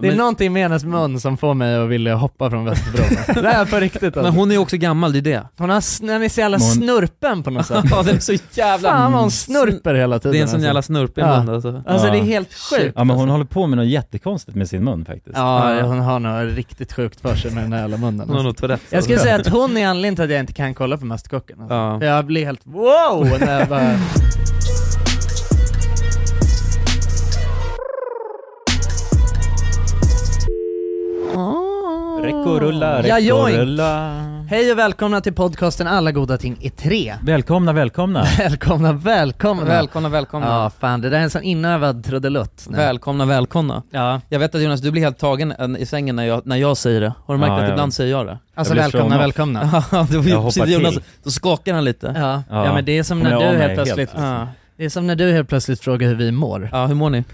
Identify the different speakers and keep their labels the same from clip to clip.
Speaker 1: Det är
Speaker 2: Men-
Speaker 1: någonting med hennes mun som får mig att vilja hoppa från Västerbron. det här är på riktigt
Speaker 2: Men
Speaker 1: alltså. hon,
Speaker 2: hon är ju också gammal, det är det.
Speaker 1: har, sn- den är så jävla
Speaker 3: Men hon-
Speaker 1: snurpen på något sätt.
Speaker 2: Ja, den är så jävla...
Speaker 1: Fan vad hon
Speaker 2: Snurp.
Speaker 1: snurper hela tiden.
Speaker 2: Det är en sån
Speaker 1: alltså.
Speaker 2: jävla snurpig
Speaker 1: Ja.
Speaker 2: man alltså.
Speaker 1: Alltså
Speaker 3: Ja.
Speaker 1: det är helt sjukt. alltså.
Speaker 3: Ja men hon håller på med något jättekonstigt med sin mun faktiskt.
Speaker 1: Ja, hon har något riktigt sjukt för sig med den här jävla munnen.
Speaker 2: Hon har
Speaker 1: Alltså.
Speaker 2: nog Tourettes.
Speaker 1: Jag skulle säga att hon är anledningen till att jag inte kan kolla på Mästerkocken. Alltså.
Speaker 2: Ja.
Speaker 1: För Jag blir helt wow när jag bara...
Speaker 2: Ah.
Speaker 3: Räckor rulla,
Speaker 1: Ja,
Speaker 3: räckor
Speaker 1: joink.
Speaker 3: rulla.
Speaker 1: Hej och välkomna till podcasten Alla goda ting i tre.
Speaker 3: Välkomna, välkomna.
Speaker 1: Välkomna, välkomna.
Speaker 2: Välkomna, välkomna.
Speaker 1: Ja, fan det där är en sån inövad trudelutt. nu.
Speaker 2: Välkomna, välkomna.
Speaker 1: Ja,
Speaker 2: Jag vet att Jonas, du blir helt tagen eh, i sängen när jag, när jag säger det. Har du märkt
Speaker 3: Ja,
Speaker 2: att
Speaker 3: ja.
Speaker 2: ibland säger jag det?
Speaker 1: alltså
Speaker 3: Jag blir
Speaker 1: välkomna,
Speaker 3: thrown off.
Speaker 1: välkomna.
Speaker 2: Ja, det var ju
Speaker 3: Jag hoppar
Speaker 2: precis det Jonas,
Speaker 3: till.
Speaker 2: då skakar han lite.
Speaker 1: Ja.
Speaker 3: Ja.
Speaker 1: ja, men det är som
Speaker 3: Kommer
Speaker 1: när
Speaker 3: jag av
Speaker 1: du
Speaker 3: mig
Speaker 1: helt
Speaker 3: helt,
Speaker 1: plötsligt,
Speaker 3: alltså.
Speaker 2: Ja.
Speaker 1: det är som när du helt plötsligt frågar hur vi mår.
Speaker 2: ja, hur mår ni?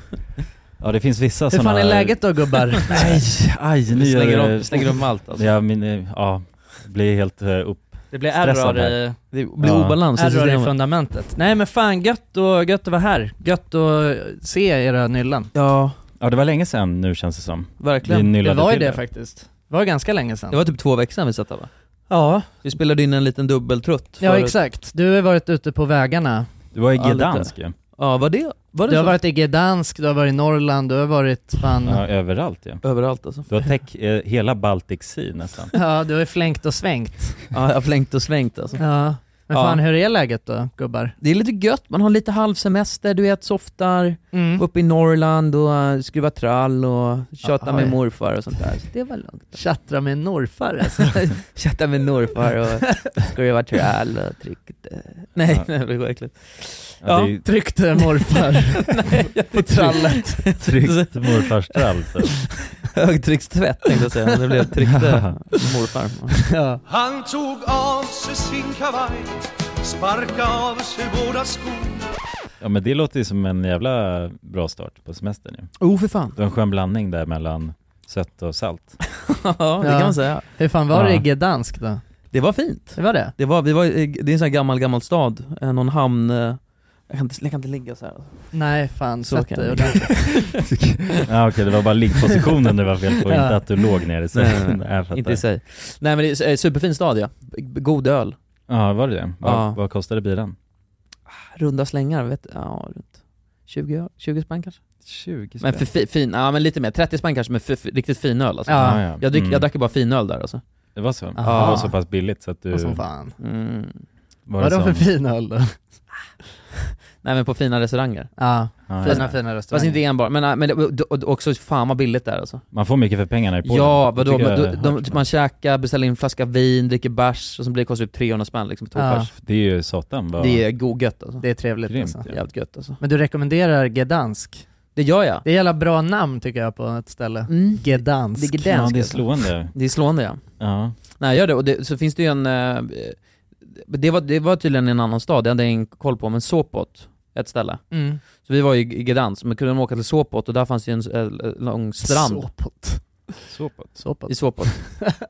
Speaker 3: Ja det finns vissa
Speaker 1: Hur
Speaker 3: sådana...
Speaker 1: fan är läget då gubbar?
Speaker 3: Nej, aj,
Speaker 2: Vi
Speaker 3: nu gör
Speaker 2: stänger om, vi
Speaker 3: det...
Speaker 2: stänger om allt alltså.
Speaker 3: eh, Ja, min, eh, ja, blir helt eh, upp.
Speaker 1: Det blir
Speaker 3: Stressad
Speaker 1: error
Speaker 3: här.
Speaker 1: i,
Speaker 2: Det blir
Speaker 3: Ja.
Speaker 2: obalans i
Speaker 1: error i
Speaker 2: systemet.
Speaker 1: fundamentet. Nej men fan gött, och, gött att vara här. Gött att se era nyllan.
Speaker 2: Ja,
Speaker 3: Ja det var länge sedan nu känns det som. Vi
Speaker 2: verkligen.
Speaker 1: Det
Speaker 3: nyllade
Speaker 1: var ju
Speaker 3: till
Speaker 1: det faktiskt. Det var ganska länge sedan.
Speaker 2: Det var typ två veckor sedan vi satt här va?
Speaker 1: Ja,
Speaker 2: Vi spelade in en liten dubbeltrutt.
Speaker 1: ja
Speaker 2: förut.
Speaker 1: exakt. Du har varit ute på vägarna.
Speaker 3: Du var i
Speaker 2: Ja, lite.
Speaker 3: Gdansk ju.
Speaker 2: Ja, var det, var det
Speaker 1: Du har
Speaker 2: så?
Speaker 1: varit i Gdansk, du har varit i Norrland, du har varit fan...
Speaker 3: Ja,
Speaker 1: Ja,
Speaker 3: överallt ju.
Speaker 2: Överallt alltså.
Speaker 3: Du har täckt eh, hela Baltic Sea nästan.
Speaker 1: du har ju flängt och svängt.
Speaker 2: Ja, jag har flängt och svängt alltså.
Speaker 1: Ja. Men
Speaker 2: Ja.
Speaker 1: fan hur är läget då gubbar?
Speaker 2: Det är lite gött, man har lite halvsemester, du vet softar,
Speaker 1: Mm.
Speaker 2: uppe i Norrland och uh, skruva trall och tjöta
Speaker 1: Ja,
Speaker 2: med
Speaker 1: oj.
Speaker 2: morfar och sånt där. Så det var lugnt.
Speaker 1: Tjattra med norfar alltså.
Speaker 2: Tjöta med morfar och skruva trall och tryckte. Nej,
Speaker 3: Ja.
Speaker 2: nej det var äckligt.
Speaker 3: Ja,
Speaker 2: Ja.
Speaker 3: det
Speaker 1: Tryckte morfar på trallet.
Speaker 3: är ju tryggt morfars trall så.
Speaker 2: Högtryckstvätt tänkte jag säga, men det blev tryckte morfar.
Speaker 1: Ja.
Speaker 4: Han tog av sig sin kavaj, sparka av sig båda skor.
Speaker 3: Ja men det låter ju som en jävla bra start på semestern ju.
Speaker 2: Oh för fan.
Speaker 3: Det var en skön blandning där mellan sött och salt.
Speaker 2: ja, det kan man säga.
Speaker 1: Hur fan var det i
Speaker 3: Ja.
Speaker 1: Gdansk då?
Speaker 2: Det var fint.
Speaker 1: Det var det?
Speaker 2: Det, var, vi var, i- det är en sån här gammal, gammal stad, eh, någon hamn. eh, Jag kan inte, jag kan inte ligga så här.
Speaker 1: Nej fan,
Speaker 2: Så
Speaker 1: sätt
Speaker 2: kan
Speaker 1: dig
Speaker 2: jag
Speaker 1: ordentligt.
Speaker 3: Ja okej, det var bara liggpositionen det var fel på,
Speaker 1: Ja.
Speaker 3: inte att du låg ner i
Speaker 2: Nej, nej,
Speaker 3: sängen.
Speaker 2: nej.
Speaker 3: Nej, jag fattar.
Speaker 2: Inte i sig. Nej men det är eh, superfin stad ja. B- God öl.
Speaker 3: Ja, var det det? Vad,
Speaker 2: Ja.
Speaker 3: vad kostade bilen?
Speaker 2: Runda slängar, vet Ja, runt 20, öl. 20 spänn kanske.
Speaker 3: 20
Speaker 2: Men för fi, fin, ja men lite mer. 30 spänn kanske, men för, för, riktigt fin öl alltså.
Speaker 1: Ja.
Speaker 2: Jag, drick,
Speaker 3: Mm.
Speaker 2: jag drack ju bara finöl där alltså.
Speaker 3: Det var så?
Speaker 1: Aha.
Speaker 3: Det var så pass billigt så att du...
Speaker 1: Och som fan.
Speaker 2: Mm.
Speaker 3: var
Speaker 1: Vadå för
Speaker 3: som-
Speaker 1: fin öl då?
Speaker 2: Nej men på fina restauranger.
Speaker 1: Ja,
Speaker 3: Ja,
Speaker 1: fina
Speaker 3: ja.
Speaker 1: fina
Speaker 2: Fast
Speaker 1: restauranger.
Speaker 2: inte enbart, men, eh, men det, och- och också fan vad billigt där alltså.
Speaker 3: Man får mycket för pengarna i Polen.
Speaker 2: Ja,
Speaker 3: Det
Speaker 2: vadå?
Speaker 3: tycker
Speaker 2: Men,
Speaker 3: jag
Speaker 2: de,
Speaker 3: är
Speaker 2: de,
Speaker 3: hört.
Speaker 2: man käkar, beställer in en flaska vin, dricker bärs och sen blir det kostar typ 300 spänn liksom, för två
Speaker 1: Ja.
Speaker 2: bärs.
Speaker 3: Det är ju satan vad...
Speaker 2: Det är god gött alltså.
Speaker 1: Det är trevligt
Speaker 3: Grymt,
Speaker 1: alltså.
Speaker 3: ja.
Speaker 2: Jävligt gött alltså.
Speaker 1: Men du rekommenderar Gdansk?
Speaker 2: Det gör jag.
Speaker 1: Det är jävla bra namn tycker jag på ett ställe.
Speaker 2: Mm.
Speaker 1: Gdansk.
Speaker 2: Det är Gdansk.
Speaker 3: Ja, det är
Speaker 2: alltså.
Speaker 3: slående.
Speaker 2: Det är slående ja.
Speaker 3: Ja.
Speaker 2: Nej jag gör det, och det, så finns det ju en... eh, Det var, det var tydligen en annan stad, det hade jag ingen koll på, men Sopot, ett ställe.
Speaker 1: Mm.
Speaker 2: Så vi var ju i Gdansk, men kunde åka till Sopot och där fanns ju en s- en lång strand
Speaker 1: Såpot.
Speaker 3: Sopot.
Speaker 1: Såpot.
Speaker 2: i Sopot.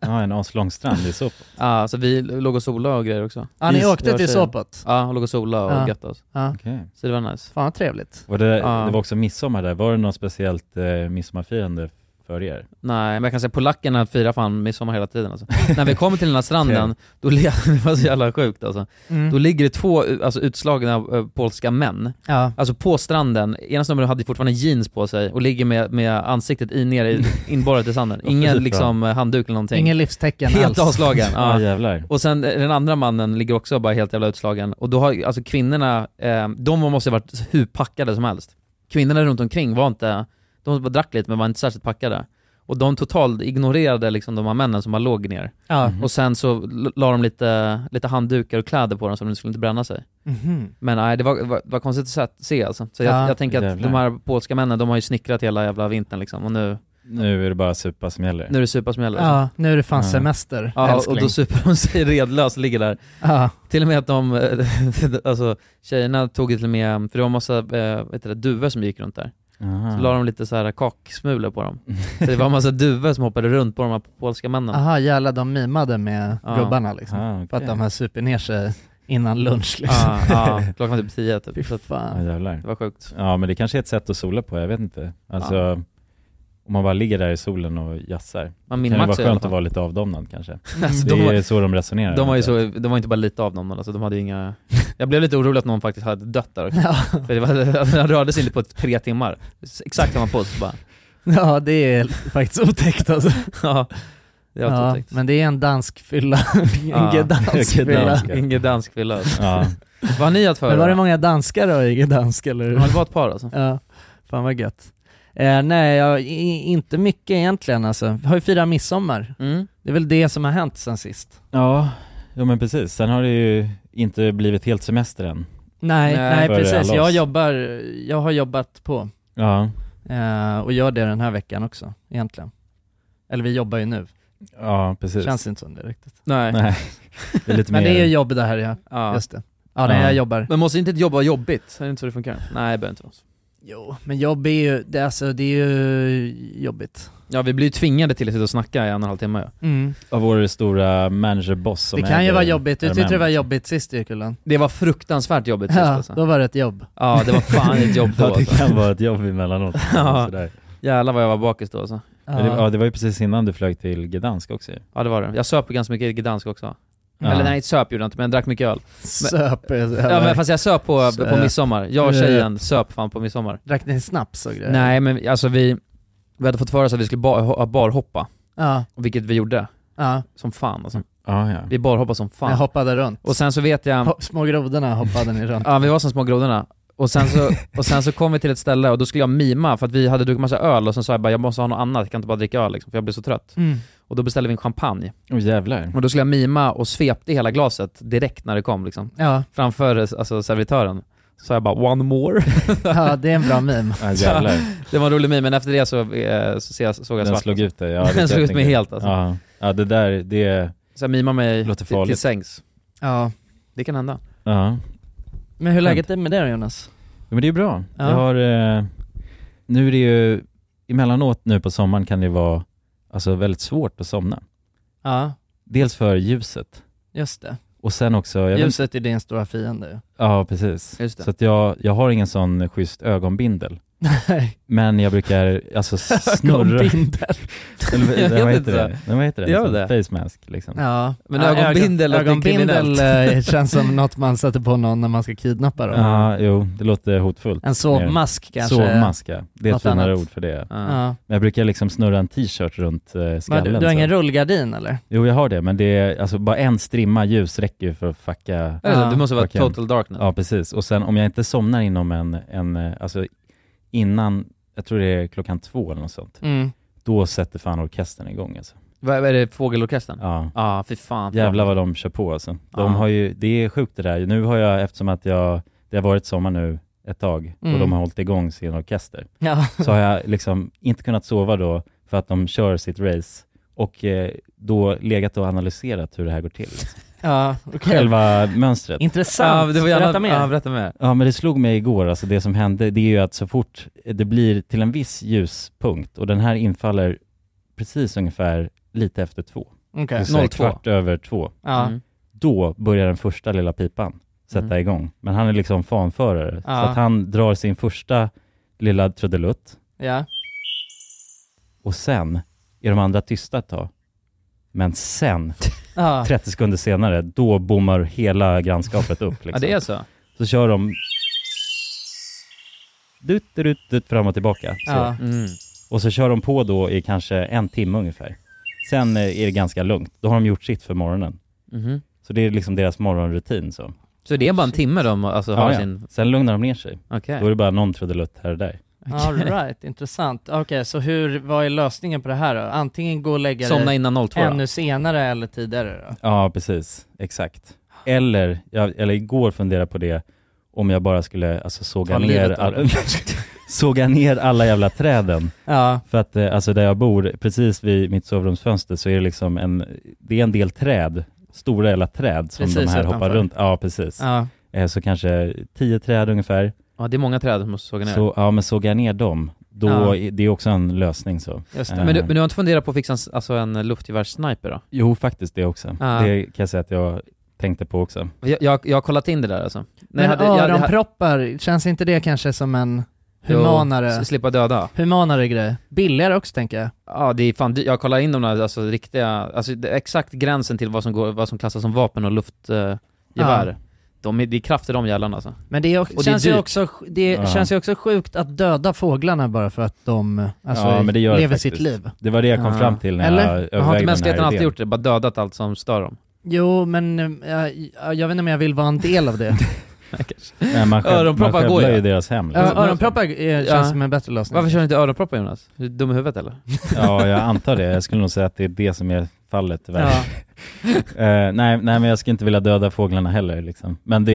Speaker 3: Ja, en aslång strand i Sopot.
Speaker 2: Ja, så vi låg och solade och grejer också.
Speaker 1: Ja, ni
Speaker 2: Vi- jag
Speaker 1: åkte
Speaker 2: och
Speaker 1: till
Speaker 2: tjejen.
Speaker 1: Såpot?
Speaker 2: Ja, låg och solade och
Speaker 1: Ja.
Speaker 2: gött alltså.
Speaker 1: Ja.
Speaker 3: Okej.
Speaker 2: Så det var nice.
Speaker 1: Fan vad trevligt.
Speaker 3: Var det,
Speaker 2: Ja.
Speaker 3: det var också midsommar där. Var det något speciellt eh, midsommarfirande för er?
Speaker 2: Nej, men jag kan säga polackerna firar fan midsommar hela tiden alltså. När vi kommer till den här stranden, då, le- det var så jävla sjukt alltså.
Speaker 1: Mm.
Speaker 2: Då ligger det två eh, alltså, utslagna eh, polska män,
Speaker 1: Ja.
Speaker 2: alltså på stranden, ena snubben hade fortfarande jeans på sig och ligger med, med ansiktet i, nere i, inborrat i sanden.
Speaker 3: Vad
Speaker 2: Ingen
Speaker 3: fint,
Speaker 2: liksom eh, handduk eller någonting.
Speaker 1: Ingen livstecken
Speaker 2: helt
Speaker 1: alls.
Speaker 2: avslagen.
Speaker 3: Ja,
Speaker 2: Ja.
Speaker 3: jävlar.
Speaker 2: Och sen eh, den andra mannen ligger också bara helt jävla utslagen. Och då har alltså kvinnorna, eh, de måste ha varit hur packade som helst. Kvinnorna runt omkring var inte, de bara drack lite men var inte särskilt packade. Och de totalt ignorerade liksom de här männen som bara låg ner.
Speaker 1: Ja.
Speaker 3: Mhm.
Speaker 2: Och sen så l- la de lite, lite handdukar och kläder på dem så de skulle inte bränna sig.
Speaker 1: Mhm.
Speaker 2: Men nej, det var, var, var konstigt att se- se alltså. Så jag,
Speaker 1: Ja,
Speaker 2: jag tänker att
Speaker 3: jävlar.
Speaker 2: de här polska männen, de har ju snickrat hela jävla vintern liksom. Och nu,
Speaker 3: Nu är det bara supa som gäller.
Speaker 2: nu är det supa som gäller.
Speaker 1: Ja, nu är det fan
Speaker 3: Ja.
Speaker 1: semester,
Speaker 2: Ja, och
Speaker 1: älskling.
Speaker 2: då super de sig typ, redlös och ligger där.
Speaker 1: Ja.
Speaker 2: Till och med att de, eh, alltså tjejerna tog ju till och med, för det var massa eh, vet du, det, duvor som gick runt där.
Speaker 3: Aha.
Speaker 2: Så la de lite så här kaksmulor på dem. Så det var massa duvor som hoppade runt på de här polska männen.
Speaker 1: Aha, jävlar de mimade med
Speaker 2: Ja.
Speaker 1: gubbarna liksom.
Speaker 3: Ah,
Speaker 1: För att
Speaker 3: okej. Ah,
Speaker 1: de har super ner sig innan lunch liksom.
Speaker 2: Ja, ja, klockan typ 10
Speaker 1: Fy
Speaker 2: typ. Så att
Speaker 3: Ja,
Speaker 1: fan.
Speaker 3: jävlar.
Speaker 2: det var sjukt.
Speaker 3: Ja men det kanske är ett sätt att sola på, jag vet inte. Alltså, Om man bara ligger där i solen och jassar.
Speaker 2: Man
Speaker 3: Det kan ju vara
Speaker 2: minimaxar i alla
Speaker 3: skönt att
Speaker 2: fall.
Speaker 3: vara lite avdomnad kanske.
Speaker 2: Alltså,
Speaker 3: Det
Speaker 2: de, var,
Speaker 3: är så de resonerar.
Speaker 2: de var ju så, de var inte bara lite avdomnade alltså, de hade ju inga... Jag blev lite orolig att någon faktiskt hade dött där.
Speaker 1: Ja.
Speaker 2: För det var, alltså, han rörde sig inte på tre timmar. Exakt samma pose bara.
Speaker 1: ja, det är faktiskt otäckt alltså.
Speaker 2: Ja, det var
Speaker 1: Ja,
Speaker 2: otäckt.
Speaker 1: men det är en dansk fylla.
Speaker 2: Ja,
Speaker 1: Ingen Ah, dansk
Speaker 3: vilken
Speaker 1: fylla.
Speaker 3: Ah, dansk.
Speaker 2: Ingen dansk fylla alltså.
Speaker 3: Ja,
Speaker 2: Vad har ni haft för
Speaker 1: Men var det många danskar då i dansk eller?
Speaker 2: Ja, det var ett par alltså.
Speaker 1: Ja, fan vad gött. Eh, nej, jag, i, inte mycket egentligen alltså. Jag har ju firat midsommar.
Speaker 2: Mm.
Speaker 1: Det är väl det som har hänt sen sist.
Speaker 3: ja. ja men precis. Sen har det ju inte blivit helt semester än.
Speaker 1: Nej,
Speaker 2: Nej,
Speaker 1: nej
Speaker 3: för alla
Speaker 1: precis.
Speaker 3: oss.
Speaker 1: Jag jobbar, jag har jobbat på
Speaker 3: Ja,
Speaker 1: eh, och gör det den här veckan också egentligen. Eller vi jobbar ju nu,
Speaker 3: ja precis.
Speaker 1: känns inte som det riktigt.
Speaker 2: Nej.
Speaker 3: Nej. Det är lite
Speaker 1: Men
Speaker 3: mer...
Speaker 1: det är ju jobb det här ja,
Speaker 2: Ja.
Speaker 1: just det. Ja, nej,
Speaker 3: Ja.
Speaker 1: jag jobbar.
Speaker 2: Men måste inte ett jobb vara jobbigt? Är det inte så det funkar? Nej, det behöver inte vara så.
Speaker 1: Jo, men jobb är ju, det, alltså, det är ju jobbigt. Mm.
Speaker 2: Ja, vi blir ju tvingade till att sitta och snacka i en och en halv timme ja.
Speaker 3: Av vår stora managerboss som
Speaker 1: Det kan ju
Speaker 3: äger
Speaker 1: vara jobbigt, du
Speaker 3: Ferment.
Speaker 1: tyckte det var jobbigt sist ju Kullen.
Speaker 2: Det var fruktansvärt jobbigt sist
Speaker 1: Ja,
Speaker 2: alltså.
Speaker 1: då var det ett jobb.
Speaker 2: Ja, det var fan ett jobb då
Speaker 3: Ja, det
Speaker 2: alltså.
Speaker 3: kan vara ett jobb emellanåt.
Speaker 2: Ja.
Speaker 3: Sådär.
Speaker 2: Jävlar vad jag var bakis då alltså.
Speaker 3: Ja. Det, ja, det var ju precis innan du flög till Gdansk också ju.
Speaker 2: Ja, det var det. Jag söp ganska mycket i Gdansk också.
Speaker 3: Ja.
Speaker 2: Eller nej, söp gjorde jag inte, men jag drack mycket öl.
Speaker 1: Söp,
Speaker 2: Ja, men fast jag söp på,
Speaker 1: Söp.
Speaker 2: på midsommar. Jag och tjejen söp fan på midsommar.
Speaker 1: drack ni snaps och grejer?
Speaker 2: Nej, men alltså vi, vi hade fått för oss att vi skulle bar, barhoppa,
Speaker 1: Ja,
Speaker 2: vilket vi gjorde.
Speaker 1: ja.
Speaker 2: Som fan alltså.
Speaker 3: Ja, ja.
Speaker 2: Vi barhoppade som
Speaker 1: Jag
Speaker 2: fan.
Speaker 1: hoppade runt.
Speaker 2: Och sen så vet jag...
Speaker 1: Ho- små grodorna hoppade ni runt.
Speaker 2: Ja, vi var som små grodorna. Och sen, så, och sen så kom vi till ett ställe och då skulle jag mima för att vi hade druckit massa öl och sen sa jag bara jag måste ha något annat, jag kan inte bara dricka öl liksom, för jag blir så trött.
Speaker 1: Mm.
Speaker 2: Och då beställde vi en champagne.
Speaker 3: Åh jävlar.
Speaker 2: Och då skulle jag mima och svepte hela glaset direkt när det kom liksom.
Speaker 1: Ja,
Speaker 2: Framför alltså, servitören. Så sa jag bara one more.
Speaker 1: ja, det är en bra meme.
Speaker 3: Ja, jävlar.
Speaker 2: Det var en rolig meme men efter det så, eh, så ser jag, såg jag
Speaker 3: Den
Speaker 2: svart.
Speaker 3: slog ut dig. Ja, det
Speaker 2: Den
Speaker 3: kan jag
Speaker 2: slog ut
Speaker 3: tänka.
Speaker 2: mig helt, alltså.
Speaker 3: Ja. ja, det där, det...
Speaker 2: Så jag mimade mig
Speaker 3: Låter
Speaker 2: till, till
Speaker 3: farligt.
Speaker 2: sängs.
Speaker 1: Ja.
Speaker 2: Det kan hända.
Speaker 3: Ja.
Speaker 1: Men hur är läget är med det då Jonas?
Speaker 3: Ja, Men det är bra.
Speaker 1: Ja.
Speaker 3: Jag har, eh, nu är det ju, emellanåt nu på sommaren kan det vara alltså, väldigt svårt att somna.
Speaker 1: Ja,
Speaker 3: Dels för ljuset
Speaker 1: just det.
Speaker 3: och sen också, jag vet,
Speaker 1: Ljuset är din stora fiende ju.
Speaker 3: ja precis.
Speaker 2: Just det.
Speaker 3: Så att jag, jag har ingen sån schysst ögonbindel.
Speaker 1: Nej,
Speaker 3: Men jag brukar alltså snurra,
Speaker 1: ögonbindel.
Speaker 2: Jag
Speaker 3: eller
Speaker 2: vet
Speaker 3: vad
Speaker 2: inte.
Speaker 3: heter det? Nej, Vad heter det?
Speaker 2: Gör
Speaker 3: Sån
Speaker 2: det?
Speaker 3: Face mask liksom.
Speaker 1: Ja.
Speaker 2: Men
Speaker 1: Ja,
Speaker 2: ögonbindel låter
Speaker 1: Ögonbindel
Speaker 2: kriminellt.
Speaker 1: eh, känns som något man sätter på någon när man ska kidnappa dem.
Speaker 3: Ja, jo, det låter hotfullt.
Speaker 1: En sovmask kanske?
Speaker 3: Sovmaska, det är
Speaker 1: Något
Speaker 3: ett finare
Speaker 1: annat.
Speaker 3: ord för det.
Speaker 2: Ja.
Speaker 1: Ja.
Speaker 3: Men jag brukar liksom snurra en t-shirt runt eh,
Speaker 1: Men
Speaker 3: skallen.
Speaker 1: du, du har
Speaker 3: så.
Speaker 1: ingen rullgardin eller?
Speaker 3: Jo, jag har det, men det är, alltså bara en strimma ljus räcker ju för att fucka
Speaker 2: Är det så? Du måste vara
Speaker 3: Okej.
Speaker 2: total dark nu.
Speaker 3: Ja precis, och sen om jag inte somnar inom en, en eh, alltså innan, jag tror det är klockan två eller något sånt,
Speaker 1: Mm.
Speaker 3: då sätter fan orkestern igång alltså.
Speaker 2: Vad är det? Fågelorkestern?
Speaker 3: Ja.
Speaker 2: Ja, fy fan.
Speaker 3: Jävlar vad de kör på alltså. De
Speaker 2: Ja.
Speaker 3: har ju, det är sjukt det där. Nu har jag, eftersom att jag, det har varit sommar nu ett tag
Speaker 1: Mm.
Speaker 3: och de har hållit igång sin orkester,
Speaker 1: Ja.
Speaker 3: så har jag liksom inte kunnat sova då för att de kör sitt race och eh, då legat och analyserat hur det här går till. Liksom.
Speaker 1: ja okej.
Speaker 3: Själva mönstret.
Speaker 1: Intressant.
Speaker 2: Ja, det var gärna,
Speaker 1: Berätta mer.
Speaker 2: Ja, berätta mer.
Speaker 3: Ja men det slog mig igår, alltså det som hände, det är ju att så fort det blir till en viss ljuspunkt och den här infaller precis ungefär lite efter två,
Speaker 1: Okej.
Speaker 3: det vill säga
Speaker 2: 02.
Speaker 3: kvart över två,
Speaker 1: Ja.
Speaker 2: Mm.
Speaker 3: då börjar den första lilla pipan sätta
Speaker 2: Mm.
Speaker 3: igång. Men han är liksom fanförare,
Speaker 1: Ja.
Speaker 3: så att han drar sin första lilla trudelutt
Speaker 1: Ja.
Speaker 3: och sen är de andra tysta ett tag. Men sen,
Speaker 1: Ja.
Speaker 3: 30 sekunder senare, då bommar hela grannskapet upp liksom.
Speaker 2: Ja, det är så.
Speaker 3: Så kör de dut, dut, dut, fram och tillbaka. Så.
Speaker 1: Ja.
Speaker 2: Mm.
Speaker 3: Och så kör de på då i kanske en timme ungefär. Sen eh, är det ganska lugnt. Då har de gjort sitt för morgonen.
Speaker 2: Mhm.
Speaker 3: Så det är liksom deras morgonrutin så.
Speaker 2: Så det är bara en timme de alltså, har
Speaker 3: Ja, ja.
Speaker 2: sin...
Speaker 3: Sen lugnar de ner sig.
Speaker 2: Okej.
Speaker 3: Då är det bara någon trudelutt här och där.
Speaker 1: All right, intressant. Okej, så hur, vad är lösningen på det här då? Antingen gå och lägga
Speaker 2: Somna
Speaker 1: dig
Speaker 2: innan 02 då.
Speaker 1: ännu senare eller tidigare då?
Speaker 3: Ja, precis. Exakt. Eller, jag, eller igår funderade jag på det, om jag bara skulle alltså, såga,
Speaker 2: Ta
Speaker 3: ner
Speaker 2: livet av
Speaker 3: all, såga ner alla jävla träden.
Speaker 1: Ja,
Speaker 3: För att eh, alltså, där jag bor, precis vid mitt sovrumsfönster, så är det liksom en, det är en del träd, stora jävla träd som de
Speaker 1: Precis
Speaker 3: här hoppar
Speaker 1: utanför.
Speaker 3: runt. Ja, precis.
Speaker 1: ja,
Speaker 3: Eh, Så kanske tio träd ungefär.
Speaker 2: Ja, det är många träd som måste såga ner.
Speaker 3: Så, ja men sågar jag ner dem, då,
Speaker 1: Ja.
Speaker 3: är- det är också en lösning så.
Speaker 1: just det.
Speaker 3: Ja.
Speaker 2: Men, du, men du har inte funderat på att fixa en, s- alltså en luftgevärssniper då?
Speaker 3: eh. Jo faktiskt det också.
Speaker 2: Ja.
Speaker 3: Det kan jag säga att jag tänkte på också.
Speaker 2: Jag, jag, jag har kollat in det där alltså.
Speaker 1: Men
Speaker 2: jag hade- jag hade-
Speaker 1: öronproppar, känns inte det kanske som en Humanare.
Speaker 2: s- Slippa döda.
Speaker 1: Humanare grej. Billigare också tänker jag.
Speaker 2: Ja, det är fan dy- Jag kollar in de där alltså, riktiga, alltså det, exakt gränsen till vad som, går, vad som klassas som vapen och luftgevär. Eh,
Speaker 1: Ja.
Speaker 2: gevär. de, är- det är krafter de jävlarna alltså.
Speaker 1: Men det, är också,
Speaker 2: Och det är
Speaker 1: känns, ju
Speaker 2: dyrt.
Speaker 1: också, det
Speaker 3: Ja.
Speaker 1: känns ju också sjukt att döda fåglarna bara för att de alltså,
Speaker 3: Ja, men det gör det
Speaker 1: lever
Speaker 3: faktiskt.
Speaker 1: sitt liv.
Speaker 3: Det var det jag kom
Speaker 2: Ja.
Speaker 3: fram till när
Speaker 1: Eller?
Speaker 3: jag
Speaker 2: Men har
Speaker 3: övervägde
Speaker 2: inte
Speaker 3: den
Speaker 2: mänskligheten
Speaker 3: här
Speaker 2: alltid
Speaker 3: idén.
Speaker 2: gjort det? Bara dödat allt som stör dem?
Speaker 1: Jo, men eh, jag, jag vet inte om jag vill vara en del av det.
Speaker 3: Nej, man skövlar-
Speaker 2: Öronproppar
Speaker 3: man skövlar
Speaker 2: går
Speaker 3: ju
Speaker 2: ju.
Speaker 3: deras hem.
Speaker 1: Ja,
Speaker 3: Liksom.
Speaker 1: Öronproppar eh, känns
Speaker 2: Ja.
Speaker 1: som en bättre lösning.
Speaker 2: Varför kör du inte öronproppar Jonas? Är du dum i huvudet eller?
Speaker 3: Ja, jag antar det. Jag skulle nog säga att det är det som är fallet tyvärr.
Speaker 2: Ja.
Speaker 3: Eh, nej, nej, men jag skulle inte vilja döda fåglarna heller liksom. Men det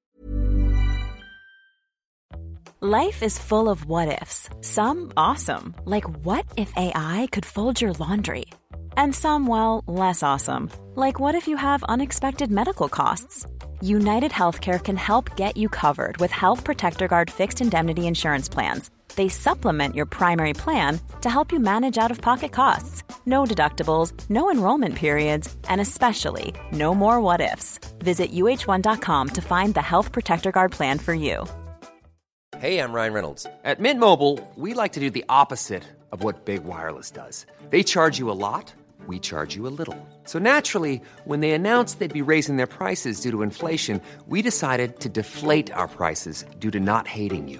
Speaker 5: Life is full of what ifs. Some awesome, like what if AI could fold your laundry? And some, well, less awesome, like what if you have unexpected medical costs? United Healthcare can help get you covered with Health Protector Guard fixed indemnity insurance plans. They supplement your primary plan to help you manage out of pocket costs. No deductibles, no enrollment periods, and especially no more what ifs. Visit uh1.com to find the Health Protector Guard plan for you.
Speaker 6: Hey, I'm Ryan Reynolds. At Mint Mobile, we like to do the opposite of what Big Wireless does. They charge you a lot, we charge you a little. So naturally, when they announced they'd be raising their prices due to inflation, we decided to deflate our prices due to not hating you.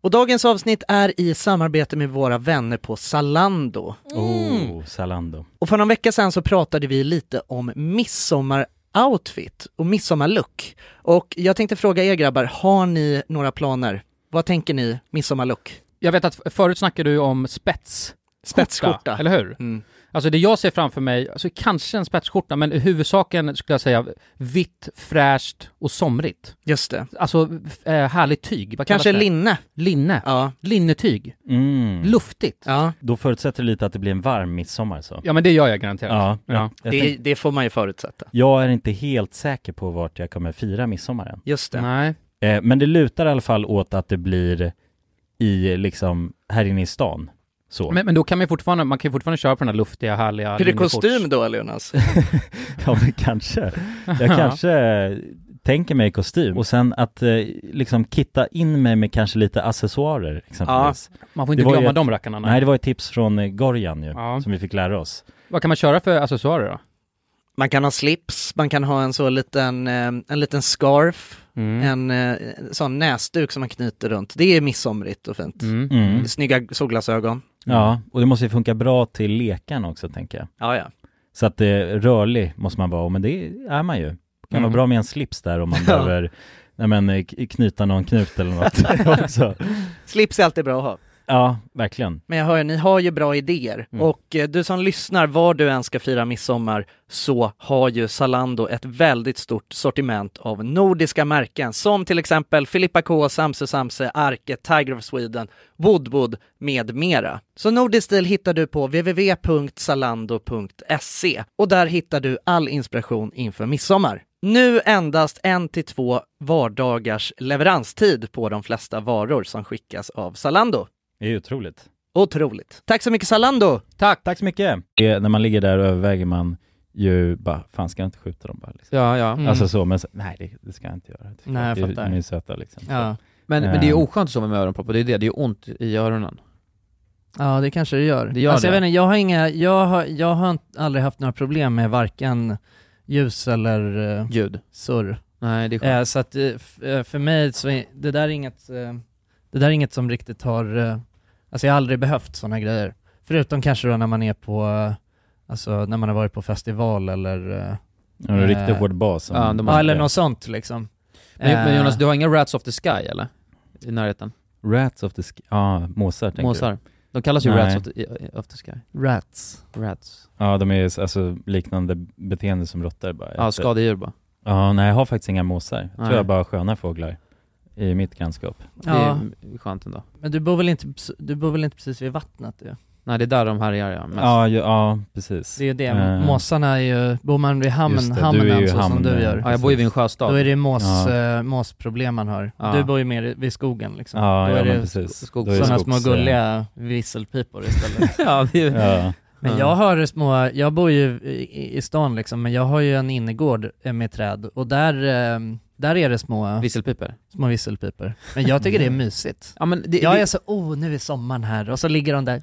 Speaker 1: Och dagens avsnitt är i samarbete med våra vänner på Zalando.
Speaker 3: Oh, Zalando.
Speaker 1: Och för någon vecka sedan så pratade vi lite om midsommaroutfit och midsommarlook. Och jag tänkte fråga er grabbar, har ni några planer? Vad tänker ni midsommarlook?
Speaker 7: Jag vet att f- förut snackade du om spets.
Speaker 1: Spetsskjorta.
Speaker 7: Eller hur?
Speaker 1: Mm.
Speaker 7: Alltså det jag ser framför mig, alltså kanske en spetsskjorta, men i huvudsaken skulle jag säga vitt, fräscht och somrigt.
Speaker 1: Just det.
Speaker 7: Alltså f- eh, härligt tyg. Vad kallas
Speaker 1: Kanske
Speaker 7: det?
Speaker 1: linne.
Speaker 7: linne.
Speaker 1: Ja.
Speaker 7: Linnetyg.
Speaker 3: Mm.
Speaker 7: Luftigt. Ja.
Speaker 1: ja.
Speaker 3: Då förutsätter det lite att det blir en varm midsommar så.
Speaker 7: men det gör jag garanterat. Ja.
Speaker 3: Ja. Jag,
Speaker 1: Det,
Speaker 3: tänk,
Speaker 1: det får man ju förutsätta.
Speaker 3: jag är inte helt säker på vart jag kommer fira midsommaren.
Speaker 1: Just det.
Speaker 7: Nej.
Speaker 3: Eh, men det lutar i alla fall åt att det blir i, liksom, här inne i stan. Så.
Speaker 7: Men, men då kan man ju fortfarande, man kan ju fortfarande köra på den här luftiga, härliga
Speaker 1: Blir det
Speaker 7: linnekorts-
Speaker 1: kostym då, Jonas?
Speaker 3: Ja, men kanske. Jag kanske eh, tänker mig kostym och sen att eh, liksom kitta in mig med kanske lite accessoarer exempelvis.
Speaker 7: Man får inte
Speaker 3: Det var ju
Speaker 7: glömma
Speaker 3: ett-
Speaker 7: de rackarna.
Speaker 3: Nej, det var ett tips från eh, Gorjan ju,
Speaker 7: Ja.
Speaker 3: som vi fick lära oss.
Speaker 7: Vad kan man köra för accessoarer då?
Speaker 1: Man kan ha slips, man kan ha en så liten, eh, en liten scarf,
Speaker 7: Mm.
Speaker 1: en eh, sån näsduk som man knyter runt. Det är midsomrigt och fint.
Speaker 7: Mm.
Speaker 3: Mm.
Speaker 1: Snygga solglasögon.
Speaker 3: Ja, och det måste ju funka bra till lekan också tänker jag.
Speaker 1: Ja, ja.
Speaker 3: Så att eh, rörlig måste man vara, men det är man ju. kan vara
Speaker 7: Mm.
Speaker 3: bra med en slips där om man
Speaker 1: Ja.
Speaker 3: behöver nej, men, eh, k- knyta någon knut eller något också.
Speaker 1: Slips är alltid bra att ha.
Speaker 3: Ja, verkligen.
Speaker 1: Men jag hör, ni har ju bra idéer. Och eh, du som lyssnar, var du än ska fira midsommar så har ju Zalando ett väldigt stort sortiment av nordiska märken som till exempel Filippa K, Samse Samse, Arke, Tiger of Sweden, Woodwood med mera. Så nordisk stil hittar du på www.zalando.se och där hittar du all inspiration inför midsommar. Nu endast en till två vardagars leveranstid på de flesta varor som skickas av Zalando.
Speaker 3: Det är ju otroligt.
Speaker 1: Otroligt. Tack så mycket Zalando!
Speaker 3: Tack! Tack så mycket! Eh, när man ligger där och överväger man ju bara, fan ska jag inte skjuta dem bara liksom.
Speaker 2: Ja, ja.
Speaker 1: Mm.
Speaker 3: Alltså så, men så, nej det, det ska jag inte göra.
Speaker 1: Nej, jag
Speaker 3: det, är-
Speaker 1: fattar.
Speaker 3: De är ju söta liksom.
Speaker 1: Ja.
Speaker 2: Men, men det är ju
Speaker 3: Ehm.
Speaker 2: oskönt att sova med öronproppar, det är ju det, det är ju ont i öronen.
Speaker 1: ja, det kanske det gör.
Speaker 2: Det gör
Speaker 1: alltså, Jag,
Speaker 2: det.
Speaker 1: vet inte, jag har, inga, jag har, jag har inte- aldrig haft några problem med varken ljus eller uh,
Speaker 2: Ljud.
Speaker 1: surr.
Speaker 2: Nej, det är skönt.
Speaker 1: Eh, så att eh, f- eh, för mig så är det där är inget, eh, det där är inget som riktigt har, eh, alltså jag har aldrig behövt sådana grejer. Förutom kanske då när man är på, eh, alltså när man har varit på festival eller, eh,
Speaker 3: De har en riktigt
Speaker 1: Eh,
Speaker 3: hård bas. som-
Speaker 2: ja, de
Speaker 1: ja, eller något sånt liksom.
Speaker 2: Men, men
Speaker 1: Eh,
Speaker 2: Jonas, du har inga Rats of the Sky eller? i närheten.
Speaker 3: Rats of the Sky, ja, måsar tänker du?
Speaker 2: Måsar. De kallas ju
Speaker 3: Nej.
Speaker 2: Rats of the, of the Sky.
Speaker 1: Rats.
Speaker 2: Rats.
Speaker 3: Ja, de är alltså liknande beteende som råttor bara.
Speaker 2: Ja,
Speaker 3: Efter-
Speaker 2: skadedjur bara.
Speaker 3: Ja, nej jag har faktiskt inga måsar. Jag tror
Speaker 2: Nej.
Speaker 3: jag bara har sköna fåglar i mitt grannskap.
Speaker 2: Det
Speaker 1: Ja.
Speaker 2: är skönt ändå.
Speaker 1: Men du bor väl inte, du bor väl inte precis vid vattnet? Du?
Speaker 2: Nej, det är där de härjar ja, mest.
Speaker 3: Ja, ju- ja, precis.
Speaker 1: Det är ju det,
Speaker 3: Eh.
Speaker 1: måsarna är ju, bor man vid hamn,
Speaker 3: Just det, du
Speaker 1: hamnen
Speaker 3: är ju
Speaker 1: så som
Speaker 3: hamn-
Speaker 1: du gör,
Speaker 2: Ja, jag bor ju vid en
Speaker 1: då är
Speaker 2: sjöstad.
Speaker 1: det ju mås,
Speaker 3: Ja.
Speaker 1: eh, måsproblem man har.
Speaker 2: Ja.
Speaker 1: Du bor ju mer i- vid skogen liksom.
Speaker 3: Ja,
Speaker 1: då
Speaker 3: ja
Speaker 1: är
Speaker 3: men
Speaker 1: det
Speaker 3: precis.
Speaker 2: skog-
Speaker 3: Då är det
Speaker 1: sådana
Speaker 3: skogs-
Speaker 1: små gulliga visselpipor istället.
Speaker 2: ja, det är ju...
Speaker 3: Ja,
Speaker 1: Men jag har små, jag bor ju i, i stan liksom, men jag har ju en innergård eh, med träd och där, eh, där är det små,
Speaker 2: Visselpipor. Mm.
Speaker 1: små visselpipor. Men jag tycker det är mysigt.
Speaker 2: Ja, men det,
Speaker 1: Jag
Speaker 2: det,
Speaker 1: är så, oh nu är sommaren här, och så ligger de där,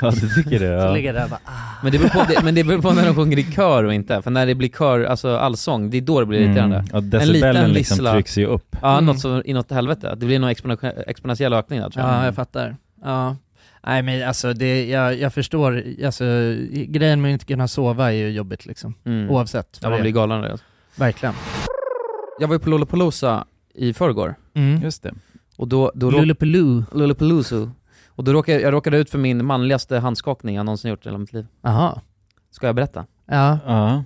Speaker 3: ja du tycker det?
Speaker 1: så
Speaker 3: Ja.
Speaker 1: ligger de där och bara, ah.
Speaker 2: men, det beror på, det, men det beror på när de sjunger i kör och inte. För när det blir kör, alltså allsång, det är då det blir irriterande.
Speaker 3: Mm. Och decibelen
Speaker 2: liten
Speaker 3: liksom
Speaker 2: vissla.
Speaker 3: trycks ju upp.
Speaker 2: Ja,
Speaker 1: Mm.
Speaker 2: något som inåt helvete. Det blir någon exponentiell, exponentiell ökning där tror jag.
Speaker 1: Ja, jag fattar. Ja. Nej men alltså, det, jag, jag förstår, alltså, grejen med att inte kunna sova är ju jobbigt liksom.
Speaker 2: Mm.
Speaker 1: Oavsett.
Speaker 2: Ja,
Speaker 1: vad
Speaker 2: man
Speaker 1: det
Speaker 2: blir
Speaker 1: är.
Speaker 2: galen av det. alltså.
Speaker 1: Verkligen.
Speaker 2: Jag var ju på Lollapalooza i förrgår
Speaker 1: Mm.
Speaker 3: Just det.
Speaker 2: och då... då råk-
Speaker 1: Lulupeloo.
Speaker 2: Lollapalooza. Och då råkade jag råkade ut för min manligaste handskakning jag någonsin gjort i hela mitt liv.
Speaker 1: Jaha.
Speaker 2: Ska jag berätta?
Speaker 1: Ja.
Speaker 3: Ja.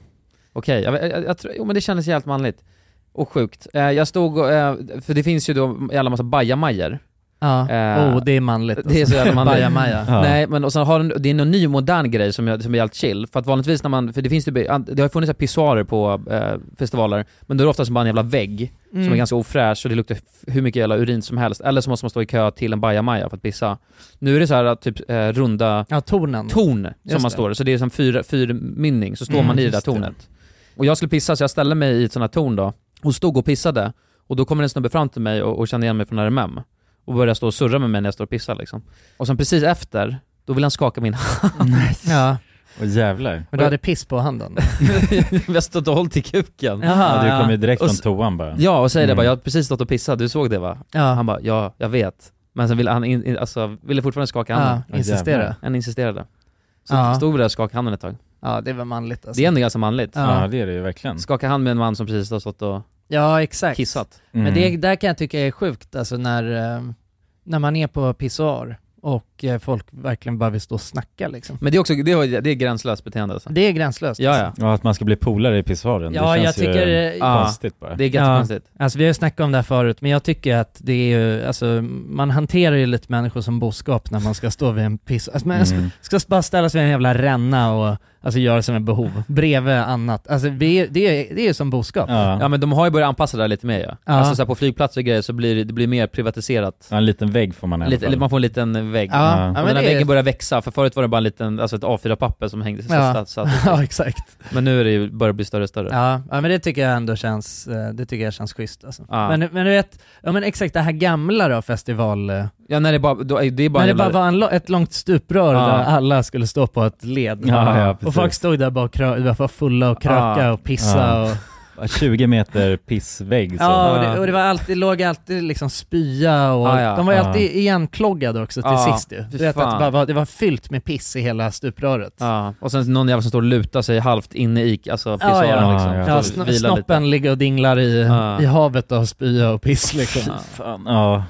Speaker 2: Okej, jag, jag, jag, tror- jo men det kändes jävligt manligt. Och sjukt. Eh, jag stod och, eh, för det finns ju då en jävla massa bajamajor.
Speaker 1: ja.
Speaker 2: Eh,
Speaker 1: oh, det är manligt. Alltså.
Speaker 2: Det är så jävla manligt.
Speaker 1: Bajamaja.
Speaker 3: Ja.
Speaker 2: Nej men och sen har den, det är någon ny modern grej som, jag, som är jävligt chill, för att vanligtvis när man, för det finns ju, det har ju funnits så här pissoarer på eh, festivaler, men då är det oftast bara en jävla vägg
Speaker 1: Mm.
Speaker 2: som är ganska ofräsch och det luktar f- hur mycket jävla urin som helst, eller så måste man stå i kö till en bajamaja för att pissa. Nu är det så här att typ eh, runda
Speaker 1: Ja, tornen.
Speaker 2: torn som
Speaker 1: Just
Speaker 2: man
Speaker 1: det.
Speaker 2: står i, så det är som fyra, fyrmynning, så står
Speaker 1: Mm,
Speaker 2: man i det där
Speaker 1: just det.
Speaker 2: tornet. Och jag skulle pissa så jag ställde mig i ett sånt här torn då, och stod och pissade, och då kommer en snubbe fram till mig och, och kände igen mig från RMM. Och började stå och surra med mig när jag står och pissar liksom. Och sen precis efter, då vill han skaka min hand.
Speaker 1: Ja,
Speaker 3: Och jävlar.
Speaker 1: men du hade piss på handen.
Speaker 2: jag har stått och hållit i kuken. Ja,
Speaker 1: Jaha,
Speaker 3: Ja, du kommer ju direkt
Speaker 2: Och
Speaker 3: från
Speaker 2: s-
Speaker 3: toan bara.
Speaker 2: och säger det
Speaker 3: Mm.
Speaker 2: bara, jag har precis stått och pissat, du såg det va?
Speaker 1: ja.
Speaker 2: Han bara, ja, jag vet. Men sen ville han in, in, alltså, ville fortfarande skaka handen.
Speaker 1: ja. insistera.
Speaker 3: jävlar.
Speaker 2: Han insisterade. Så
Speaker 1: Ja.
Speaker 2: stod vi där och skakade handen ett tag.
Speaker 1: Ja, det var manligt alltså.
Speaker 2: Det är ändå ganska manligt.
Speaker 3: Ja,
Speaker 1: ja.
Speaker 3: det är det ju verkligen.
Speaker 2: Skaka hand med en man som precis har stått och
Speaker 1: ja, exakt.
Speaker 2: kissat.
Speaker 1: Men
Speaker 3: Mm.
Speaker 1: det där kan jag tycka är sjukt, alltså när, eh, när man är på pissoar och eh, folk verkligen bara vill stå och snacka liksom.
Speaker 2: Men det är också, det är, det är gränslöst beteende alltså.
Speaker 1: Det är gränslöst.
Speaker 2: Ja, ja.
Speaker 3: Ja, att man ska bli polare i pissoaren.
Speaker 1: Ja,
Speaker 3: det
Speaker 1: jag
Speaker 3: känns
Speaker 1: tycker,
Speaker 3: ju
Speaker 1: eh,
Speaker 2: alltså. Ja.
Speaker 3: konstigt bara.
Speaker 2: Det är ganska
Speaker 1: Ja.
Speaker 2: konstigt.
Speaker 1: alltså vi har ju snackat om det här förut, men jag tycker att det är ju, alltså man hanterar ju lite människor som boskap när man ska stå vid en piss... Alltså man ska,
Speaker 3: Mm.
Speaker 1: ska bara ställa sig vid en jävla ränna och alltså göra som en behov, bredvid annat. Alltså vi, är- det, är, det är ju som boskap.
Speaker 2: Ja
Speaker 3: Ja.
Speaker 2: men de har ju börjat anpassa det där lite mer ja.
Speaker 1: Ja.
Speaker 2: Alltså så här, på flygplatser och grejer så blir det, det blir mer privatiserat.
Speaker 3: ja, en liten vägg får man i alla
Speaker 2: Lite,
Speaker 3: fall.
Speaker 2: eller man får en liten vägg.
Speaker 1: Ja,
Speaker 3: Ja.
Speaker 1: ja,
Speaker 2: och
Speaker 1: men
Speaker 2: den här
Speaker 1: det
Speaker 2: väggen
Speaker 1: är...
Speaker 2: börjar växa, för förut var det bara en liten, alltså ett A4-papper som hängde
Speaker 1: Ja.
Speaker 2: ja. så att,
Speaker 1: Ja, exakt.
Speaker 2: Men nu är det ju, börjar det bli större och större.
Speaker 1: Ja, ja, men det tycker jag ändå känns, eh, det tycker jag känns schysst alltså.
Speaker 2: Ja.
Speaker 1: Men, men du vet, ja men exakt det här gamla då, festival... eh,
Speaker 2: Ja, när det bara, då, är- det är bara
Speaker 1: när det
Speaker 2: en jävla-
Speaker 1: bara var en, lo- ett långt stuprör
Speaker 2: Ja.
Speaker 1: där alla skulle stå på ett led.
Speaker 3: Ja, ja,
Speaker 1: och
Speaker 3: precis.
Speaker 1: folk stod där bara och krö- var fulla och kröka
Speaker 2: Ja.
Speaker 1: och pissa
Speaker 3: Ja.
Speaker 1: och...
Speaker 3: 20 meter pissvägg så.
Speaker 1: Ja, och det, och det var alltid, låg alltid liksom spya och
Speaker 2: Ah, Ja, ja.
Speaker 1: de var ju
Speaker 3: Ja.
Speaker 1: alltid igenkloggade också till
Speaker 2: Ja,
Speaker 1: sist ju. Du
Speaker 2: fy
Speaker 1: vet att
Speaker 2: fan.
Speaker 1: det, bara var, det var fyllt med piss i hela stupröret.
Speaker 2: Ja, och sen någon jävel som står och lutar sig halvt inne i, alltså
Speaker 1: Ja,
Speaker 2: pissoaren
Speaker 1: ja.
Speaker 2: liksom.
Speaker 3: Ja,
Speaker 1: Ja,
Speaker 2: Står och
Speaker 1: sn-
Speaker 2: vilar lite.
Speaker 1: snoppen ligger och dinglar i,
Speaker 2: Ja.
Speaker 1: i havet av spya och piss liksom.
Speaker 2: Ah. Ja.
Speaker 3: Fan, ja.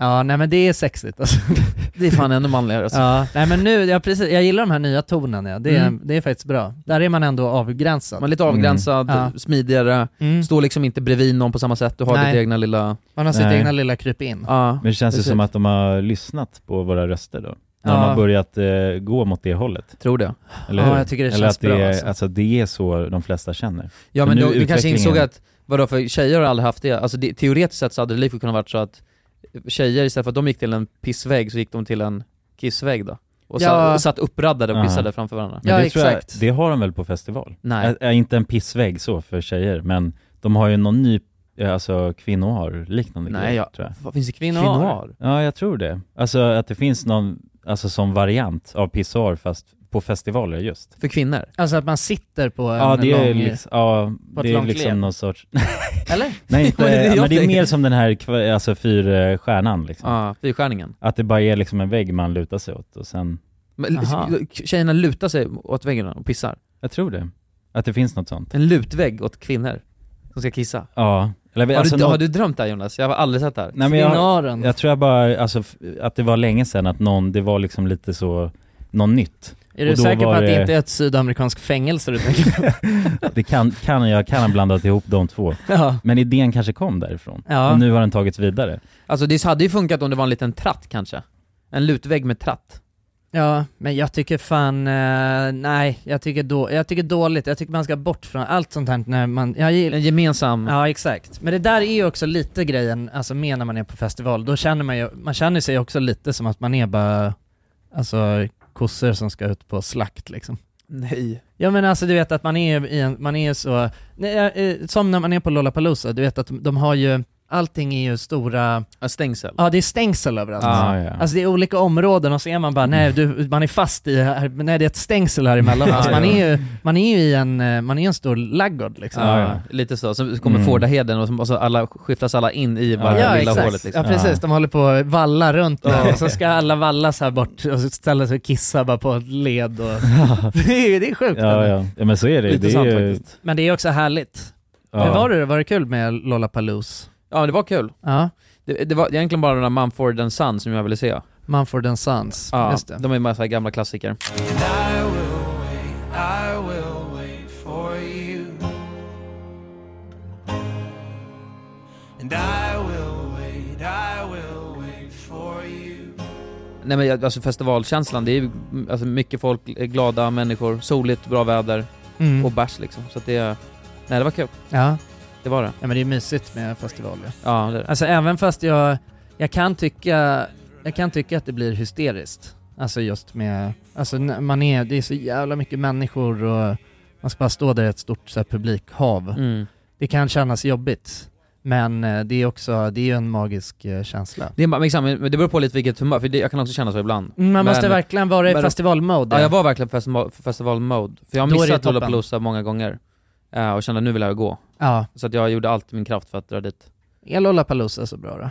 Speaker 1: Ja, nej men det är sexigt alltså.
Speaker 2: Det är fan ännu manligare alltså.
Speaker 1: Ja, nej men nu, jag, precis, jag gillar de här nya tonen ja. det, är,
Speaker 2: Mm.
Speaker 1: det är faktiskt bra. Där är man ändå avgränsad.
Speaker 2: Man är lite avgränsad,
Speaker 1: Mm. Ja.
Speaker 2: smidigare,
Speaker 1: Mm.
Speaker 2: står liksom inte bredvid någon på samma sätt, du har
Speaker 1: Nej.
Speaker 2: ditt egna lilla...
Speaker 1: Man har sitt
Speaker 3: Nej.
Speaker 1: egna lilla kryp in.
Speaker 2: Ja.
Speaker 3: Men det känns ju
Speaker 2: Precis.
Speaker 3: som att de har lyssnat på våra röster då. När
Speaker 1: Ja.
Speaker 3: de har börjat eh, gå mot det hållet,
Speaker 2: Tror det.
Speaker 3: eller
Speaker 1: Ja,
Speaker 3: hur?
Speaker 1: jag tycker det
Speaker 3: eller
Speaker 1: känns
Speaker 3: att det
Speaker 1: bra,
Speaker 3: är,
Speaker 1: alltså.
Speaker 3: alltså det är så de flesta känner.
Speaker 2: Ja
Speaker 3: För
Speaker 2: men
Speaker 3: nu
Speaker 2: då, du kanske
Speaker 3: utvecklingen-
Speaker 2: insåg att, vadå för tjejer har aldrig haft det? Alltså det, teoretiskt sett så hade det lika kunnat varit så att tjejer istället för att de gick till en pissvägg så gick de till en kissvägg då. Och
Speaker 1: Ja.
Speaker 2: sa- satt uppradade och
Speaker 3: Aha.
Speaker 2: pissade framför varandra.
Speaker 1: Ja,
Speaker 3: det
Speaker 1: exakt.
Speaker 3: jag, det har de väl på festival?
Speaker 2: Nej.
Speaker 3: Ä- Äh, inte en pissvägg så för tjejer, men de har ju någon ny, eh, alltså kvinnoar liknande
Speaker 2: Nej,
Speaker 3: grej,
Speaker 2: jag-
Speaker 3: tror jag.
Speaker 2: Vad finns det
Speaker 1: Kvinnor?
Speaker 3: Ja, jag tror det. Alltså att det finns någon, alltså som variant av pissoar fast på festivaler just.
Speaker 2: För kvinnor?
Speaker 1: Alltså att man sitter på en
Speaker 3: typ. Ja, det är
Speaker 1: lång...
Speaker 3: liksom, ja,
Speaker 1: på ett
Speaker 3: det är
Speaker 1: långt led.
Speaker 3: liksom någon sorts,
Speaker 1: Eller?
Speaker 3: nej inte,
Speaker 2: Men det är det
Speaker 3: men,
Speaker 2: jag
Speaker 3: det är
Speaker 2: tänker.
Speaker 3: mer som den här kva- alltså fyrstjärnan liksom.
Speaker 2: Ja, fyrstjärningen.
Speaker 3: Att det bara är liksom en vägg man lutar sig åt och sen,
Speaker 2: Men
Speaker 1: Aha.
Speaker 2: tjejerna lutar sig åt väggen och pissar.
Speaker 3: jag tror det. Att det finns något sånt.
Speaker 2: En lutvägg åt kvinnor som ska kissa.
Speaker 3: Ja, Eller,
Speaker 2: Har,
Speaker 3: alltså,
Speaker 2: du,
Speaker 3: nå-
Speaker 2: har du drömt det här Jonas? Jag har aldrig sett det här.
Speaker 3: Nej, men jag,
Speaker 1: Kvinnaren.
Speaker 3: jag tror jag bara, alltså, f- att det var länge sedan att någon, det var liksom lite så, något nytt.
Speaker 1: Är du
Speaker 3: och då
Speaker 1: säker på
Speaker 3: var
Speaker 1: att det
Speaker 3: det-
Speaker 1: inte är ett sydamerikanskt fängelse du tänker på?
Speaker 3: Det kan, kan jag kan ha blandat ihop de två.
Speaker 1: ja.
Speaker 3: Men idén kanske kom därifrån.
Speaker 1: Ja.
Speaker 3: Och nu har den tagits vidare.
Speaker 2: Alltså det hade ju funkat om det var en liten tratt kanske. En lutvägg med tratt.
Speaker 1: ja, men jag tycker fan, eh, nej, jag tycker, då, jag tycker dåligt. Jag tycker man ska bort från allt sånt här när man, jag gillar,
Speaker 2: En gemensam...
Speaker 1: Ja exakt, men det där är ju också lite grejen, alltså med när man är på festival, då känner man ju, man känner sig också lite som att man är bara, alltså kossor som ska ut på slakt liksom.
Speaker 2: Nej.
Speaker 1: Ja men alltså du vet att man är i en, man är så, nej, eh, som när man är på Lollapalooza, du vet att de har ju, allting är ju stora,
Speaker 2: Ja, stängsel. Ah,
Speaker 1: ja det är stängsel överallt.
Speaker 3: Ja, ja.
Speaker 1: Alltså det är olika områden och så är man bara, nej du, man är fast i, här, nej det är ett stängsel här emellan. Alltså, man, är ju, man är ju i en, eh, man är ju en stor laggård liksom.
Speaker 2: Ja,
Speaker 3: Ja, ja.
Speaker 2: Lite så. Så kommer
Speaker 3: Mm.
Speaker 2: Fårdaheden och, så- och så alla, skiftas alla in i varje
Speaker 1: Ja,
Speaker 2: lilla
Speaker 1: exakt.
Speaker 2: hålet liksom.
Speaker 1: Ja precis, de håller på att valla runt där och så ska alla vallas här bort och så ställa sig och kissa bara på ett led och... det, är, ju- det är sjukt.
Speaker 3: Ja,
Speaker 1: men-
Speaker 3: ja. ja men så är det.
Speaker 2: Lite
Speaker 3: det är
Speaker 2: sant
Speaker 3: ju,
Speaker 2: faktiskt.
Speaker 1: Men det är också härligt.
Speaker 3: ja.
Speaker 1: Hur var det då? Var det kul med Lollapalooza?
Speaker 2: Ja, det var kul.
Speaker 1: Ja,
Speaker 2: Det, det var egentligen bara den där Mumford and Son som jag ville se.
Speaker 1: Mumford and Sons.
Speaker 2: Ja,
Speaker 1: Just det.
Speaker 2: De är en massa gamla klassiker.
Speaker 8: And I will wait, I will wait for you. And I will wait, I will wait for you.
Speaker 2: Nej men jag- alltså festivalkänslan, det är ju, mm, alltså, mycket folk, eh, glada människor, soligt, bra väder
Speaker 1: Mm.
Speaker 2: och bärs liksom. Så att det, nej det var kul.
Speaker 1: Ja.
Speaker 2: Det var det.
Speaker 1: ja, men det är mysigt med festivaler.
Speaker 2: Ja, det är det.
Speaker 1: Alltså även fast jag, jag kan tycka, jag kan tycka att det blir hysteriskt. Alltså just med, alltså när man är, det är så jävla mycket människor och man ska bara stå där i ett stort så här, publikhav.
Speaker 2: Mm.
Speaker 1: Det kan kännas jobbigt, men eh, det är också, det är ju en magisk eh, känsla.
Speaker 2: Det, är, bara- men exakt, men det beror på lite vilket humör, för det, jag kan också känna så ibland.
Speaker 1: Mm, Man måste
Speaker 2: Men-
Speaker 1: verkligen vara i
Speaker 2: men-
Speaker 1: festivalmode.
Speaker 2: Ja, jag var verkligen festival, festivalmode. För jag har
Speaker 1: Då är det
Speaker 2: missat
Speaker 1: toppen.
Speaker 2: Lollapalooza många gånger. eh, och kände att nu vill jag gå.
Speaker 1: ja.
Speaker 2: Så att jag gjorde allt i min kraft för att dra dit.
Speaker 1: Är Lollapalooza så bra då?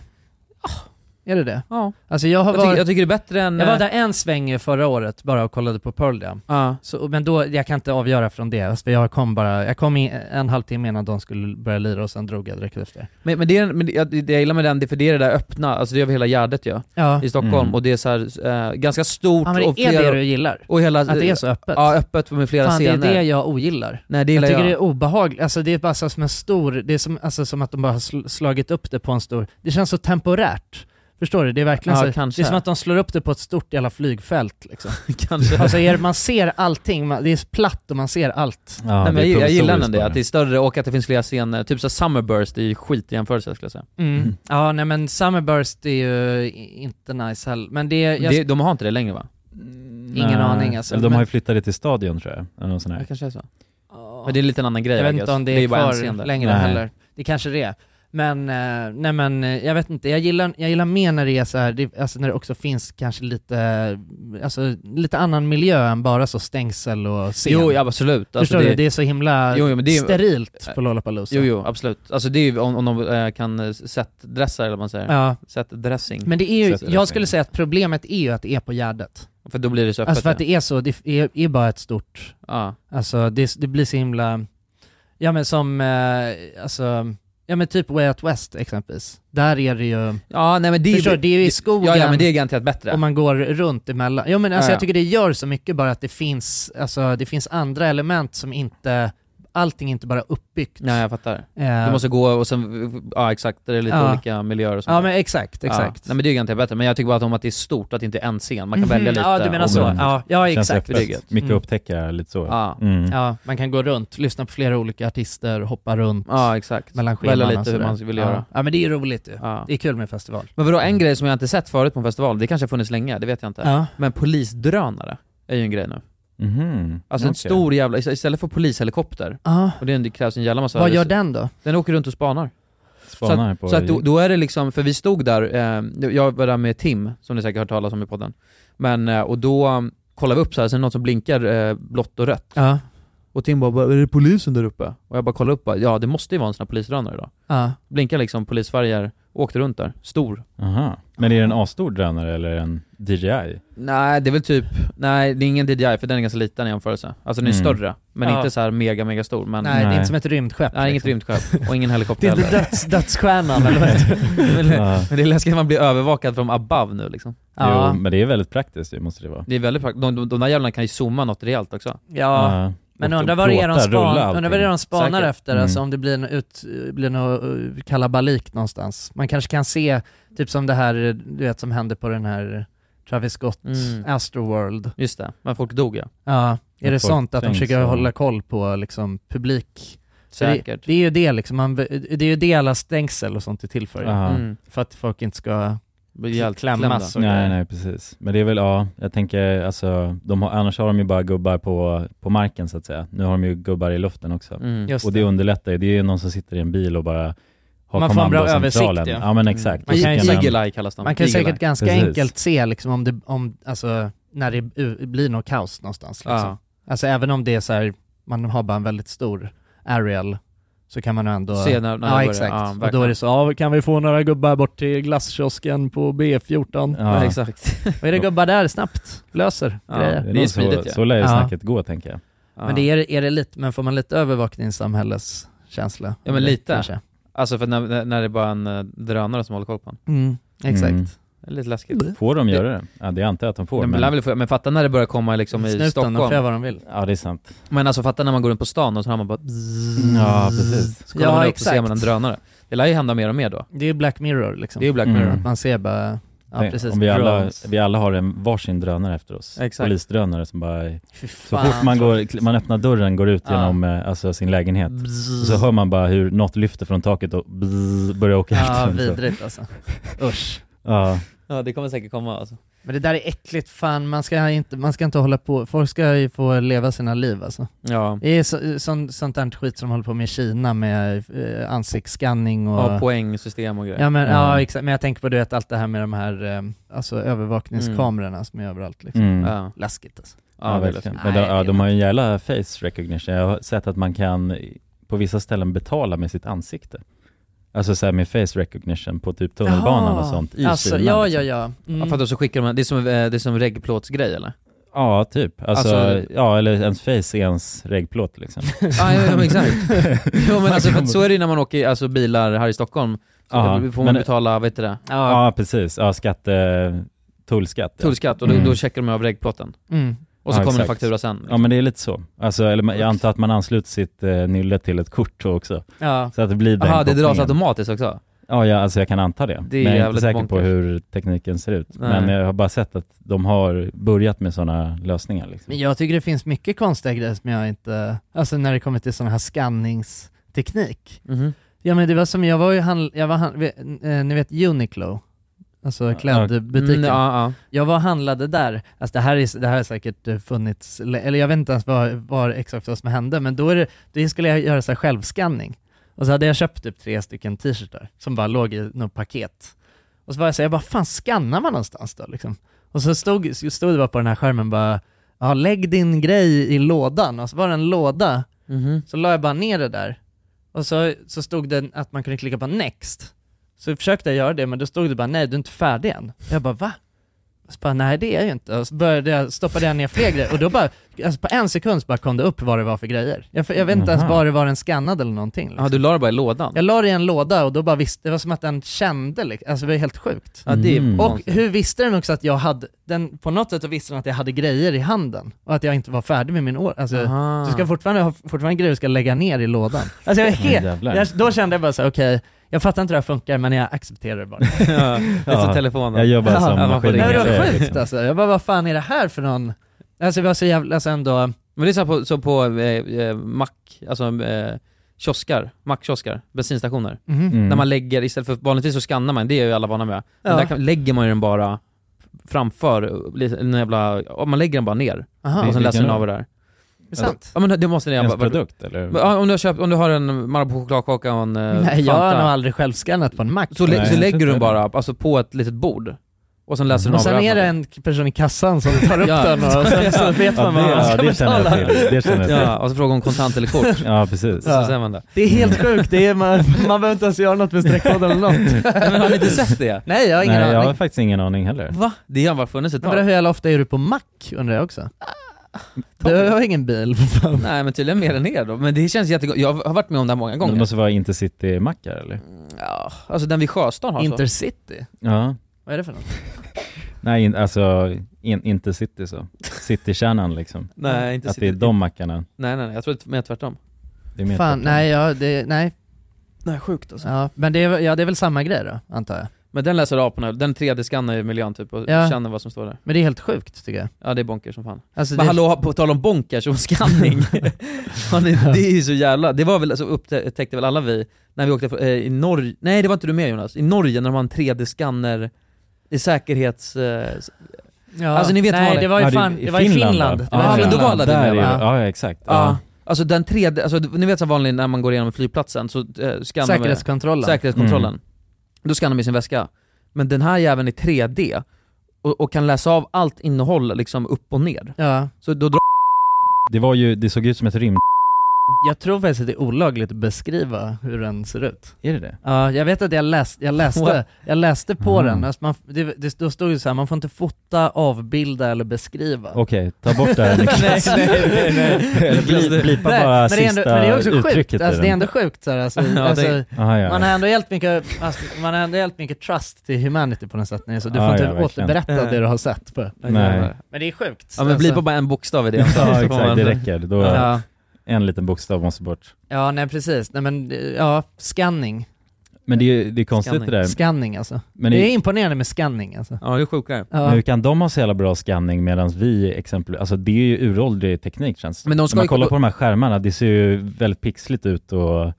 Speaker 1: Är det det?
Speaker 2: Ja.
Speaker 1: Alltså jag har
Speaker 2: Jag,
Speaker 1: varit,
Speaker 2: tycker,
Speaker 1: jag,
Speaker 2: jag tycker det är bättre än... eh,
Speaker 1: var där en sväng ju förra året bara och kollade på Pearl Jam.
Speaker 2: Ja.
Speaker 1: Så, men då, jag kan inte avgöra från det, alltså, för jag kom bara, jag kom in en halvtimme innan de skulle börja lira och sen drog jag direkt efter.
Speaker 2: Men, men, det, är- men det, jag, det jag gillar med den, det är för det är det där öppna, alltså det är över hela Gärdet ju,
Speaker 1: Ja,
Speaker 2: i Stockholm.
Speaker 3: Mm.
Speaker 2: Och det är så här, eh, ganska stort
Speaker 1: ja men
Speaker 2: och
Speaker 1: det är
Speaker 2: flera...
Speaker 1: det du gillar?
Speaker 2: och hela,
Speaker 1: Att det är så öppet?
Speaker 2: Ja, öppet med flera
Speaker 1: Fan, det är
Speaker 2: scener.
Speaker 1: det jag ogillar.
Speaker 2: Nej det
Speaker 1: Jag
Speaker 2: gillar
Speaker 1: tycker
Speaker 2: jag.
Speaker 1: det är obehagligt, alltså det är bara så som en stor, det är som, alltså, som att de bara har sl- slagit upp det på en stor, det känns så temporärt. Förstår du? Det är verkligen
Speaker 2: Ja,
Speaker 1: så,
Speaker 2: kanske.
Speaker 1: det är som att de slår upp det på ett stort jävla flygfält liksom.
Speaker 2: Kanske.
Speaker 1: Alltså är, man ser allting, man, det är platt och man ser allt.
Speaker 3: Ja,
Speaker 2: Nej,
Speaker 3: det är
Speaker 2: men jag, jag gillar
Speaker 3: provisoriskt
Speaker 2: ändå det,
Speaker 3: bara.
Speaker 2: att det är större och att det finns flera scener. Typ så här Summerburst är ju skit i jämförelse skulle jag säga.
Speaker 1: Mm.
Speaker 3: Mm.
Speaker 1: Ja nej men Summerburst är ju i- inte nice heller, men det, jag,
Speaker 2: Det, de har inte det längre va?
Speaker 1: ingen aning, alltså,
Speaker 3: Eller de
Speaker 1: men-
Speaker 3: har ju flyttat det till stadion tror jag. Eller något sånt
Speaker 2: Det
Speaker 3: där.
Speaker 2: kanske är så.
Speaker 1: Ja.
Speaker 2: Men det är en lite annan grej
Speaker 1: jag
Speaker 2: I
Speaker 1: vet
Speaker 2: guess.
Speaker 1: inte om det är,
Speaker 2: är ju bara en scen
Speaker 1: kvar
Speaker 2: där.
Speaker 1: längre
Speaker 3: Nej.
Speaker 1: heller. Det kanske det är. Men, eh, nej men eh, jag vet inte, jag gillar, jag gillar mer när det är så här, det, alltså när det också finns kanske lite, eh, alltså lite annan miljö än bara så stängsel och scen.
Speaker 2: Jo, ja, absolut. Alltså,
Speaker 1: Förstår du? Det är så himla
Speaker 2: Jo, jo, men det är-
Speaker 1: sterilt på Lollapalooza.
Speaker 2: Jo, jo, absolut. Alltså det är ju om, om de eh, kan eh, setdressa eller vad man säger.
Speaker 1: Ja,
Speaker 2: Setdressing.
Speaker 1: men det är ju,
Speaker 3: Så att det
Speaker 1: jag
Speaker 3: räcker.
Speaker 1: skulle säga att problemet är ju att det är på Gärdet.
Speaker 2: För då blir det så öppet.
Speaker 1: Alltså för att
Speaker 2: ja.
Speaker 1: det är så, det är, är bara ett stort,
Speaker 2: ja.
Speaker 1: alltså det, det blir så himla, ja men som, eh, alltså, ja men typ Way Out West exempelvis. Där är det ju,
Speaker 2: ja, nej men det är
Speaker 1: Förstår du? Det är ju i skogen.
Speaker 2: Ja, ja, men det är garanterat bättre.
Speaker 1: Om man går runt emellan. Ja men alltså
Speaker 2: Ja, ja.
Speaker 1: jag tycker det gör så mycket bara att det finns, alltså det finns andra element som inte, allting är inte bara uppbyggt.
Speaker 2: Nej, jag fattar.
Speaker 1: Eh,
Speaker 2: Du måste gå och sen, ja exakt, det är lite
Speaker 1: Ja.
Speaker 2: olika miljöer och sånt.
Speaker 1: Ja
Speaker 2: där.
Speaker 1: men exakt, exakt.
Speaker 2: Ja. Nej men det är garanterat bättre, men jag tycker bara att om att det är stort, att det inte är en scen, man kan välja
Speaker 1: Mhm,
Speaker 2: lite.
Speaker 1: Ja du menar
Speaker 2: och-
Speaker 1: så,
Speaker 3: områden.
Speaker 1: ja, ja
Speaker 3: Känns
Speaker 1: exakt.
Speaker 2: det är gött.
Speaker 3: öppet. Mycket
Speaker 1: Mm.
Speaker 3: att upptäcka, lite så.
Speaker 2: Ja.
Speaker 3: Mm.
Speaker 1: Ja, man kan gå runt, lyssna på flera olika artister, hoppa runt
Speaker 2: ja, exakt.
Speaker 1: mellan
Speaker 2: Välja
Speaker 1: scheman
Speaker 2: lite hur
Speaker 1: sådär.
Speaker 2: man vill
Speaker 1: ja.
Speaker 2: göra.
Speaker 1: Ja men det är ju roligt ju.
Speaker 2: Ja.
Speaker 1: Det är kul med festival.
Speaker 2: Men vadå, en grej som jag inte sett förut på en festival, det kanske har funnits länge, det vet jag inte.
Speaker 1: Ja.
Speaker 2: Men polisdrönare är ju en grej nu.
Speaker 3: Mhm.
Speaker 2: Alltså en
Speaker 3: Okej.
Speaker 2: stor jävla, ist- istället för polishelikopter,
Speaker 1: Ja.
Speaker 2: och det, är en- det krävs en jävla massa...
Speaker 1: Vad gör den då?
Speaker 2: Den åker runt och spanar.
Speaker 3: Spanar på
Speaker 2: Så att då, då är det liksom, för vi stod där, eh, jag var där med Tim, som ni säkert har hört talas om i podden. Men, eh, och då um, kollar vi upp så här, så är det något som blinkar eh, blått och rött.
Speaker 1: Ja.
Speaker 2: Och Tim bara, är det polisen där uppe? Och jag bara kollar upp bara, ja det måste ju vara en sån här polisdrönare då.
Speaker 1: Ja.
Speaker 2: Blinkar liksom polisfärger Åkte runt där, stor.
Speaker 3: Aha. Men är det en A-stor drönare eller en DJI?
Speaker 2: Nej, det är väl typ, nej det är ingen DJI för den är ganska liten i jämförelse. Alltså den är
Speaker 3: Mm.
Speaker 2: större, men
Speaker 1: Ja.
Speaker 2: inte så här mega, mega stor. Men,
Speaker 1: Nej, det är
Speaker 3: Nej.
Speaker 1: inte som ett rymdskepp.
Speaker 2: Nej, inget
Speaker 1: liksom.
Speaker 2: rymdskepp och ingen
Speaker 1: Det
Speaker 2: helikopter
Speaker 1: är inte
Speaker 2: heller.
Speaker 1: döds, dödsstjärnan eller vad heter det?
Speaker 2: men,
Speaker 3: Ja.
Speaker 2: men det är läskigt att man blir övervakad från above nu liksom.
Speaker 1: Ja.
Speaker 3: Jo, men det är väldigt praktiskt det måste det vara.
Speaker 2: Det är väldigt praktiskt. De, de, de där jävlarna kan ju zooma något rejält också.
Speaker 1: Ja,
Speaker 3: Ja.
Speaker 1: men
Speaker 3: Och
Speaker 1: undrar vad det är de,
Speaker 3: plåtar, rulla
Speaker 1: span,
Speaker 3: allting.
Speaker 1: undrar vad det är de spanar
Speaker 2: Säkert.
Speaker 1: efter, alltså
Speaker 3: Mm.
Speaker 1: om det blir något ut, blir något eh, kalabalik någonstans. Man kanske kan se, typ som det här, eh, du vet som hände på den här Travis Scott
Speaker 2: Mm.
Speaker 1: Astroworld.
Speaker 2: Just det, men folk dog ja.
Speaker 1: Ja, är
Speaker 3: Att
Speaker 1: det
Speaker 3: folk
Speaker 1: sånt att de
Speaker 3: trängs
Speaker 1: försöker
Speaker 3: och-
Speaker 1: hålla koll på liksom publik? För
Speaker 2: Säkert.
Speaker 1: Det, det är ju det liksom, man, det är ju det alla stängsel och sånt är till för. ju.
Speaker 3: Ja.
Speaker 2: Mm.
Speaker 1: För att folk inte ska
Speaker 2: Blir jävligt klämda.
Speaker 1: klämmas. och
Speaker 3: Nej,
Speaker 1: grejer.
Speaker 3: nej precis. Men det är väl, ja, jag tänker alltså, de har, annars har de ju bara gubbar på, på marken så att säga. Nu har de ju gubbar i luften också.
Speaker 2: Mm.
Speaker 1: Just
Speaker 3: Och det underlättar ju, det är ju någon som sitter i en bil och bara har
Speaker 1: Man får en bra
Speaker 3: kommandocentralen.
Speaker 1: översikt, ja.
Speaker 3: ja. men
Speaker 2: Mm.
Speaker 3: exakt.
Speaker 1: Man
Speaker 3: Och så
Speaker 1: kan ju-
Speaker 3: den-
Speaker 2: Eagle Eye kallas de.
Speaker 1: Man kan
Speaker 2: Eagle
Speaker 1: säkert
Speaker 2: Eye.
Speaker 1: ganska
Speaker 3: Precis.
Speaker 1: enkelt se liksom om det, om, alltså, när det u- blir något kaos någonstans. Liksom.
Speaker 2: Ja.
Speaker 1: Alltså även om det är så här, man har bara en väldigt stor aerial, så kan man ändå...
Speaker 2: Se när, när
Speaker 1: ja
Speaker 2: det börjar.
Speaker 1: exakt.
Speaker 2: Ja,
Speaker 1: och då är
Speaker 2: verkligen.
Speaker 1: det så, ja, kan vi få några gubbar bort till glasskiosken på B14?
Speaker 2: Ja,
Speaker 3: Ja.
Speaker 2: exakt.
Speaker 1: Och är det gubbar där snabbt, löser
Speaker 2: Ja.
Speaker 1: grejer.
Speaker 2: Det
Speaker 3: Det
Speaker 2: är
Speaker 3: är,
Speaker 2: ju
Speaker 3: nog
Speaker 2: smidigt ju.
Speaker 3: så, så lär ju
Speaker 1: Ja.
Speaker 3: snacket gå tänker jag.
Speaker 2: Ja.
Speaker 1: Men det är, är det lite, men får man lite övervakningssamhälles känsla?
Speaker 2: Ja, men lite.
Speaker 1: Kanske.
Speaker 2: Alltså för när, när- när det är bara en eh, drönare som håller koll på en.
Speaker 1: Mm, exakt.
Speaker 3: Mm.
Speaker 2: Det är lite läskigt.
Speaker 3: Får de göra det? Ja, det antar jag att de får.
Speaker 2: Nej, men,
Speaker 3: men,
Speaker 2: lär väl få- men fatta när det börjar komma liksom i
Speaker 1: Snuten, de får göra
Speaker 2: Stockholm.
Speaker 1: vad de vill.
Speaker 3: Ja, det är sant.
Speaker 2: Men alltså fatta när man går runt på stan och så har man bara...
Speaker 3: Ja, precis.
Speaker 2: Så kollar
Speaker 1: Ja,
Speaker 2: man upp och
Speaker 1: exakt.
Speaker 2: ser man en drönare. Det lär ju hända mer och mer då.
Speaker 1: Det är ju Black Mirror liksom.
Speaker 2: Det är ju Black
Speaker 3: Mm.
Speaker 2: Mirror.
Speaker 1: Att man ser bara, ja
Speaker 3: Tänk
Speaker 1: precis,
Speaker 3: Om vi alla,
Speaker 1: drones.
Speaker 3: vi alla har en varsin drönare efter oss.
Speaker 2: Exakt.
Speaker 3: Polisdrönare som bara...
Speaker 1: Fy
Speaker 3: Så
Speaker 1: fan.
Speaker 3: fort man, går, man öppnar dörren, går ut
Speaker 2: Ja.
Speaker 3: genom eh, alltså, sin lägenhet. Och så hör man bara hur något lyfter från taket och bzz, börjar åka
Speaker 1: Ja,
Speaker 3: efter en, så.
Speaker 1: vidrigt alltså. Usch.
Speaker 3: Ja,
Speaker 2: Ja, det kommer säkert komma alltså.
Speaker 1: Men det där är äckligt, fan man ska inte, man ska inte hålla på, folk ska ju få leva sina liv alltså.
Speaker 2: Ja.
Speaker 1: Det är så, sånt, sånt där skit som de håller på med i Kina med eh, ansiktsskanning och...
Speaker 2: ja, poängsystem och grejer.
Speaker 1: Ja men,
Speaker 3: Mm.
Speaker 1: ja, exakt, men jag tänker på du vet allt det här med de här eh, alltså, övervakningskamerorna som är överallt liksom.
Speaker 3: mm. ja,
Speaker 2: Ja,
Speaker 1: Läskigt alltså.
Speaker 2: ja, det är
Speaker 3: verkligen.
Speaker 2: läskigt.
Speaker 3: Men de,
Speaker 1: Nej, det
Speaker 3: ja,
Speaker 1: är
Speaker 3: de har ju en jävla face recognition. Jag har sett att man kan på vissa ställen betala med sitt ansikte. Alltså såhär med face recognition på typ tunnelbanan och sånt i
Speaker 1: alltså,
Speaker 3: Kina.
Speaker 1: Ja, ja,
Speaker 3: liksom.
Speaker 1: ja. Mm.
Speaker 2: Ja, för att då så skickar de, det är som, eh, det är som reggplåtsgrej eller?
Speaker 3: Ja, typ. Alltså,
Speaker 2: Alltså-
Speaker 3: ja, eller ens face är ens regplåt liksom.
Speaker 2: Ja, ja, ja men exakt. Jo men alltså för att så är det ju när man åker alltså, bilar här i Stockholm, så
Speaker 3: Ja,
Speaker 2: får
Speaker 3: men-
Speaker 2: man betala, vad heter det,
Speaker 1: ja.
Speaker 3: Ja, precis. Ja, skatte... Tullskatt. ja.
Speaker 2: tullskatt och då,
Speaker 3: Mm.
Speaker 2: då checkar de av reggplåten.
Speaker 1: Mm.
Speaker 2: Och så
Speaker 3: Ja,
Speaker 2: kommer det en
Speaker 3: exakt.
Speaker 2: faktura sen. liksom.
Speaker 3: Ja, men det är lite så. Alltså, eller man- jag antar att man ansluter sitt eh, nylle till ett kort då också.
Speaker 1: ja.
Speaker 3: Så att det blir den
Speaker 2: Jaha, det dras
Speaker 3: kopplingen.
Speaker 2: automatiskt också?
Speaker 3: Ja, ja, alltså jag kan anta det.
Speaker 2: Det är
Speaker 3: men jag är
Speaker 2: jävligt
Speaker 3: inte säker på
Speaker 2: bonkers.
Speaker 3: hur tekniken ser ut.
Speaker 2: Nej.
Speaker 3: Men jag har bara sett att de har börjat med sådana lösningar. Liksom.
Speaker 1: Men jag tycker det finns mycket konstiga grejer som jag inte, alltså när det kommer till sån här skanningsteknik.
Speaker 2: Mhm.
Speaker 1: Ja men det var som, jag var ju handl, jag var handl, eh, ni vet Uniqlo? Alltså klädbutiken.
Speaker 2: Mm, ja,
Speaker 1: Jag var och handlade där, alltså det här, är, det här har säkert eh, funnits, le- eller jag vet inte ens var, var exakt vad som hände, men då, är det, då skulle jag göra så här självskanning. Och så hade jag köpt typ tre stycken t-shirtar som bara låg i något paket. Och så var jag så här, jag bara, fan skannar man någonstans då liksom? Och så stod, så stod det bara på den här skärmen bara, ja lägg din grej i lådan, och så var det en låda,
Speaker 2: ja. Mhm.
Speaker 1: så la jag bara ner det där. Och så, så stod det att man kunde klicka på next. Så försökte jag göra det, men då stod det bara nej, du är inte färdig än. Jag bara va? Och så bara, nej det är jag inte. Och så började jag, stoppade jag ner fler grejer och då bara, alltså på en sekund så bara kom det upp vad det var för grejer. Jag, jag vet inte ens
Speaker 3: Jaha.
Speaker 1: var det var den skannad eller någonting. Liksom.
Speaker 2: Ja, du la det bara i lådan?
Speaker 1: Jag la det i en låda och då bara visste, det var som att den kände liksom. alltså det var helt sjukt.
Speaker 2: Ja, det är
Speaker 3: Mm.
Speaker 1: Och
Speaker 2: konstigt.
Speaker 1: hur visste den också att jag hade, den, på något sätt så visste den att jag hade grejer i handen och att jag inte var färdig med min år. Alltså,
Speaker 2: Aha.
Speaker 1: du ska fortfarande ha fortfarande grejer du ska lägga ner i lådan. Alltså jag är
Speaker 3: Ja,
Speaker 1: helt,
Speaker 3: jävlar.
Speaker 1: jag, då kände jag bara så här, okej, jag fattar inte hur det här funkar men jag accepterar det bara. Nej,
Speaker 2: ja, det är som telefonen.
Speaker 3: Jag gör bara som
Speaker 2: Ja, man får
Speaker 3: maskinen
Speaker 1: men det
Speaker 2: ringa.
Speaker 1: var
Speaker 3: säger.
Speaker 1: sjukt alltså. Jag bara, vad fan är det här för någon? Alltså det var så jävla, alltså ändå,
Speaker 2: Men det är så, här på, så på eh, eh, mack, alltså eh, kioskar, mackkioskar, bensinstationer.
Speaker 1: mhm.
Speaker 3: Mm.
Speaker 2: När man lägger, istället för vanligtvis så skannar man, det är ju alla vana med. Men
Speaker 1: Ja.
Speaker 2: där kan, lägger man ju den bara framför, lite- en jävla, ja, man lägger den bara ner.
Speaker 1: aha,
Speaker 2: och sen
Speaker 3: vilken
Speaker 2: läser den
Speaker 3: då?
Speaker 2: av det där.
Speaker 1: det är sant.
Speaker 2: Ja men det måste ni
Speaker 3: Ens
Speaker 2: vad- vad-
Speaker 3: produkt eller?
Speaker 2: Ja, om, du har köpt, om du har en Marabou chokladkaka och en eh,
Speaker 1: Nej jag har nog
Speaker 2: Fanta,
Speaker 1: aldrig självskannat på en Mac.
Speaker 2: så, lä-
Speaker 3: Nej,
Speaker 2: så
Speaker 3: jag
Speaker 2: lägger du
Speaker 3: tror
Speaker 2: den
Speaker 3: inte Mm.
Speaker 2: bara alltså, på ett litet bord. och sen läser
Speaker 1: Och
Speaker 2: den
Speaker 1: sen
Speaker 2: av
Speaker 1: är det en person i kassan som tar upp
Speaker 2: Ja.
Speaker 1: den och sen så vet
Speaker 3: Ja,
Speaker 1: man vad man
Speaker 3: det, ja,
Speaker 1: ska
Speaker 3: det känner
Speaker 1: betala.
Speaker 3: jag till. Det känner jag till. Mm.
Speaker 2: Ja, och så frågar hon kontant eller kort.
Speaker 3: Ja, precis.
Speaker 2: Så säger man det.
Speaker 1: Det är helt sjukt, det är, man, man behöver inte ens göra något med streckkoden eller något.
Speaker 2: Nej, men har ni inte sett det?
Speaker 1: Nej, jag har ingen
Speaker 3: Nej, jag har
Speaker 1: aning.
Speaker 3: faktiskt ingen aning heller.
Speaker 2: Va? Det har bara funnits ett
Speaker 1: Men vadå,
Speaker 2: tag.
Speaker 1: hur jävla ofta är du på mack undrar jag också? Du har ingen bil för fan.
Speaker 2: Nej men tydligen mer än er då. Men det känns jättegott. Jag har varit med om det här många
Speaker 3: Det
Speaker 2: gånger.
Speaker 3: måste vara Intercity-mackar eller?
Speaker 2: Ja, alltså den vid Sjöstaden har så.
Speaker 1: Intercity?
Speaker 3: Ja.
Speaker 1: Vad är det för något?
Speaker 3: Nej, in, alltså in, inte city så. Citykärnan liksom.
Speaker 2: Nej, inte
Speaker 3: Att det är de mackarna.
Speaker 2: Nej nej nej, jag tror det är mer tvärtom.
Speaker 3: Det är mer
Speaker 1: Fan,
Speaker 3: tvärtom.
Speaker 1: nej, ja, det, nej.
Speaker 2: Nej sjukt alltså.
Speaker 1: Ja, men det är, ja, det är väl samma grej då, antar jag.
Speaker 2: Men den läser aporna, den 3D-skannar ju miljön typ och
Speaker 1: Ja.
Speaker 2: känner vad som står där.
Speaker 1: Men det är helt sjukt tycker jag.
Speaker 2: Ja det är bonkers som fan.
Speaker 1: Alltså,
Speaker 2: Men
Speaker 1: det,
Speaker 2: hallå, på tal om bonkers och skanning. Ja, det, det är ju så jävla, det var väl, alltså, upptäckte väl alla vi, när vi åkte för, eh, i Norge, nej det var inte du med Jonas, i Norge när de har en 3D-skanner i säkerhets... Eh, s-
Speaker 1: ja.
Speaker 2: alltså, ni vet
Speaker 1: nej,
Speaker 2: vad det-
Speaker 1: det var
Speaker 3: Ja,
Speaker 1: ju
Speaker 3: det är
Speaker 1: fan, det var i Finland.
Speaker 3: va?
Speaker 1: Det var
Speaker 2: Ja,
Speaker 1: i
Speaker 2: men då var
Speaker 1: Finland.
Speaker 2: alla det
Speaker 3: där
Speaker 2: med,
Speaker 3: är
Speaker 1: va?
Speaker 3: det- Ja, exakt.
Speaker 2: ja.
Speaker 3: Ja.
Speaker 2: Alltså den 3D, alltså, ni vet som vanligt när man går igenom flygplatsen så eh, skannar man
Speaker 1: Säkerhetskontrollen.
Speaker 2: säkerhetskontrollen.
Speaker 3: Mm.
Speaker 2: Då skannar de i sin väska. Men den här jäveln är 3D och, och kan läsa av allt innehåll liksom upp och ner.
Speaker 1: Ja.
Speaker 2: Så då drar
Speaker 3: Det var ju, det såg ut som ett rymd...
Speaker 1: Jag tror faktiskt att det är olagligt att beskriva hur den ser ut.
Speaker 3: Är det det?
Speaker 1: Ja, jag vet att jag, läst, jag läste, jag läste på
Speaker 3: Mhm.
Speaker 1: den, alltså man, det, det, då stod ju så här, man får inte fota, avbilda eller beskriva.
Speaker 3: Okej, ta bort det här Niklas.
Speaker 2: Nej, nej, nej, nej.
Speaker 3: Eller bli- Blipa
Speaker 1: Nej,
Speaker 3: bara
Speaker 1: men, det är ändå,
Speaker 3: sista
Speaker 1: men det är också
Speaker 3: uttrycket
Speaker 1: sjukt,
Speaker 3: i
Speaker 1: alltså, det är
Speaker 3: den.
Speaker 1: ändå sjukt så här, alltså,
Speaker 2: Ja, det-
Speaker 1: alltså,
Speaker 3: Aha, ja.
Speaker 1: Man har ändå helt mycket, alltså, man har ändå helt mycket trust till humanity på något sätt, Nej, så du får
Speaker 3: Ja,
Speaker 1: inte
Speaker 3: ja, verkligen.
Speaker 1: återberätta det du har sett. På.
Speaker 3: Nej.
Speaker 1: Men det är sjukt.
Speaker 2: Ja men bli på bara en bokstav i det. Så
Speaker 3: Ja,
Speaker 2: får
Speaker 3: exakt.
Speaker 2: man-
Speaker 3: Det räcker. Då
Speaker 1: ja.
Speaker 3: en liten bokstav måste bort.
Speaker 1: ja, nej precis. Nej men, ja, scanning.
Speaker 3: Men det är, ju- det är konstigt
Speaker 2: Scanning.
Speaker 3: det där.
Speaker 1: Scanning alltså.
Speaker 3: Men
Speaker 1: det
Speaker 3: i-
Speaker 1: är imponerande med scanning alltså.
Speaker 2: Ja, det är sjukare.
Speaker 1: Ja.
Speaker 3: Men hur kan de ha så jävla bra scanning medan vi exempelvis, alltså det är ju uråldrig teknik känns det
Speaker 2: Men de ska
Speaker 3: När man
Speaker 2: ju-
Speaker 3: kollar på de här skärmarna, det ser ju väldigt pixligt ut och...
Speaker 1: Vad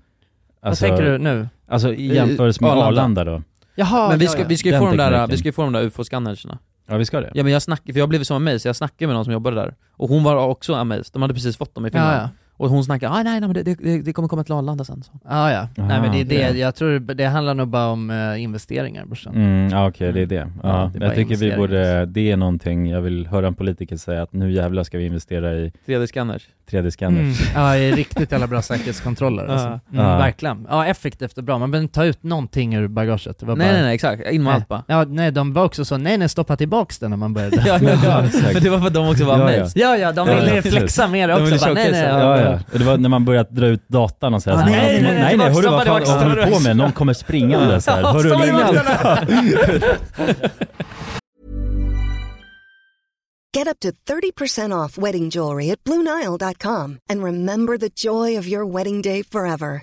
Speaker 3: Alltså,
Speaker 1: tänker du nu?
Speaker 3: Alltså i jämförelse med
Speaker 2: Arlanda.
Speaker 3: Arlanda. då.
Speaker 1: Jaha,
Speaker 2: Men vi
Speaker 1: ja,
Speaker 2: ska,
Speaker 1: ja.
Speaker 2: vi ska ju
Speaker 3: Den
Speaker 2: få de där,
Speaker 3: tekniken.
Speaker 2: vi ska ju få de där ufo-scannerserna.
Speaker 3: Ja vi ska det.
Speaker 2: Ja men jag snackade, för jag blev som av mig, så jag snackade med någon som jobbade där. Och hon var också amazed, de hade precis fått dem i Finland.
Speaker 1: Ja, ja.
Speaker 2: Och hon snackade, ah, nej nej men det, det, det kommer komma till Arlanda sen. Så.
Speaker 1: Ja, Ah, ja. Nej men det är
Speaker 3: det är
Speaker 1: det, jag tror det handlar nog bara om eh, investeringar brorsan.
Speaker 3: Mm, ja, okej det är det.
Speaker 1: Ja, det är
Speaker 3: Ja,
Speaker 1: bara
Speaker 3: jag tycker vi
Speaker 1: investeringar.
Speaker 3: borde, det är någonting, jag vill höra en politiker säga att nu jävlar ska vi investera i
Speaker 2: 3D-scanners.
Speaker 3: 3D-scanners.
Speaker 1: Ja, det är riktigt jävla bra säkerhetskontroller alltså.
Speaker 2: Mm. Ja.
Speaker 1: mm,
Speaker 3: Ja.
Speaker 1: Verkligen. Ja, effektivt och bra. Man behöver inte ta ut någonting ur bagaget. Det var
Speaker 2: Nej
Speaker 1: bara...
Speaker 2: nej nej, exakt. In med
Speaker 1: Nej.
Speaker 2: allt bara.
Speaker 1: Ja, nej, de var också så, nej nej, stoppa tillbaks den när man började.
Speaker 2: Ja, ja, ja.
Speaker 3: exakt.
Speaker 2: Men det var för att de också var
Speaker 3: Ja,
Speaker 2: amazed.
Speaker 1: ja, ja, de
Speaker 3: Ja,
Speaker 1: ville
Speaker 3: ja,
Speaker 1: flexa mer
Speaker 2: De
Speaker 1: också.
Speaker 2: ville
Speaker 1: Bara, nej, nej,
Speaker 2: showcasea.
Speaker 3: Ja, ja. Och det var när man började dra ut datan och säga
Speaker 1: Ah,
Speaker 3: så här,
Speaker 1: nej, nej, nej,
Speaker 3: nej, nej,
Speaker 1: tillbaka,
Speaker 3: hörru vad
Speaker 1: stoppa
Speaker 3: fan
Speaker 1: tillbaka,
Speaker 3: håller
Speaker 1: stoppa
Speaker 3: du på med? Någon kommer springande så här, hörru
Speaker 1: stoppa
Speaker 3: lägg ner
Speaker 1: tillbaka
Speaker 9: Get up to 30% off wedding jewelry at BlueNile.com and remember the joy of your wedding day forever.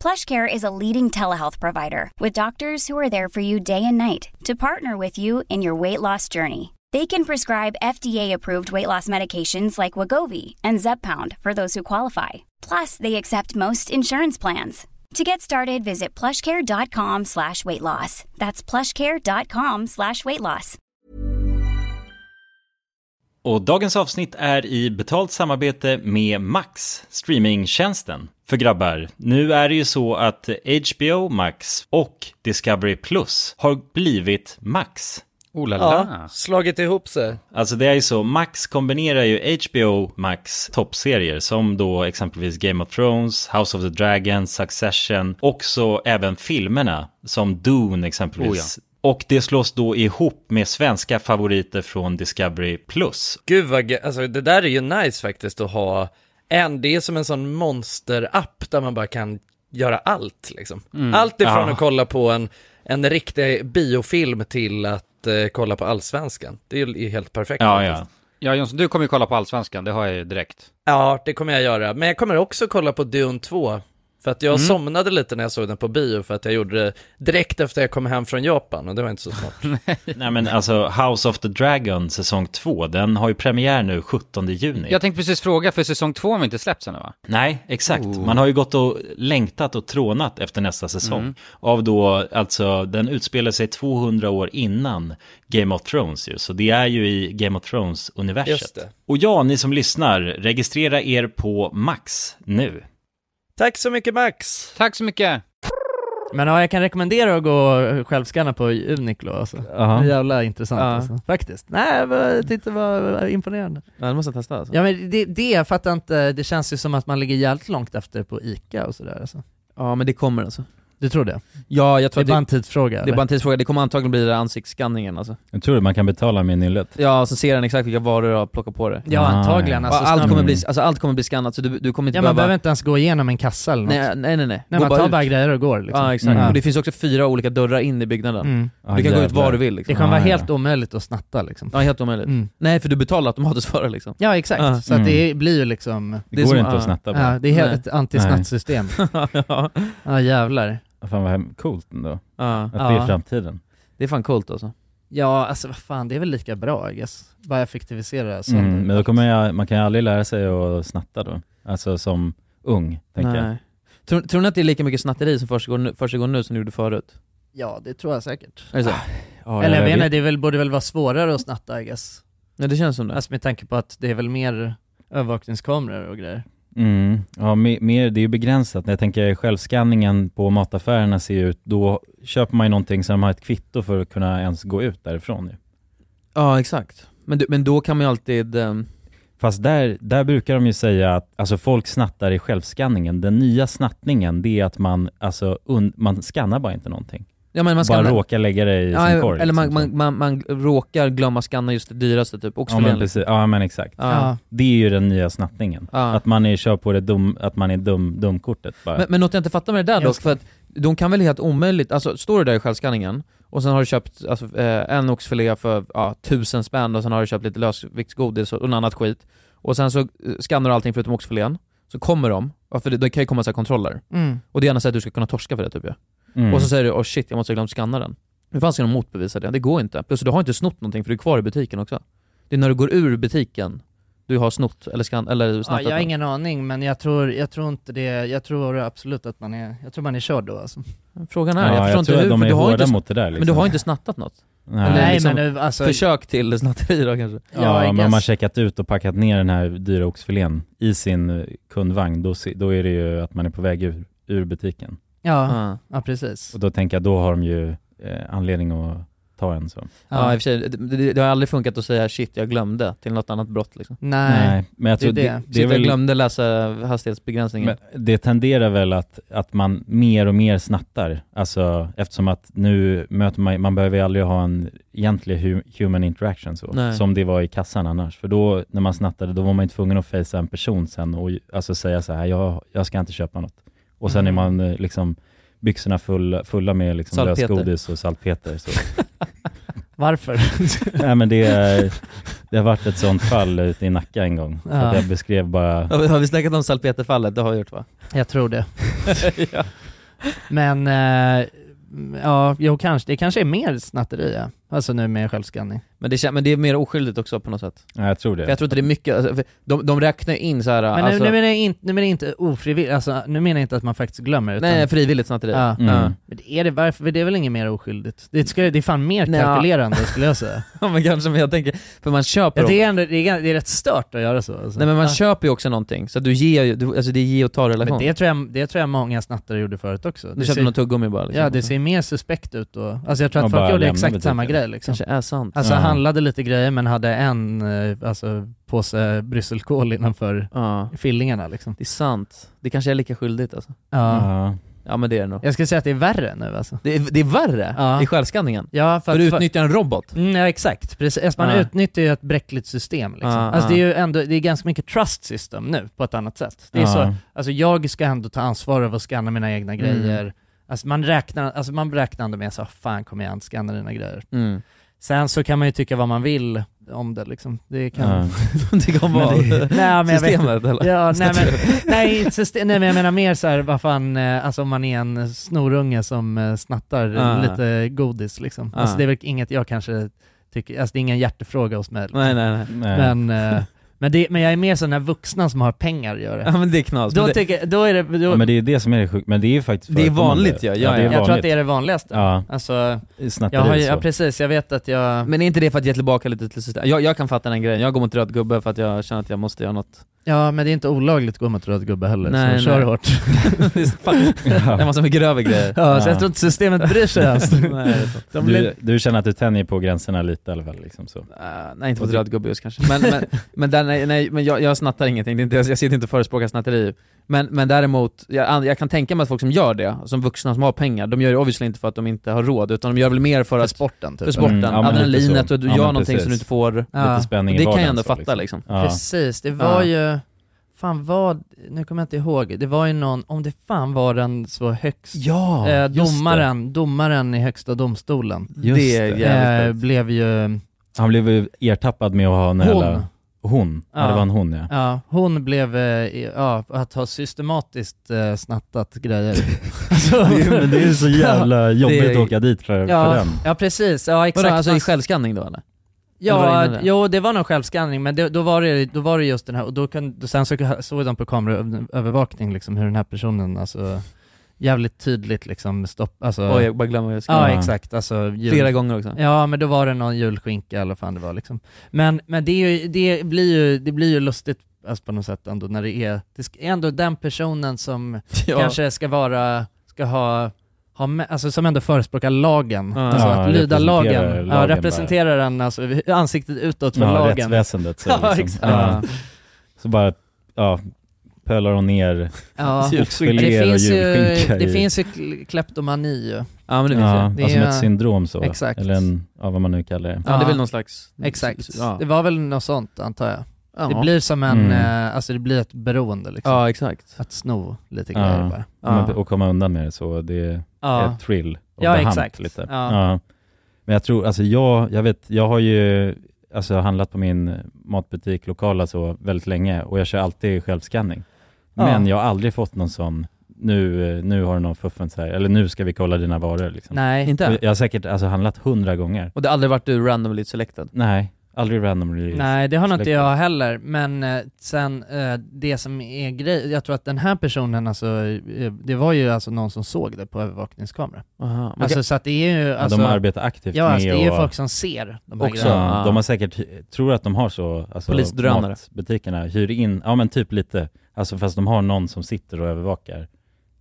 Speaker 10: PlushCare is a leading telehealth provider with doctors who are there for you day and night to partner with you in your weight loss journey. They can prescribe FDA-approved weight loss medications like Wagovi and Zepbound for those who qualify. Plus, they accept most insurance plans. To get started, visit plushcare.com slash weight loss. That's plushcare.com slash weight loss.
Speaker 11: Och dagens avsnitt är i betalt samarbete med Max, streamingtjänsten för grabbar. Nu är det ju så att HBO Max och Discovery Plus har blivit Max.
Speaker 12: Oh la
Speaker 1: Ja, slagit ihop sig.
Speaker 11: Alltså det är ju så, Max kombinerar ju HBO Max toppserier som då exempelvis Game of Thrones, House of the Dragon, Succession, också även filmerna som Dune exempelvis. Och det slås då ihop med svenska favoriter från Discovery Plus.
Speaker 1: Gud vad ge- alltså det där är ju nice faktiskt att ha en, det är som en sån
Speaker 13: Mm.
Speaker 1: monsterapp där man bara kan göra allt liksom. Allt ifrån
Speaker 11: Ja.
Speaker 1: att kolla på en
Speaker 14: en riktig biofilm till att eh, kolla på allsvenskan. Det är ju helt perfekt. faktiskt.
Speaker 13: Ja, Jonsson, du kommer ju kolla på Allsvenskan, det har jag ju direkt.
Speaker 15: Ja, det kommer jag göra. Men jag kommer också kolla på Dune 2. För att jag
Speaker 13: Mm.
Speaker 15: somnade lite när jag såg den på bio för att jag gjorde det direkt efter jag kom hem från Japan och det var inte så smart.
Speaker 16: Nej men alltså House of the Dragon säsong 2, den har ju premiär nu 17 juni.
Speaker 13: Jag tänkte precis fråga, för säsong två har vi inte släppts ännu va?
Speaker 16: Nej, exakt.
Speaker 15: Oh.
Speaker 16: Man har ju gått och längtat och trånat efter nästa säsong.
Speaker 13: Mm.
Speaker 16: Av då, alltså, den utspelar sig 200 år innan Game of Thrones ju. Så det är ju i Game of
Speaker 15: Just
Speaker 16: Thrones-universet.
Speaker 15: det.
Speaker 16: Och ja, ni som lyssnar, registrera er på Max nu.
Speaker 15: Tack så mycket Max!
Speaker 13: Tack så mycket!
Speaker 1: Men ja, jag kan rekommendera att gå och självskanna på Uniclo alltså.
Speaker 2: Jaha.
Speaker 1: Det är jävla intressant
Speaker 2: Ja.
Speaker 1: alltså. Faktiskt. Nej, vad- jag tyckte det var var imponerande.
Speaker 2: Ja, det måste jag testa alltså.
Speaker 1: Ja men det, det jag fattar inte, det känns ju som att man ligger jävligt långt efter på ICA och sådär alltså.
Speaker 2: Ja, men det kommer alltså.
Speaker 1: Du tror det?
Speaker 2: Ja, jag tror
Speaker 1: Det är bara en tidsfråga,
Speaker 2: Det är
Speaker 1: eller?
Speaker 2: bara en tidsfråga, det kommer antagligen bli det där ansiktsskanningen alltså.
Speaker 3: Jag tror man kan betala med nyllet.
Speaker 2: Ja, så ser den exakt vilka varor du har plockat på dig.
Speaker 1: Ja, Ah, antagligen, ja.
Speaker 2: Och
Speaker 1: alltså,
Speaker 2: allt,
Speaker 1: snabbt.
Speaker 2: kommer bli, alltså, allt kommer bli skannat, så du, du kommer inte
Speaker 1: Ja man
Speaker 2: behöva...
Speaker 1: behöver inte ens gå igenom en kassa eller något.
Speaker 2: Nej, nej, nej. nej.
Speaker 1: Nej
Speaker 2: Gå
Speaker 1: man tar
Speaker 2: ut.
Speaker 1: bara grejer och går liksom.
Speaker 2: Ja, exakt.
Speaker 1: Mm.
Speaker 2: Och det finns också fyra olika dörrar in i byggnaden.
Speaker 1: Mm.
Speaker 2: Du kan gå ut var du vill liksom.
Speaker 1: Det kommer vara helt omöjligt att snatta liksom.
Speaker 2: Ja, helt omöjligt.
Speaker 1: Mm.
Speaker 2: Nej, för du betalar automatiskt för det liksom.
Speaker 1: Ja exakt,
Speaker 2: Ja.
Speaker 1: så att det
Speaker 2: Mm.
Speaker 1: blir ju liksom...
Speaker 2: Det går
Speaker 1: som-
Speaker 2: inte att
Speaker 1: ja.
Speaker 2: snatta bara.
Speaker 1: Ja, det är helt
Speaker 2: Nej.
Speaker 1: ett antisnattsystem.
Speaker 2: ja.
Speaker 1: ja jävlar.
Speaker 3: Fan vad hem- coolt ändå.
Speaker 2: Ja.
Speaker 3: Att det är
Speaker 1: Ja.
Speaker 3: framtiden.
Speaker 2: Det är fan coolt alltså.
Speaker 1: Ja alltså vad fan, det är väl lika bra I guess. Bara effektivisera
Speaker 15: Alltså,
Speaker 1: sönder.
Speaker 3: Mm, men då kommer jag, man kan ju aldrig lära sig att snatta då. Alltså som ung, tänker jag.
Speaker 2: Nej. Tror, tror ni att det är lika mycket snatteri som försiggår nu, försiggår nu som det gjorde förut?
Speaker 1: Ja det tror jag säkert.
Speaker 2: Är det så?
Speaker 3: Ah, Ja,
Speaker 1: Eller Ah, jag
Speaker 2: jag
Speaker 1: vet
Speaker 2: vet.
Speaker 1: inte, det är väl, borde väl vara svårare att snatta I guess.
Speaker 2: Ja, det känns som det.
Speaker 1: Alltså med tanke på att det är väl mer övervakningskameror och grejer.
Speaker 3: Mm. Ja, me- mer, det är ju begränsat. När jag tänker självskanningen på mataffärerna ser ju ut, då köper man ju någonting så de har ett kvitto för att kunna ens gå ut därifrån ju.
Speaker 2: Ja, exakt. Men, du, men då kan man ju alltid... ehm,
Speaker 3: Fast där, där brukar de ju säga att alltså folk snattar i självskanningen. Den nya snattningen, det är att man, alltså, un- man skannar bara inte någonting.
Speaker 2: Ja, men man
Speaker 3: bara
Speaker 2: skannar-
Speaker 3: råkar lägga det i sin korg.
Speaker 2: Eller man,
Speaker 3: liksom.
Speaker 2: man, man, man råkar glömma skanna just det dyraste typ, också
Speaker 3: Ja men, precis. ja men exakt.
Speaker 2: Ja.
Speaker 3: Det är ju den nya snattningen.
Speaker 2: Ja.
Speaker 3: Att man är, kör på det dum, att man är dum, dumkortet bara.
Speaker 2: Men, men något jag inte fattar med det där dock,
Speaker 3: Just
Speaker 2: för att de kan väl helt omöjligt, alltså står du där i självskanningen och sen har du köpt alltså, eh, en oxfilé för ja, tusen spänn och sen har du köpt lite lösviktsgodis och och något annat skit och sen så eh, skannar du allting förutom oxfilén, så kommer de, ja, för det, det kan ju komma så här kontroller,
Speaker 1: Mm.
Speaker 2: och det är gärna så att du ska kunna torska för det typ ju.
Speaker 1: Mm.
Speaker 2: Och så säger du oh shit, jag måste ha glömt skanna den. Hur fan ska de motbevisa det? Det går inte. Plus du har inte snott någonting för du är kvar i butiken också. Det är när du går ur butiken du har snott eller, skan- eller
Speaker 1: Ja,
Speaker 2: snattat
Speaker 1: jag har
Speaker 2: den.
Speaker 1: ingen aning men jag tror, jag tror inte det, jag tror absolut att man är, jag tror man är körd då alltså.
Speaker 2: Frågan är, jag förstår inte hur, för du har inte, Men du har inte snattat något?
Speaker 3: liksom. Nej.
Speaker 2: Eller liksom
Speaker 1: Nej, men det- alltså-
Speaker 2: Försök till snatteri då kanske?
Speaker 3: Ja, men om man checkat ut och packat ner den här dyra oxfilén i sin eh, kundvagn, då, se- då är det ju att man är på väg ur, ur butiken.
Speaker 1: Ja, ja precis.
Speaker 3: Och då tänker jag, då har de ju eh, anledning att ta en så.
Speaker 2: Ja, i och för sig, det, det, det har aldrig funkat att säga shit, jag glömde till något annat brott liksom.
Speaker 1: Nej,
Speaker 3: Nej, men jag det är tror det- det- det
Speaker 2: shit,
Speaker 3: är väl-
Speaker 2: jag glömde läsa hastighetsbegränsningen.
Speaker 3: Men det tenderar väl att, att man mer och mer snattar, alltså eftersom att nu möter man, man behöver ju aldrig ha en egentlig hu, human interaction så,
Speaker 2: Nej.
Speaker 3: som det var i kassan annars. För då, när man snattade, då var man ju tvungen att facea en person sen och ju- alltså säga så här, jag, jag ska inte köpa något. Och sen
Speaker 2: Mm.
Speaker 3: är man eh, liksom byxorna fulla, fulla med liksom
Speaker 2: Saltpeter.
Speaker 3: lösgodis och saltpeter. Så.
Speaker 1: Varför?
Speaker 3: Nej men det, är- det har varit ett sånt fall ute i Nacka en gång.
Speaker 2: Ja.
Speaker 3: Att jag beskrev bara
Speaker 2: Har vi- Har vi snackat om salpeterfallet? Det har vi gjort va?
Speaker 1: Jag tror det.
Speaker 2: ja.
Speaker 1: Men, eh, ja, jo, kanske, det kanske är mer snatteri ja. Alltså nu med självskanning.
Speaker 2: Men det, kän- men det är mer oskyldigt också på något sätt.
Speaker 3: Ja, jag tror det.
Speaker 2: För jag tror inte det är mycket, alltså, för de, de räknar ju in så här,
Speaker 1: Men
Speaker 2: alltså,
Speaker 1: nu, nu, menar jag inte, nu menar jag inte ofrivilligt, alltså, nu menar jag inte att man faktiskt glömmer utan...
Speaker 2: Nej, frivilligt snatteri.
Speaker 1: Ja.
Speaker 2: Mm. Ja.
Speaker 1: Men det är det, varför, det är väl inget mer oskyldigt? Det, ska, det är fan mer
Speaker 2: Nej.
Speaker 1: kalkylerande skulle jag säga.
Speaker 2: Ja men kanske, men jag tänker, för man köper
Speaker 1: Ja,
Speaker 2: också-
Speaker 1: det, är ändå, det, är, det är rätt stört att göra så. Alltså.
Speaker 2: Nej men man
Speaker 1: Ja.
Speaker 2: köper ju också någonting, så du ger ju, du, alltså det är ge och ta relation.
Speaker 1: Men det tror, jag, det tror jag många snattare gjorde förut också.
Speaker 2: Du köpte någon tuggummi bara liksom.
Speaker 1: Ja, det ser mer suspekt ut då. Alltså jag tror
Speaker 2: Och
Speaker 1: att
Speaker 2: bara
Speaker 1: folk gjorde
Speaker 2: lämna
Speaker 1: exakt
Speaker 2: butiken.
Speaker 1: samma grej liksom.
Speaker 2: Kanske är sant.
Speaker 1: Alltså
Speaker 2: Ja.
Speaker 1: handlade lite grejer men hade en eh, alltså, påse brysselkål innanför fillingarna liksom.
Speaker 2: Det är sant. Det kanske är lika skyldigt alltså.
Speaker 1: Ja.
Speaker 3: Ja.
Speaker 2: Ja men det är det nog.
Speaker 1: Jag skulle säga att det är värre nu alltså.
Speaker 2: Det är, det är värre
Speaker 1: Ja.
Speaker 2: i självskanningen.
Speaker 1: Ja,
Speaker 2: För du utnyttjar en robot.
Speaker 1: Mm, ja exakt, precis. Alltså, Man
Speaker 2: Ja.
Speaker 1: utnyttjar ju ett bräckligt system liksom.
Speaker 2: Ja,
Speaker 1: alltså,
Speaker 2: ja.
Speaker 1: det är ju ändå, det är ganska mycket trust system nu på ett annat sätt. Det är
Speaker 2: Ja.
Speaker 1: så, alltså jag ska ändå ta ansvar över att scanna mina egna
Speaker 2: Mm.
Speaker 1: grejer, Alltså man räknar, alltså man räknar ändå med så fan kom igen, scanna dina grejer.
Speaker 2: Mm.
Speaker 1: Sen så kan man ju tycka vad man vill om det liksom. Det kan...
Speaker 2: Ja. Tycka om
Speaker 1: Men
Speaker 2: vad?
Speaker 1: det- nej, men jag
Speaker 2: Systemet,
Speaker 1: vet,
Speaker 2: eller?
Speaker 1: Ja, nej, men,
Speaker 2: Statyer.
Speaker 1: nej, inte system, nej men jag menar mer så här, vad fan, eh, alltså om man är en snorunge som eh, snattar eh,
Speaker 2: Ah.
Speaker 1: lite godis liksom. Alltså
Speaker 2: Ah.
Speaker 1: det är väl inget jag kanske tycker, alltså det är ingen hjärtefråga hos mig. liksom.
Speaker 2: Nej, nej, nej. Nej.
Speaker 1: Men, eh, men, det, men jag är mer sån här vuxna som har pengar gör det.
Speaker 2: Ja, men det är knas.
Speaker 1: Då
Speaker 2: Men det-
Speaker 1: tycker, då är det, då,
Speaker 3: Ja men det är ju det som är det sjukt, men det är ju faktiskt
Speaker 2: Det är
Speaker 3: förekommande.
Speaker 2: vanligt, ja. Ja,
Speaker 3: det är
Speaker 1: jag tror att
Speaker 3: vanligt.
Speaker 1: det är det vanligaste.
Speaker 3: Ja.
Speaker 1: Alltså,
Speaker 3: Snatteri
Speaker 1: jag har, ju-
Speaker 3: så.
Speaker 1: ja, precis, jag vet att jag...
Speaker 2: Men är inte det för att ge tillbaka lite till systemet? Jag, jag kan fatta den grejen, jag går mot röd gubbe för att jag känner att jag måste göra något
Speaker 1: Ja, men det är inte olagligt att gå mot röd gubbe heller,
Speaker 2: Nej,
Speaker 1: så
Speaker 2: nej.
Speaker 1: kör hårt.
Speaker 2: Det är faktiskt- det är en massa mycket grövre grejer.
Speaker 1: Ja, så
Speaker 2: Ja.
Speaker 1: jag tror inte systemet bryr sig ens.
Speaker 2: Nej, det är sant.
Speaker 1: De
Speaker 3: Du,
Speaker 1: blir...
Speaker 3: du känner att du tänjer på gränserna lite i alla fall liksom så?
Speaker 2: nej inte
Speaker 3: Och
Speaker 2: mot
Speaker 3: du-
Speaker 2: röd gubbe just kanske, men, men, men, där, nej, nej, men jag, jag snattar ingenting, det är inte, jag, jag sitter inte och förespråkar snatteri. Men, men däremot, jag, an- jag kan tänka mig att folk som gör det, som vuxna som har pengar, de gör det obviously inte för att de inte har råd, utan de gör väl mer för, att...
Speaker 1: sporten, typ.
Speaker 2: För sporten,
Speaker 1: Mm, ja, men lite
Speaker 2: adrenalinet
Speaker 1: så.
Speaker 2: och du
Speaker 1: Ja,
Speaker 2: gör
Speaker 1: men
Speaker 2: någonting
Speaker 1: precis.
Speaker 2: som du inte får...
Speaker 1: Ja. Lite spänning i
Speaker 2: Det kan
Speaker 1: vardagen
Speaker 2: jag ändå
Speaker 1: så,
Speaker 2: fatta
Speaker 1: liksom.
Speaker 2: liksom.
Speaker 1: Precis, det var
Speaker 2: Ja.
Speaker 1: ju, fan vad, nu kommer jag inte ihåg, det var ju någon, om det fan var den så högst,
Speaker 2: Ja,
Speaker 1: eh,
Speaker 2: just det.
Speaker 1: domaren, domaren i högsta domstolen,
Speaker 3: Just Det är det. jävligt
Speaker 1: eh, blev ju
Speaker 3: Han blev ju ertappad med att ha en
Speaker 1: Hon.
Speaker 3: jävla... Hon? Ja. det var en hon ja.
Speaker 1: ja. Hon blev, eh, i- ja, att ha systematiskt eh, snattat grejer. Alltså-
Speaker 3: Det är- men det är ju så jävla
Speaker 1: Ja,
Speaker 3: jobbigt
Speaker 1: det-
Speaker 3: att åka dit för- för
Speaker 1: ja,
Speaker 3: den.
Speaker 1: Ja precis, ja exakt.
Speaker 2: Vadå, alltså i
Speaker 1: Man-
Speaker 2: självskanning då eller? Eller var
Speaker 1: Ja,
Speaker 2: det innan det?
Speaker 1: jo det var någon självskanning, men det, då, var det, då var det just den här, och då kan, då sen så, såg de på kameraövervakning liksom hur den här personen alltså jävligt tydligt liksom stopp, alltså...
Speaker 2: Oj, jag bara glömmer vad jag ska-
Speaker 1: Ja
Speaker 2: Ja.
Speaker 1: exakt, alltså
Speaker 2: Flera gånger också.
Speaker 1: Ja men då var det någon julskinka eller vad fan det var liksom. Men, men det, är ju, det, blir ju, det blir ju lustigt alltså, på något sätt ändå när det är, det sk- är ändå den personen som
Speaker 2: Ja.
Speaker 1: kanske ska vara, ska ha, ha med, alltså som ändå förespråkar lagen,
Speaker 2: Ja.
Speaker 1: alltså
Speaker 2: Ja,
Speaker 1: att lyda
Speaker 2: representerar
Speaker 1: lagen,
Speaker 2: lagen
Speaker 1: ja,
Speaker 2: bara.
Speaker 1: representerar den, alltså ansiktet utåt för
Speaker 3: ja,
Speaker 1: lagen.
Speaker 3: rättsväsendet. Så,
Speaker 1: ja,
Speaker 3: liksom.
Speaker 1: exakt.
Speaker 3: ja. så bara, ja, pölar hon ner
Speaker 1: Ja.
Speaker 3: oxfiléer
Speaker 1: Det
Speaker 3: och
Speaker 1: finns ju,
Speaker 3: julskinka
Speaker 1: det
Speaker 3: i-
Speaker 1: finns ju kle- kleptomani ju.
Speaker 2: Ja men det finns
Speaker 3: Ja,
Speaker 1: Det
Speaker 3: alltså
Speaker 1: är-
Speaker 3: ett syndrom så.
Speaker 1: Exakt.
Speaker 3: Eller en, ja, vad man nu kallar det.
Speaker 2: Ja, det är väl någon slags...
Speaker 1: Exakt.
Speaker 2: Ja.
Speaker 1: Det var väl något sånt antar jag.
Speaker 2: Ja.
Speaker 1: Det blir som en,
Speaker 2: Mm.
Speaker 1: eh, alltså det blir ett beroende liksom.
Speaker 2: Ja, exakt.
Speaker 1: Att sno lite
Speaker 3: Ja.
Speaker 1: grejer bara.
Speaker 3: Ja, men- Och komma undan med det så, det är
Speaker 1: Ja.
Speaker 3: ett thrill och
Speaker 1: Ja,
Speaker 3: the hunt
Speaker 1: exakt.
Speaker 3: lite.
Speaker 1: Ja.
Speaker 3: Men jag tror, alltså jag, jag vet, jag har ju alltså, handlat på min matbutik lokala så väldigt länge och jag kör alltid självskanning.
Speaker 2: Ja.
Speaker 3: Men jag har aldrig fått någon sån, nu, eh, nu har du någon fuffens här, eller nu ska vi kolla dina varor liksom.
Speaker 1: Nej.
Speaker 2: Inte?
Speaker 3: Och Jag har säkert alltså, handlat hundra gånger.
Speaker 2: Och det har aldrig varit du randomly selected?
Speaker 3: Nej, aldrig randomly
Speaker 1: Nej, det har nog inte
Speaker 3: selected.
Speaker 1: jag heller. Men eh, sen eh, det som är grej, jag tror att den här personen alltså, eh, det var ju alltså någon som såg det på övervakningskamera.
Speaker 2: Aha, men
Speaker 1: alltså
Speaker 2: kan-
Speaker 1: så att det är ju
Speaker 3: Ja, de
Speaker 1: alltså,
Speaker 3: arbetar aktivt
Speaker 1: ja, alltså,
Speaker 3: med
Speaker 1: det är ju
Speaker 3: och-
Speaker 1: folk som ser de här
Speaker 3: Också,
Speaker 1: grejerna.
Speaker 3: de har säkert, tror att de har så, alltså
Speaker 2: Polisdrönare.
Speaker 3: matbutikerna hyr in, ja men typ lite, alltså fast de har någon som sitter och övervakar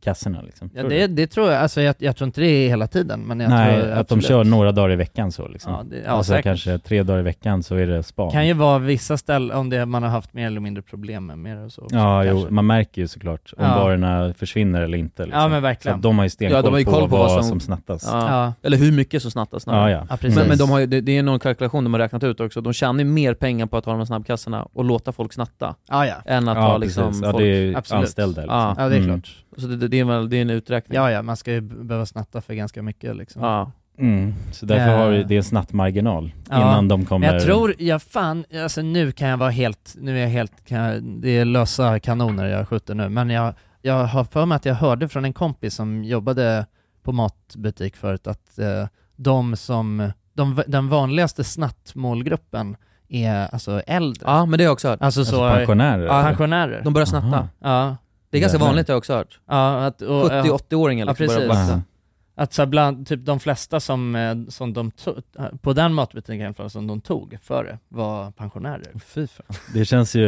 Speaker 3: kassorna liksom.
Speaker 1: Ja,
Speaker 3: Tror
Speaker 1: det,
Speaker 3: du?
Speaker 1: det tror jag, alltså jag, jag tror inte det är hela tiden men jag
Speaker 3: Nej,
Speaker 1: tror
Speaker 3: att de kör några dagar i veckan så liksom.
Speaker 1: Ja, det- ja,
Speaker 3: alltså
Speaker 1: säkert.
Speaker 3: kanske tre dagar i veckan så är det span.
Speaker 1: kan ju vara vissa ställen, om det man har haft mer eller mindre problem med mer och så. också,
Speaker 3: ja, jo,
Speaker 1: kanske.
Speaker 3: man märker ju såklart om
Speaker 1: Ja.
Speaker 3: varorna försvinner eller inte. Liksom.
Speaker 1: Ja, men verkligen.
Speaker 3: Så att de har ju stenkoll
Speaker 2: Ja, de har ju koll
Speaker 3: på, vad som, snattas.
Speaker 2: Ja. Eller hur mycket som snattas
Speaker 3: Ja, ja. Ja, precis.
Speaker 2: men, men de har ju, det, det är någon kalkylation de har räknat ut också, de tjänar ju mer pengar på att ha de här snabbkassorna och låta folk snatta
Speaker 1: Ja, ja.
Speaker 2: än att
Speaker 3: Ja,
Speaker 2: ha
Speaker 3: precis.
Speaker 2: liksom
Speaker 3: Ja,
Speaker 2: folk...
Speaker 3: det är ju Absolut. anställda, liksom.
Speaker 2: Ja.
Speaker 3: Ja, det är Mm. klart.
Speaker 2: Så det, det, är väl, det är en uträkning?
Speaker 1: Ja, ja, man ska ju b- behöva snatta för ganska mycket liksom.
Speaker 2: Ja.
Speaker 3: Mm. Så därför
Speaker 1: Eh.
Speaker 3: har vi, det är en snattmarginal
Speaker 1: Ja.
Speaker 3: innan de
Speaker 1: Men
Speaker 3: kommer...
Speaker 1: Jag tror, jag fan, alltså nu kan jag vara helt, nu är jag helt, kan jag, det är lösa kanoner jag skjuter nu, men jag, jag har för mig att jag hörde från en kompis som jobbade på matbutik förut att eh, de som, de, den vanligaste snattmålgruppen är alltså äldre.
Speaker 2: Ja, men det har jag också hört.
Speaker 1: Alltså, så,
Speaker 2: Alltså pensionärer,
Speaker 1: Ja,
Speaker 2: eller?
Speaker 1: pensionärer.
Speaker 2: De börjar snatta. Aha.
Speaker 1: Ja.
Speaker 2: Det är ganska vanligt, det har jag också hört.
Speaker 1: Ja, att, och, eh,
Speaker 2: 70-80-åringar
Speaker 1: ja,
Speaker 2: liksom börjar
Speaker 1: precis.
Speaker 2: snatta.
Speaker 1: Att så här bland, typ de flesta som, eh, som de tog, på den matbutiken i alla fall, som de tog före var pensionärer.
Speaker 3: Fy fan. Det känns ju...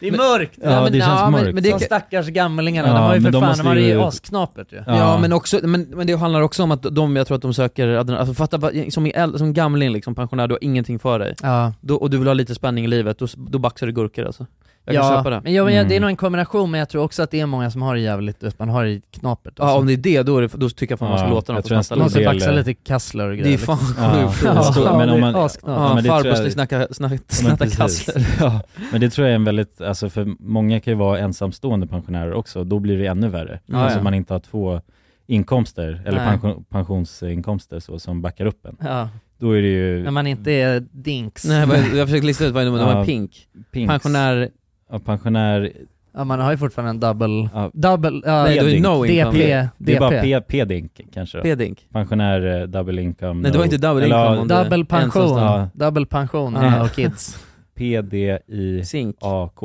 Speaker 1: Det är mörkt!
Speaker 3: Ja, det känns mörkt.
Speaker 1: Men, men det är de stackars gamlingarna,
Speaker 3: Ja,
Speaker 1: de har ju för
Speaker 3: men de
Speaker 1: fan,
Speaker 3: måste
Speaker 1: de har ju
Speaker 3: ju-
Speaker 1: asknapert ju.
Speaker 2: Ja, men också, men, men det handlar också om att de, jag tror att de söker, adrenalin. alltså fatta, vad- som, i äldre- som gamling liksom, pensionär, du har ingenting för dig.
Speaker 1: Ja.
Speaker 2: Då, och du vill ha lite spänning i livet, då, då baxar du gurkor alltså. Jag kan
Speaker 1: Ja,
Speaker 2: köpa det.
Speaker 1: Men, ja, men
Speaker 3: Mm.
Speaker 1: jag- det Mm. är nog en kombination, men jag tror också att det är många som har det jävligt, att man har det i alltså. knapert.
Speaker 2: Ja om det är det, då, är det, då tycker jag fan man ska
Speaker 3: Ja,
Speaker 2: låta dem
Speaker 3: jag tror en stor
Speaker 1: Man ska
Speaker 3: del-
Speaker 1: baxa lite kassler och
Speaker 2: Det
Speaker 1: grejer.
Speaker 2: är fan
Speaker 1: liksom.
Speaker 2: sjukt.
Speaker 1: Ja,
Speaker 3: Jag tror- men om man-
Speaker 1: det är asknapert.
Speaker 2: Ja,
Speaker 3: men det
Speaker 2: farbror
Speaker 3: tror jag-
Speaker 2: ska snacka- snacka-
Speaker 3: Ja, men
Speaker 2: snatta
Speaker 3: precis.
Speaker 2: kassler.
Speaker 3: Ja, men det tror jag är en väldigt, alltså för många kan ju vara ensamstående pensionärer också, då blir det ännu värre.
Speaker 2: Ja,
Speaker 3: alltså
Speaker 2: ja.
Speaker 3: man inte har två inkomster, eller
Speaker 1: Nej.
Speaker 3: pension, pensionsinkomster så, som backar upp en.
Speaker 1: Ja.
Speaker 3: Då är det ju...
Speaker 1: När man inte är dinks.
Speaker 2: Nej, vad- jag försöker lista ut vad de är
Speaker 3: Ja,
Speaker 2: pink.
Speaker 3: pinks.
Speaker 2: Pensionär...
Speaker 3: Ja, pensionär...
Speaker 1: Ja, man har ju fortfarande en double... Double... Ja,
Speaker 2: Nej, då är det no
Speaker 1: DP.
Speaker 2: income.
Speaker 1: DP.
Speaker 3: Det är bara P- P-dink kanske. då.
Speaker 2: P-dink.
Speaker 3: Pensionär, eh, double income.
Speaker 2: Nej, det var inte double
Speaker 3: Eller,
Speaker 2: income
Speaker 3: ja,
Speaker 2: om du-
Speaker 1: Double pension.
Speaker 3: Ja.
Speaker 1: Double pension,
Speaker 2: Ah,
Speaker 1: Ah, ja, och kids.
Speaker 3: PDIAK.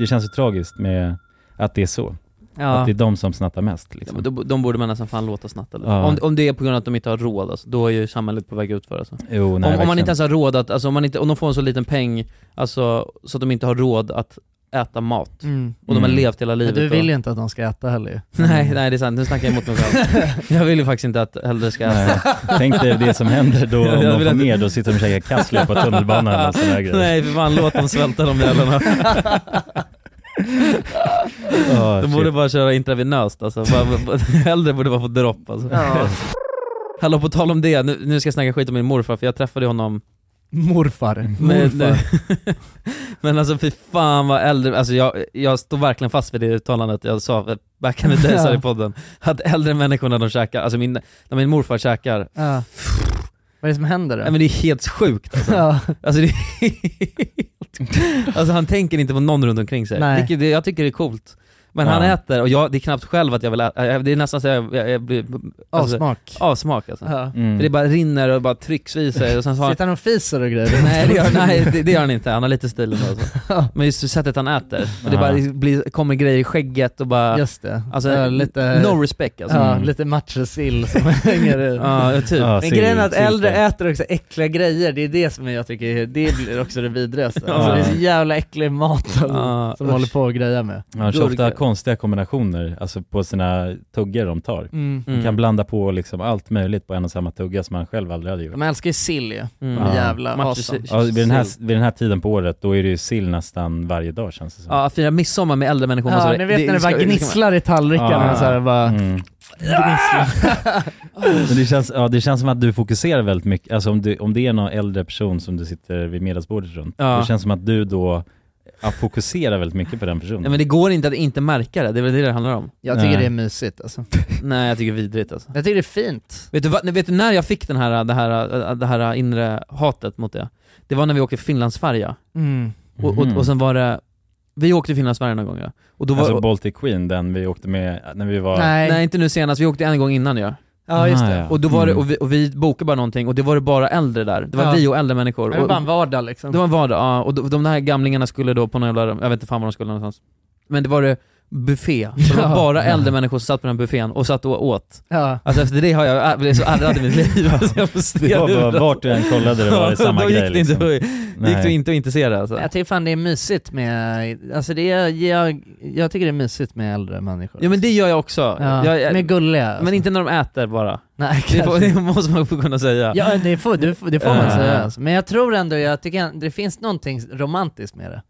Speaker 3: Det känns ju tragiskt med att det är så.
Speaker 2: Ja.
Speaker 3: Att det är de som snattar mest. Liksom.
Speaker 2: Ja, men de, de borde man nästan fan låta snatta.
Speaker 3: Ja.
Speaker 2: Om, om det är på grund av att de inte har råd, alltså, då är ju samhället på väg ut för alltså.
Speaker 3: Jo, nej,
Speaker 2: om, om man
Speaker 3: verkligen.
Speaker 2: inte ens har råd att, alltså, om, man inte, om de får en så liten peng, alltså, så att de inte har råd att äta mat.
Speaker 1: Mm.
Speaker 2: Och de har
Speaker 1: Mm.
Speaker 2: levt hela
Speaker 1: Men
Speaker 2: livet.
Speaker 1: du vill
Speaker 2: och...
Speaker 1: ju inte att de ska äta heller ju.
Speaker 2: Nej, nej det är sant. Nu snackar jag emot mig själv. jag vill ju faktiskt inte att äldre ska
Speaker 3: Nej. Tänk dig det som händer då om
Speaker 2: Jag
Speaker 3: de
Speaker 2: vill
Speaker 3: får
Speaker 2: att-
Speaker 3: mer, då sitter de och käkar kassler på tunnelbanan eller sådana här grejer.
Speaker 2: Nej för fan, låt dem svälta de jävlarna.
Speaker 3: Ah,
Speaker 2: de
Speaker 3: shit.
Speaker 2: borde bara köra intravenöst alltså. Bara, bara, hellre borde bara få dropp alltså.
Speaker 1: Ja.
Speaker 2: Hallå på tal om det, nu, nu ska jag snacka skit om min morfar för jag träffade honom
Speaker 1: Morfar.
Speaker 2: Men-
Speaker 1: Morfar.
Speaker 2: Men alltså fy fan vad äldre, alltså jag, jag står verkligen fast vid det uttalandet jag sa back in the days här i
Speaker 1: Ja.
Speaker 2: podden. Att äldre människor när de käkar, alltså min, när min morfar käkar,
Speaker 1: Ja. Vad är det som händer då?
Speaker 2: nej men det är helt sjukt alltså.
Speaker 1: Ja.
Speaker 2: Alltså, det är helt, alltså han tänker inte på någon runt omkring sig.
Speaker 1: Nej.
Speaker 2: Vilket det, jag tycker det är coolt. Men
Speaker 1: Ja.
Speaker 2: han äter och jag, det är knappt själv att jag vill äta, Jag- det är nästan så jag, jag, jag blir... Alltså,
Speaker 1: Avsmak.
Speaker 2: Avsmak alltså.
Speaker 1: Ja.
Speaker 2: För Det bara rinner och bara trycks i sig och sen så har han
Speaker 1: Sitter han och fiser och grejer?
Speaker 2: Nej det gör, nej, det, det gör han inte, han har lite stil ändå alltså. Men just sättet han äter, och det
Speaker 1: Ja.
Speaker 2: bara liksom blir, kommer grejer i skägget och bara...
Speaker 1: Just det.
Speaker 2: Alltså,
Speaker 1: Ja, lite-
Speaker 2: no respect alltså.
Speaker 1: Ja, lite matjessill som hänger ut.
Speaker 2: Ja, typ. Ja,
Speaker 1: Men
Speaker 2: sill-
Speaker 1: grejen är att äldre
Speaker 2: sillfärg.
Speaker 1: äter också äckliga grejer, det är det som jag tycker är- det blir också det vidrigaste.
Speaker 3: Ja.
Speaker 1: Alltså, det är så jävla äcklig mat som,
Speaker 3: Ja,
Speaker 1: som
Speaker 3: usch.
Speaker 1: håller på att greja med.
Speaker 3: Ja, så ofta konstiga kombinationer, alltså på sina tuggar de tar.
Speaker 1: Mm.
Speaker 3: De kan
Speaker 1: Mm.
Speaker 3: blanda på liksom allt möjligt på en och samma tugga som man själv aldrig hade gjort.
Speaker 1: De älskar ju sill ju, de
Speaker 2: Mm.
Speaker 3: Ja.
Speaker 1: jävla asen.
Speaker 3: ja, vid, den här, vid den här tiden på året, då är det ju sill nästan varje dag känns det som.
Speaker 2: Ja, att fira midsommar med äldre människor Alltså,
Speaker 1: Ja, ni vet när det bara gnisslar i tallrikarna så här bara...
Speaker 3: Mm. Men det, känns, ja, det känns som att du fokuserar väldigt mycket, alltså om, du, om det är någon äldre person som du sitter vid middagsbordet runt,
Speaker 2: Ja.
Speaker 3: det känns som att du då ja, fokuserar väldigt mycket på den personen.
Speaker 2: Nej men det går inte att inte märka det, det är väl det det handlar om.
Speaker 3: Jag tycker Mm. Nej. det är
Speaker 1: mysigt alltså.
Speaker 2: Nej jag tycker vidrigt alltså.
Speaker 1: Jag tycker det är fint.
Speaker 2: Vet du, vad- vet du när jag fick den här, det, här, det här inre hatet mot det? Det var när vi åkte Finlandsfärja.
Speaker 1: Mm.
Speaker 2: Och, och, och sen var det, vi åkte Finlandsfärja någon gång ja. Och då var,
Speaker 3: Alltså Baltic Queen, den vi åkte med när vi var...
Speaker 2: Nej. inte nu senast, vi åkte en gång innan ja.
Speaker 1: Ja, just det.
Speaker 2: Och då var det,
Speaker 1: Mm.
Speaker 2: och vi, och vi bokade bara någonting och det var det bara äldre där. Det var
Speaker 1: Ja.
Speaker 2: vi och äldre människor.
Speaker 1: Det var
Speaker 2: Och-
Speaker 1: bara en vardag liksom.
Speaker 2: Det var en vardag, ja. Och de, de här gamlingarna skulle då på någon jävla, jag vet inte fan var de skulle någonstans. Men det var det buffé. Så det var
Speaker 1: Ja.
Speaker 2: bara
Speaker 1: Ja.
Speaker 2: äldre människor som satt på den här buffén och satt och åt.
Speaker 1: Ja.
Speaker 2: Alltså efter det har jag, jag blev så ärrad i mitt liv. Alltså, jag får
Speaker 3: Det var bara-
Speaker 2: stendöd.
Speaker 3: vart du än kollade det var det samma
Speaker 2: då gick
Speaker 3: grej,
Speaker 2: Det inte,
Speaker 3: liksom.
Speaker 2: gick det
Speaker 3: Nej.
Speaker 2: inte att inte se det alltså.
Speaker 1: Jag tycker fan det är mysigt med, alltså det är, jag, jag tycker det är mysigt med äldre människor.
Speaker 2: Ja men det gör jag också.
Speaker 1: Ja,
Speaker 2: Jag, jag,
Speaker 1: de är gulliga. alltså.
Speaker 2: Men inte när de äter bara.
Speaker 1: Nej,
Speaker 2: det, får,
Speaker 1: kanske.
Speaker 2: det måste man få kunna säga.
Speaker 1: Ja, det får, det får, det får man
Speaker 2: Ja.
Speaker 1: säga. Alltså. Men jag tror ändå, jag tycker det finns någonting romantiskt med det.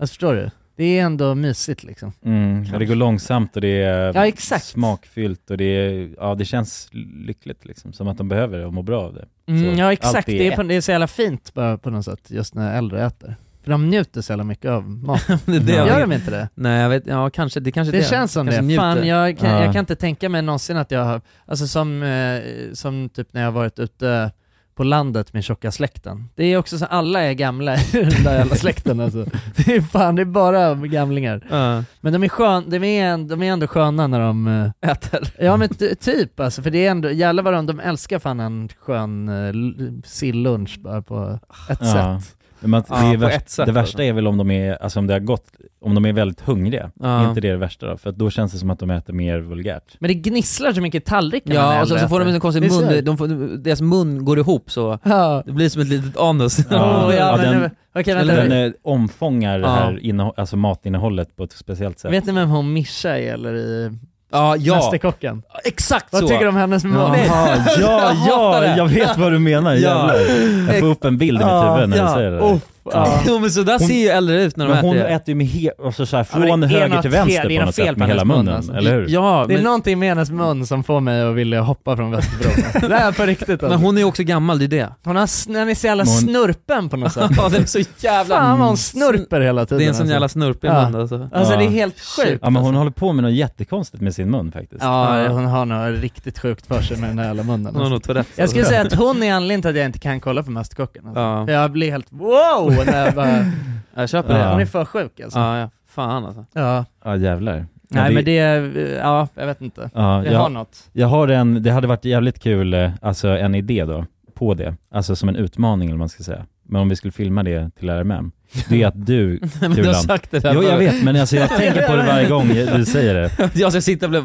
Speaker 1: Alltså, förstår du? Det är ändå mysigt liksom.
Speaker 3: Mm, ja, det går långsamt och det är
Speaker 1: Ja, exakt.
Speaker 3: smakfyllt och det, är, ja, det känns lyckligt liksom, som att de behöver det och mår bra av det.
Speaker 1: Mm,
Speaker 3: Så
Speaker 1: ja
Speaker 3: allt
Speaker 1: exakt, det är, på,
Speaker 3: ett.
Speaker 1: det är så jävla fint bara på något sätt just när äldre äter. För de njuter så jävla mycket av maten.
Speaker 2: Det är det
Speaker 1: Gör
Speaker 2: jag tänker.
Speaker 1: de inte det?
Speaker 2: Nej jag vet, ja kanske, det kanske är
Speaker 1: Det, känns som
Speaker 2: Kanske
Speaker 1: det.
Speaker 2: njuter.
Speaker 1: Fan, jag kan, jag kan inte tänka mig någonsin att jag har, alltså som, eh, som typ när jag har varit ute på landet med tjocka släkten. Det är också så, alla är gamla i den där jävla släkten alltså. Det är fan, det är bara gamlingar.
Speaker 2: Ja.
Speaker 1: Men de är, skön, de, är, de är ändå sköna när de... eh,
Speaker 2: Äter.
Speaker 1: Ja men ty, typ alltså, för det är ändå, jävlar vad de, de älskar fan en skön eh, l- sillunch bara på ett
Speaker 3: Ja.
Speaker 1: sätt.
Speaker 3: Men man- det,
Speaker 1: Ja,
Speaker 3: är
Speaker 1: på
Speaker 3: värst,
Speaker 1: ett sätt,
Speaker 3: det
Speaker 1: alltså.
Speaker 3: värsta är väl om de är, alltså om det har gått, om de är väldigt hungriga.
Speaker 1: Ja.
Speaker 3: Är inte det det värsta då? För att då känns det som att de äter mer vulgärt.
Speaker 1: Men det gnisslar så mycket i tallrikarna när
Speaker 2: Ja, och så,
Speaker 1: äldre
Speaker 2: så får de
Speaker 1: äter.
Speaker 2: en konstig
Speaker 1: Det är så
Speaker 2: mun,
Speaker 1: här-
Speaker 2: de, de får, deras mun går ihop så,
Speaker 1: Ja.
Speaker 2: det blir som ett litet anus.
Speaker 1: Åh, ja, men
Speaker 3: den,
Speaker 1: nu- okej, vänta.
Speaker 3: den eh, omfångar det
Speaker 2: Ja.
Speaker 3: här innehå- alltså matinnehållet på ett speciellt sätt.
Speaker 1: Vet ni vem hon Mischa är eller i
Speaker 2: Ja, ja.
Speaker 1: Mästerkocken?
Speaker 2: Exakt
Speaker 1: Vad
Speaker 3: så.
Speaker 1: tycker du om hennes mun?
Speaker 3: Jaha, ja, ja, jag vet vad du menar,
Speaker 1: Ja.
Speaker 3: jävlar. Jag får upp en bild i mitt huvud när du säger det.
Speaker 1: Oh,
Speaker 2: Ja. Jo, men så där ser ju äldre ut när de
Speaker 3: men
Speaker 2: äter
Speaker 3: hon
Speaker 2: det.
Speaker 3: äter ju med he- alltså så här,
Speaker 2: men
Speaker 3: från
Speaker 2: det är
Speaker 3: höger
Speaker 2: något
Speaker 3: till
Speaker 2: fel-
Speaker 3: vänster
Speaker 2: det är
Speaker 3: på
Speaker 2: något
Speaker 3: något
Speaker 2: fel
Speaker 3: sätt
Speaker 2: på
Speaker 3: med
Speaker 2: hennes
Speaker 3: hela
Speaker 2: mun,
Speaker 3: munnen,
Speaker 2: alltså.
Speaker 3: eller hur?
Speaker 2: Ja,
Speaker 1: Det är
Speaker 2: men-
Speaker 1: någonting med hennes mun som får mig att vilja hoppa från Västerbron. det här är på riktigt
Speaker 2: Men
Speaker 1: alltså.
Speaker 2: hon är ju också gammal, det är det.
Speaker 1: Hon har, sn- den är så jävla
Speaker 2: Men hon-
Speaker 1: snurpen på något sätt.
Speaker 2: Ja, den är så jävla-
Speaker 1: Fan vad hon snurper Mm, hela tiden.
Speaker 2: Det är en sån
Speaker 1: alltså.
Speaker 2: jävla snurp i
Speaker 1: Ja.
Speaker 2: munnen alltså.
Speaker 1: Alltså det är helt sjukt.
Speaker 3: Ja men hon håller på med något jättekonstigt med sin mun faktiskt.
Speaker 1: Ja, hon har något riktigt sjukt för sig med den där jävla munnen.
Speaker 3: Hon har nog
Speaker 1: alltså.
Speaker 3: Tourettes.
Speaker 1: Jag skulle säga att hon är anledningen till att jag inte kan kolla på Mästerkocken. Alltså.
Speaker 2: Ja.
Speaker 1: För Jag blir helt wow när jag bara...
Speaker 2: Jag köper det.
Speaker 1: Hon är för sjuk alltså.
Speaker 2: Ja, ja. Fan alltså.
Speaker 1: Ja.
Speaker 3: Ja jävlar.
Speaker 1: Nej men det, är- ja jag vet inte.
Speaker 3: Ja,
Speaker 1: det har något.
Speaker 3: Jag har en, det hade varit jävligt kul, eh, alltså en idé då, på det. Alltså som en utmaning eller vad man ska säga. Men om vi skulle filma det till RMM. Det är att du,
Speaker 2: Men du har sagt det där
Speaker 3: Jo jag
Speaker 2: förut.
Speaker 3: vet, men alltså jag tänker på det varje gång du säger det.
Speaker 2: Jag ska sitta och bli...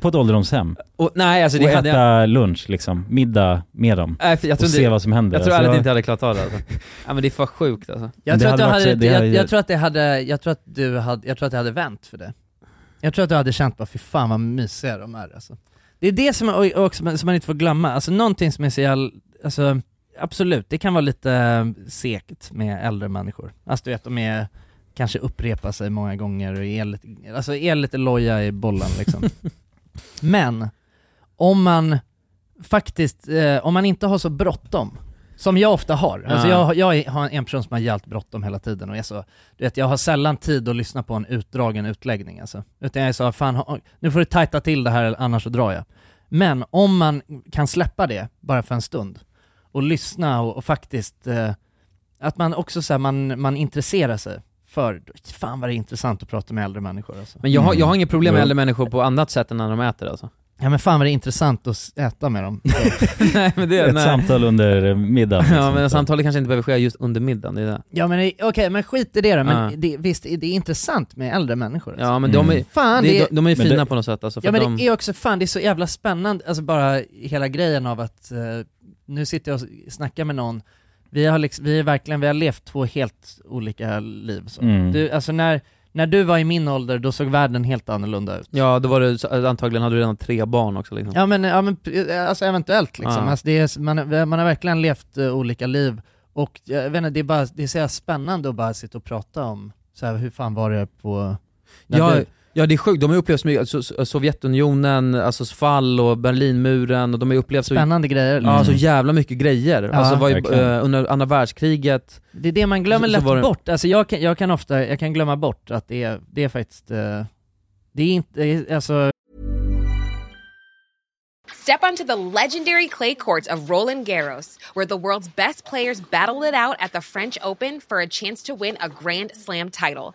Speaker 3: På ett ålderdomshem.
Speaker 2: Och, nej, alltså det
Speaker 3: och
Speaker 2: hade
Speaker 3: äta
Speaker 2: jag...
Speaker 3: lunch liksom, middag med dem.
Speaker 2: Nej, för jag tror
Speaker 3: och
Speaker 2: inte-
Speaker 3: se vad som händer.
Speaker 2: Jag tror
Speaker 3: Alltså,
Speaker 2: ärligt inte jag hade klarat av det alltså. Ja men det är för sjukt alltså.
Speaker 1: Jag
Speaker 3: Det
Speaker 1: tror, att
Speaker 3: hade
Speaker 1: du
Speaker 3: varit
Speaker 1: hade,
Speaker 3: så- det
Speaker 1: jag,
Speaker 3: hade-
Speaker 1: jag tror att det hade, jag tror att du hade, jag tror att det hade vänt för det. Jag tror att du hade känt bara, fy fan vad mysiga de är alltså. Det är det som, och- och som, som man inte får glömma, alltså någonting som är så jävla, alltså absolut, det kan vara lite eh, segt med äldre människor. Alltså du vet, de är, kanske upprepar sig många gånger och är lite, alltså är lite loja i bollen liksom. Men, om man faktiskt, eh, om man inte har så bråttom, som jag ofta har. Alltså
Speaker 2: Ja.
Speaker 1: jag, jag är- har en person som har jävligt bråttom hela tiden och är så, du vet jag har sällan tid att lyssna på en utdragen utläggning alltså. Utan jag är så, fan ha- nu får du tajta till det här eller annars så drar jag. Men om man kan släppa det bara för en stund och lyssna och, och faktiskt, eh, att man också så här, man, man intresserar sig för, fan vad det är intressant att prata med äldre människor alltså.
Speaker 2: Men jag har,
Speaker 3: Mm.
Speaker 2: jag har inget problem med
Speaker 1: Jo.
Speaker 2: äldre människor på annat sätt än när de äter alltså.
Speaker 1: Ja men fan vad det är intressant att s- äta med dem.
Speaker 2: nej men det,
Speaker 3: Ett
Speaker 2: nej.
Speaker 3: samtal under middagen. liksom.
Speaker 2: Ja men samtalet kanske inte behöver ske just under middagen, det är det.
Speaker 1: Ja men okej, men skit i det då. Men
Speaker 2: Ja.
Speaker 1: det, visst, det är intressant med äldre människor. Alltså.
Speaker 2: Ja men de är,
Speaker 1: Fan,
Speaker 2: det,
Speaker 1: det
Speaker 2: de,
Speaker 1: är-
Speaker 2: de är ju
Speaker 1: Men
Speaker 2: fina
Speaker 1: det-
Speaker 2: på något sätt alltså. För
Speaker 1: Ja men
Speaker 2: att de,
Speaker 1: det är också fan, det är så jävla spännande, alltså bara hela grejen av att eh, nu sitter jag och snackar med någon, vi har, liksom, vi är verkligen, vi har levt två helt olika liv. Så.
Speaker 2: Mm.
Speaker 1: Du, alltså när, när du var i min ålder, då såg världen helt annorlunda ut.
Speaker 2: Ja då var det, så- antagligen hade du redan tre barn också liksom.
Speaker 1: Ja men, ja, men eh, alltså eventuellt liksom.
Speaker 2: Ja.
Speaker 1: Alltså, det är, man, man har verkligen levt eh, olika liv och jag vet inte, det är, bara, det är så jävla spännande att bara sitta och prata om så här, hur fan var det på... när
Speaker 2: Ja,
Speaker 1: du-
Speaker 2: ja det är sjukt, de har ju upplevt så mycket, alltså, so- Sovjetunionen, alltså fall och Berlinmuren och de har ju upplevt så,
Speaker 1: Spännande grejer.
Speaker 2: Ja, så
Speaker 1: Mm.
Speaker 2: jävla mycket grejer.
Speaker 1: Ja.
Speaker 2: Alltså var ju,
Speaker 1: Verkligen.
Speaker 2: eh, under andra världskriget,
Speaker 1: Det är det man glömmer
Speaker 2: Så- så
Speaker 1: lätt
Speaker 2: var det-
Speaker 1: bort. Alltså jag kan, jag kan ofta, jag kan glömma bort att det är, det är faktiskt, eh, det är inte, det är- alltså
Speaker 17: Step onto the legendary clay courts of Roland Garros, where the world's best players battle it out at the French Open for a chance to win a Grand Slam title.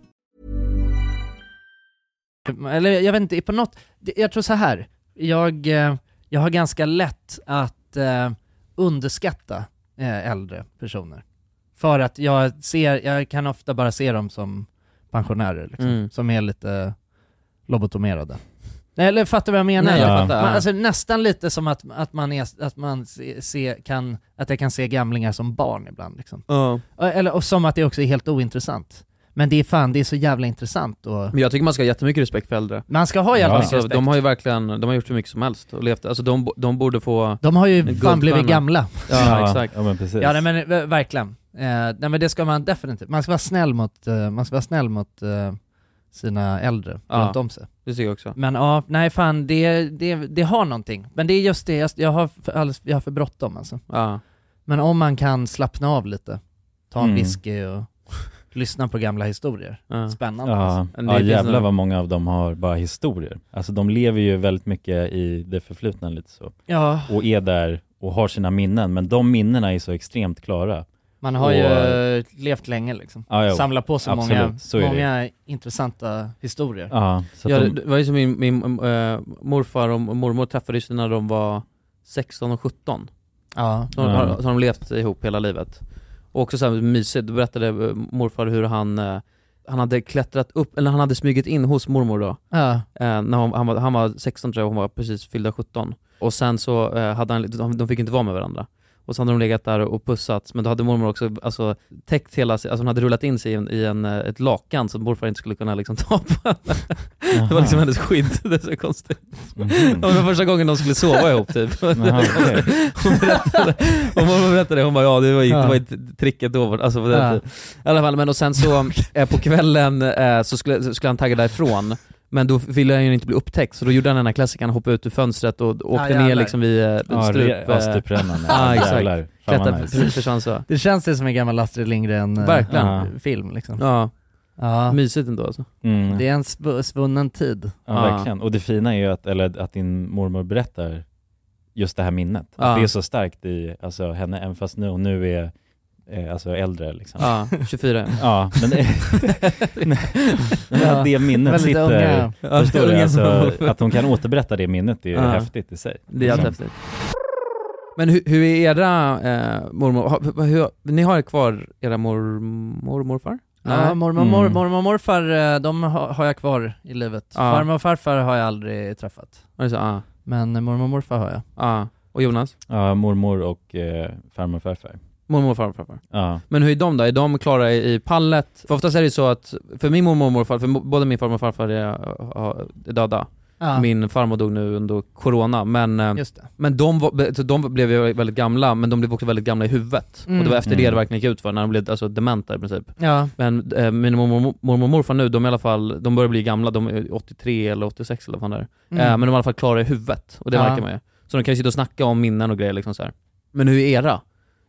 Speaker 1: eller jag vet inte, på något, det- jag tror så här. jag, eh, jag har ganska lätt att eh, underskatta eh, äldre personer. För att jag ser, jag kan ofta bara se dem som pensionärer liksom,
Speaker 2: Mm.
Speaker 1: som är lite lobotomerade. Nej, eller fattar du vad jag menar?
Speaker 2: Nej, jag
Speaker 1: Ja.
Speaker 2: fattar.
Speaker 1: Man, alltså, nästan lite som att, att man, är, att man se, se, kan, att jag kan se gamlingar som barn ibland liksom.
Speaker 2: Ja.
Speaker 1: Eller, och som att det också är helt ointressant. Men det är fan, det är så jävla intressant och...
Speaker 2: Men jag tycker man ska ha jättemycket respekt för äldre.
Speaker 1: Man ska ha jävla mycket
Speaker 2: alltså,
Speaker 1: respekt.
Speaker 2: De har ju verkligen, de har gjort hur mycket som helst och levt, alltså de, bo- de borde få
Speaker 1: De har ju
Speaker 2: en
Speaker 1: fan
Speaker 2: guldstjärna.
Speaker 1: blivit gamla.
Speaker 2: Ja, exakt.
Speaker 1: Ja, nej, men eh, ver- verkligen. Eh, nej men det ska man definitivt. Man ska vara snäll mot, eh, man ska vara snäll mot eh, sina äldre
Speaker 2: Ja,
Speaker 1: runt om sig.
Speaker 2: det tycker jag också.
Speaker 1: Men ja, nej fan det, det, det har någonting. Men det är just det, jag, jag har för, alldeles, jag har för bråttom alltså.
Speaker 2: Ja.
Speaker 1: Men om man kan slappna av lite, ta en
Speaker 3: Mm.
Speaker 1: whisky och lyssna på gamla historier. Spännande
Speaker 3: Ja,
Speaker 1: alltså.
Speaker 3: ja jävlar vad många av dem har bara historier. Alltså de lever ju väldigt mycket i det förflutna lite så.
Speaker 1: Ja.
Speaker 3: Och är där och har sina minnen, men de minnena är så extremt klara.
Speaker 1: Man har
Speaker 3: och,
Speaker 1: ju levt länge liksom.
Speaker 3: Ja, jo.
Speaker 1: Samlat på sig många,
Speaker 3: Absolut, så är det ju.
Speaker 1: många intressanta historier.
Speaker 3: så att
Speaker 2: Ja, det,
Speaker 3: de-
Speaker 2: det var ju som min, min eh, morfar och mormor träffades ju när de var 16 och 17.
Speaker 1: Ja.
Speaker 2: Så, de
Speaker 1: Ja.
Speaker 2: Har, så har de levt ihop hela livet. Och också så här mysigt, då berättade eh, morfar hur han, eh, han hade klättrat upp, eller han hade smugit in hos mormor då.
Speaker 1: Ja.
Speaker 2: Eh, när hon, han, var, han var 16 tror jag, hon var precis fyllda 17. Och sen så eh, hade han, de, de fick inte vara med varandra. Och så hade de legat där och pussats, men då hade mormor också alltså, täckt hela sig, alltså hon hade rullat in sig i, en, i en, eh, ett lakan så morfar inte skulle kunna liksom ta på henne. Det var liksom hennes skydd, det är så konstigt.
Speaker 13: Mhm.
Speaker 2: Det var första gången de skulle sova ihop typ.
Speaker 13: Jaha, okej.
Speaker 2: hon berättade, och mormor berättade, hon bara ja det var ju, det var ju
Speaker 13: Ja.
Speaker 2: tricket då. Alltså, på den
Speaker 13: Ja.
Speaker 2: tiden. I alla fall, men och sen så eh, på kvällen eh, så, skulle, så skulle han tagga därifrån. Men då ville han ju inte bli upptäckt, så då gjorde han den här klassikern, hoppade ut ur fönstret och
Speaker 1: Ah,
Speaker 2: åkte ner
Speaker 1: jävlar.
Speaker 2: liksom vid eh,
Speaker 3: Ja,
Speaker 2: strup...
Speaker 3: re- ja, stuprännan, ja.
Speaker 2: Ja,
Speaker 3: Jävlar.
Speaker 2: exakt.
Speaker 3: Fan vad
Speaker 2: Klättrade,
Speaker 3: nice.
Speaker 2: precis försvann så.
Speaker 1: Det känns det som en gammal Astrid
Speaker 2: Verkligen.
Speaker 1: Lindgren-film liksom.
Speaker 2: Ja.
Speaker 1: Ja.
Speaker 2: Mysigt ändå alltså.
Speaker 3: Mm.
Speaker 1: Det är en sv- svunnen tid.
Speaker 3: Ja, verkligen. Och det fina är ju att, eller att din mormor berättar just det här minnet. Att
Speaker 2: Ja.
Speaker 3: Det är så starkt i alltså, henne, även fast nu, hon nu är eh, alltså, äldre liksom.
Speaker 2: Ja, 24.
Speaker 3: ja, men det, nej, men att det minnet
Speaker 2: Väldigt
Speaker 3: sitter...
Speaker 2: unga. Ja,
Speaker 3: Förstår du?
Speaker 2: unga
Speaker 3: Alltså,
Speaker 2: mormor.
Speaker 3: att hon kan återberätta det minnet, det är ju
Speaker 2: Ja.
Speaker 3: häftigt i sig. Liksom.
Speaker 2: Det är jättehäftigt. Men hur, hur är era eh, mormor, har, hur, ni har kvar era Mm. mormor och morfar?
Speaker 1: Ja,
Speaker 2: Nej.
Speaker 1: mormor, mor,
Speaker 3: Mm.
Speaker 1: mormor och morfar, eh, de ha- har jag kvar i livet.
Speaker 2: Ja.
Speaker 1: Farmor och farfar har jag aldrig träffat.
Speaker 2: Alltså, ah.
Speaker 1: Men eh, mormor och morfar har jag.
Speaker 2: Ja. Och Jonas?
Speaker 3: Ja, mormor och eh, farmor och farfar.
Speaker 2: Mormor, farmor, farfar.
Speaker 3: Ja.
Speaker 2: Men hur är de då? Är de klara i, i pallet? För oftast är det ju så att, för min mormor och morfar, för mo- både min farmor och farfar är, är döda.
Speaker 1: Ja.
Speaker 2: Min farmor dog nu under corona, men, eh,
Speaker 1: Just det.
Speaker 2: men de, var, be- så de blev ju väldigt gamla, men de blev också väldigt gamla i huvudet. Och det
Speaker 1: Mm.
Speaker 2: var efter det
Speaker 1: Mm.
Speaker 2: det verkligen gick ut för när de blev alltså, dementa i princip.
Speaker 1: Ja.
Speaker 2: Men eh, min mormor mormor och morfar nu, de är i alla fall, de börjar bli gamla, de är 83 eller 86 eller vad fan det är.
Speaker 1: Mm.
Speaker 2: Eh, men de är i alla fall klara i huvudet, och det
Speaker 1: Ja.
Speaker 2: märker man ju. Så de kan ju sitta och snacka om minnen och grejer liksom så här. Men hur är era?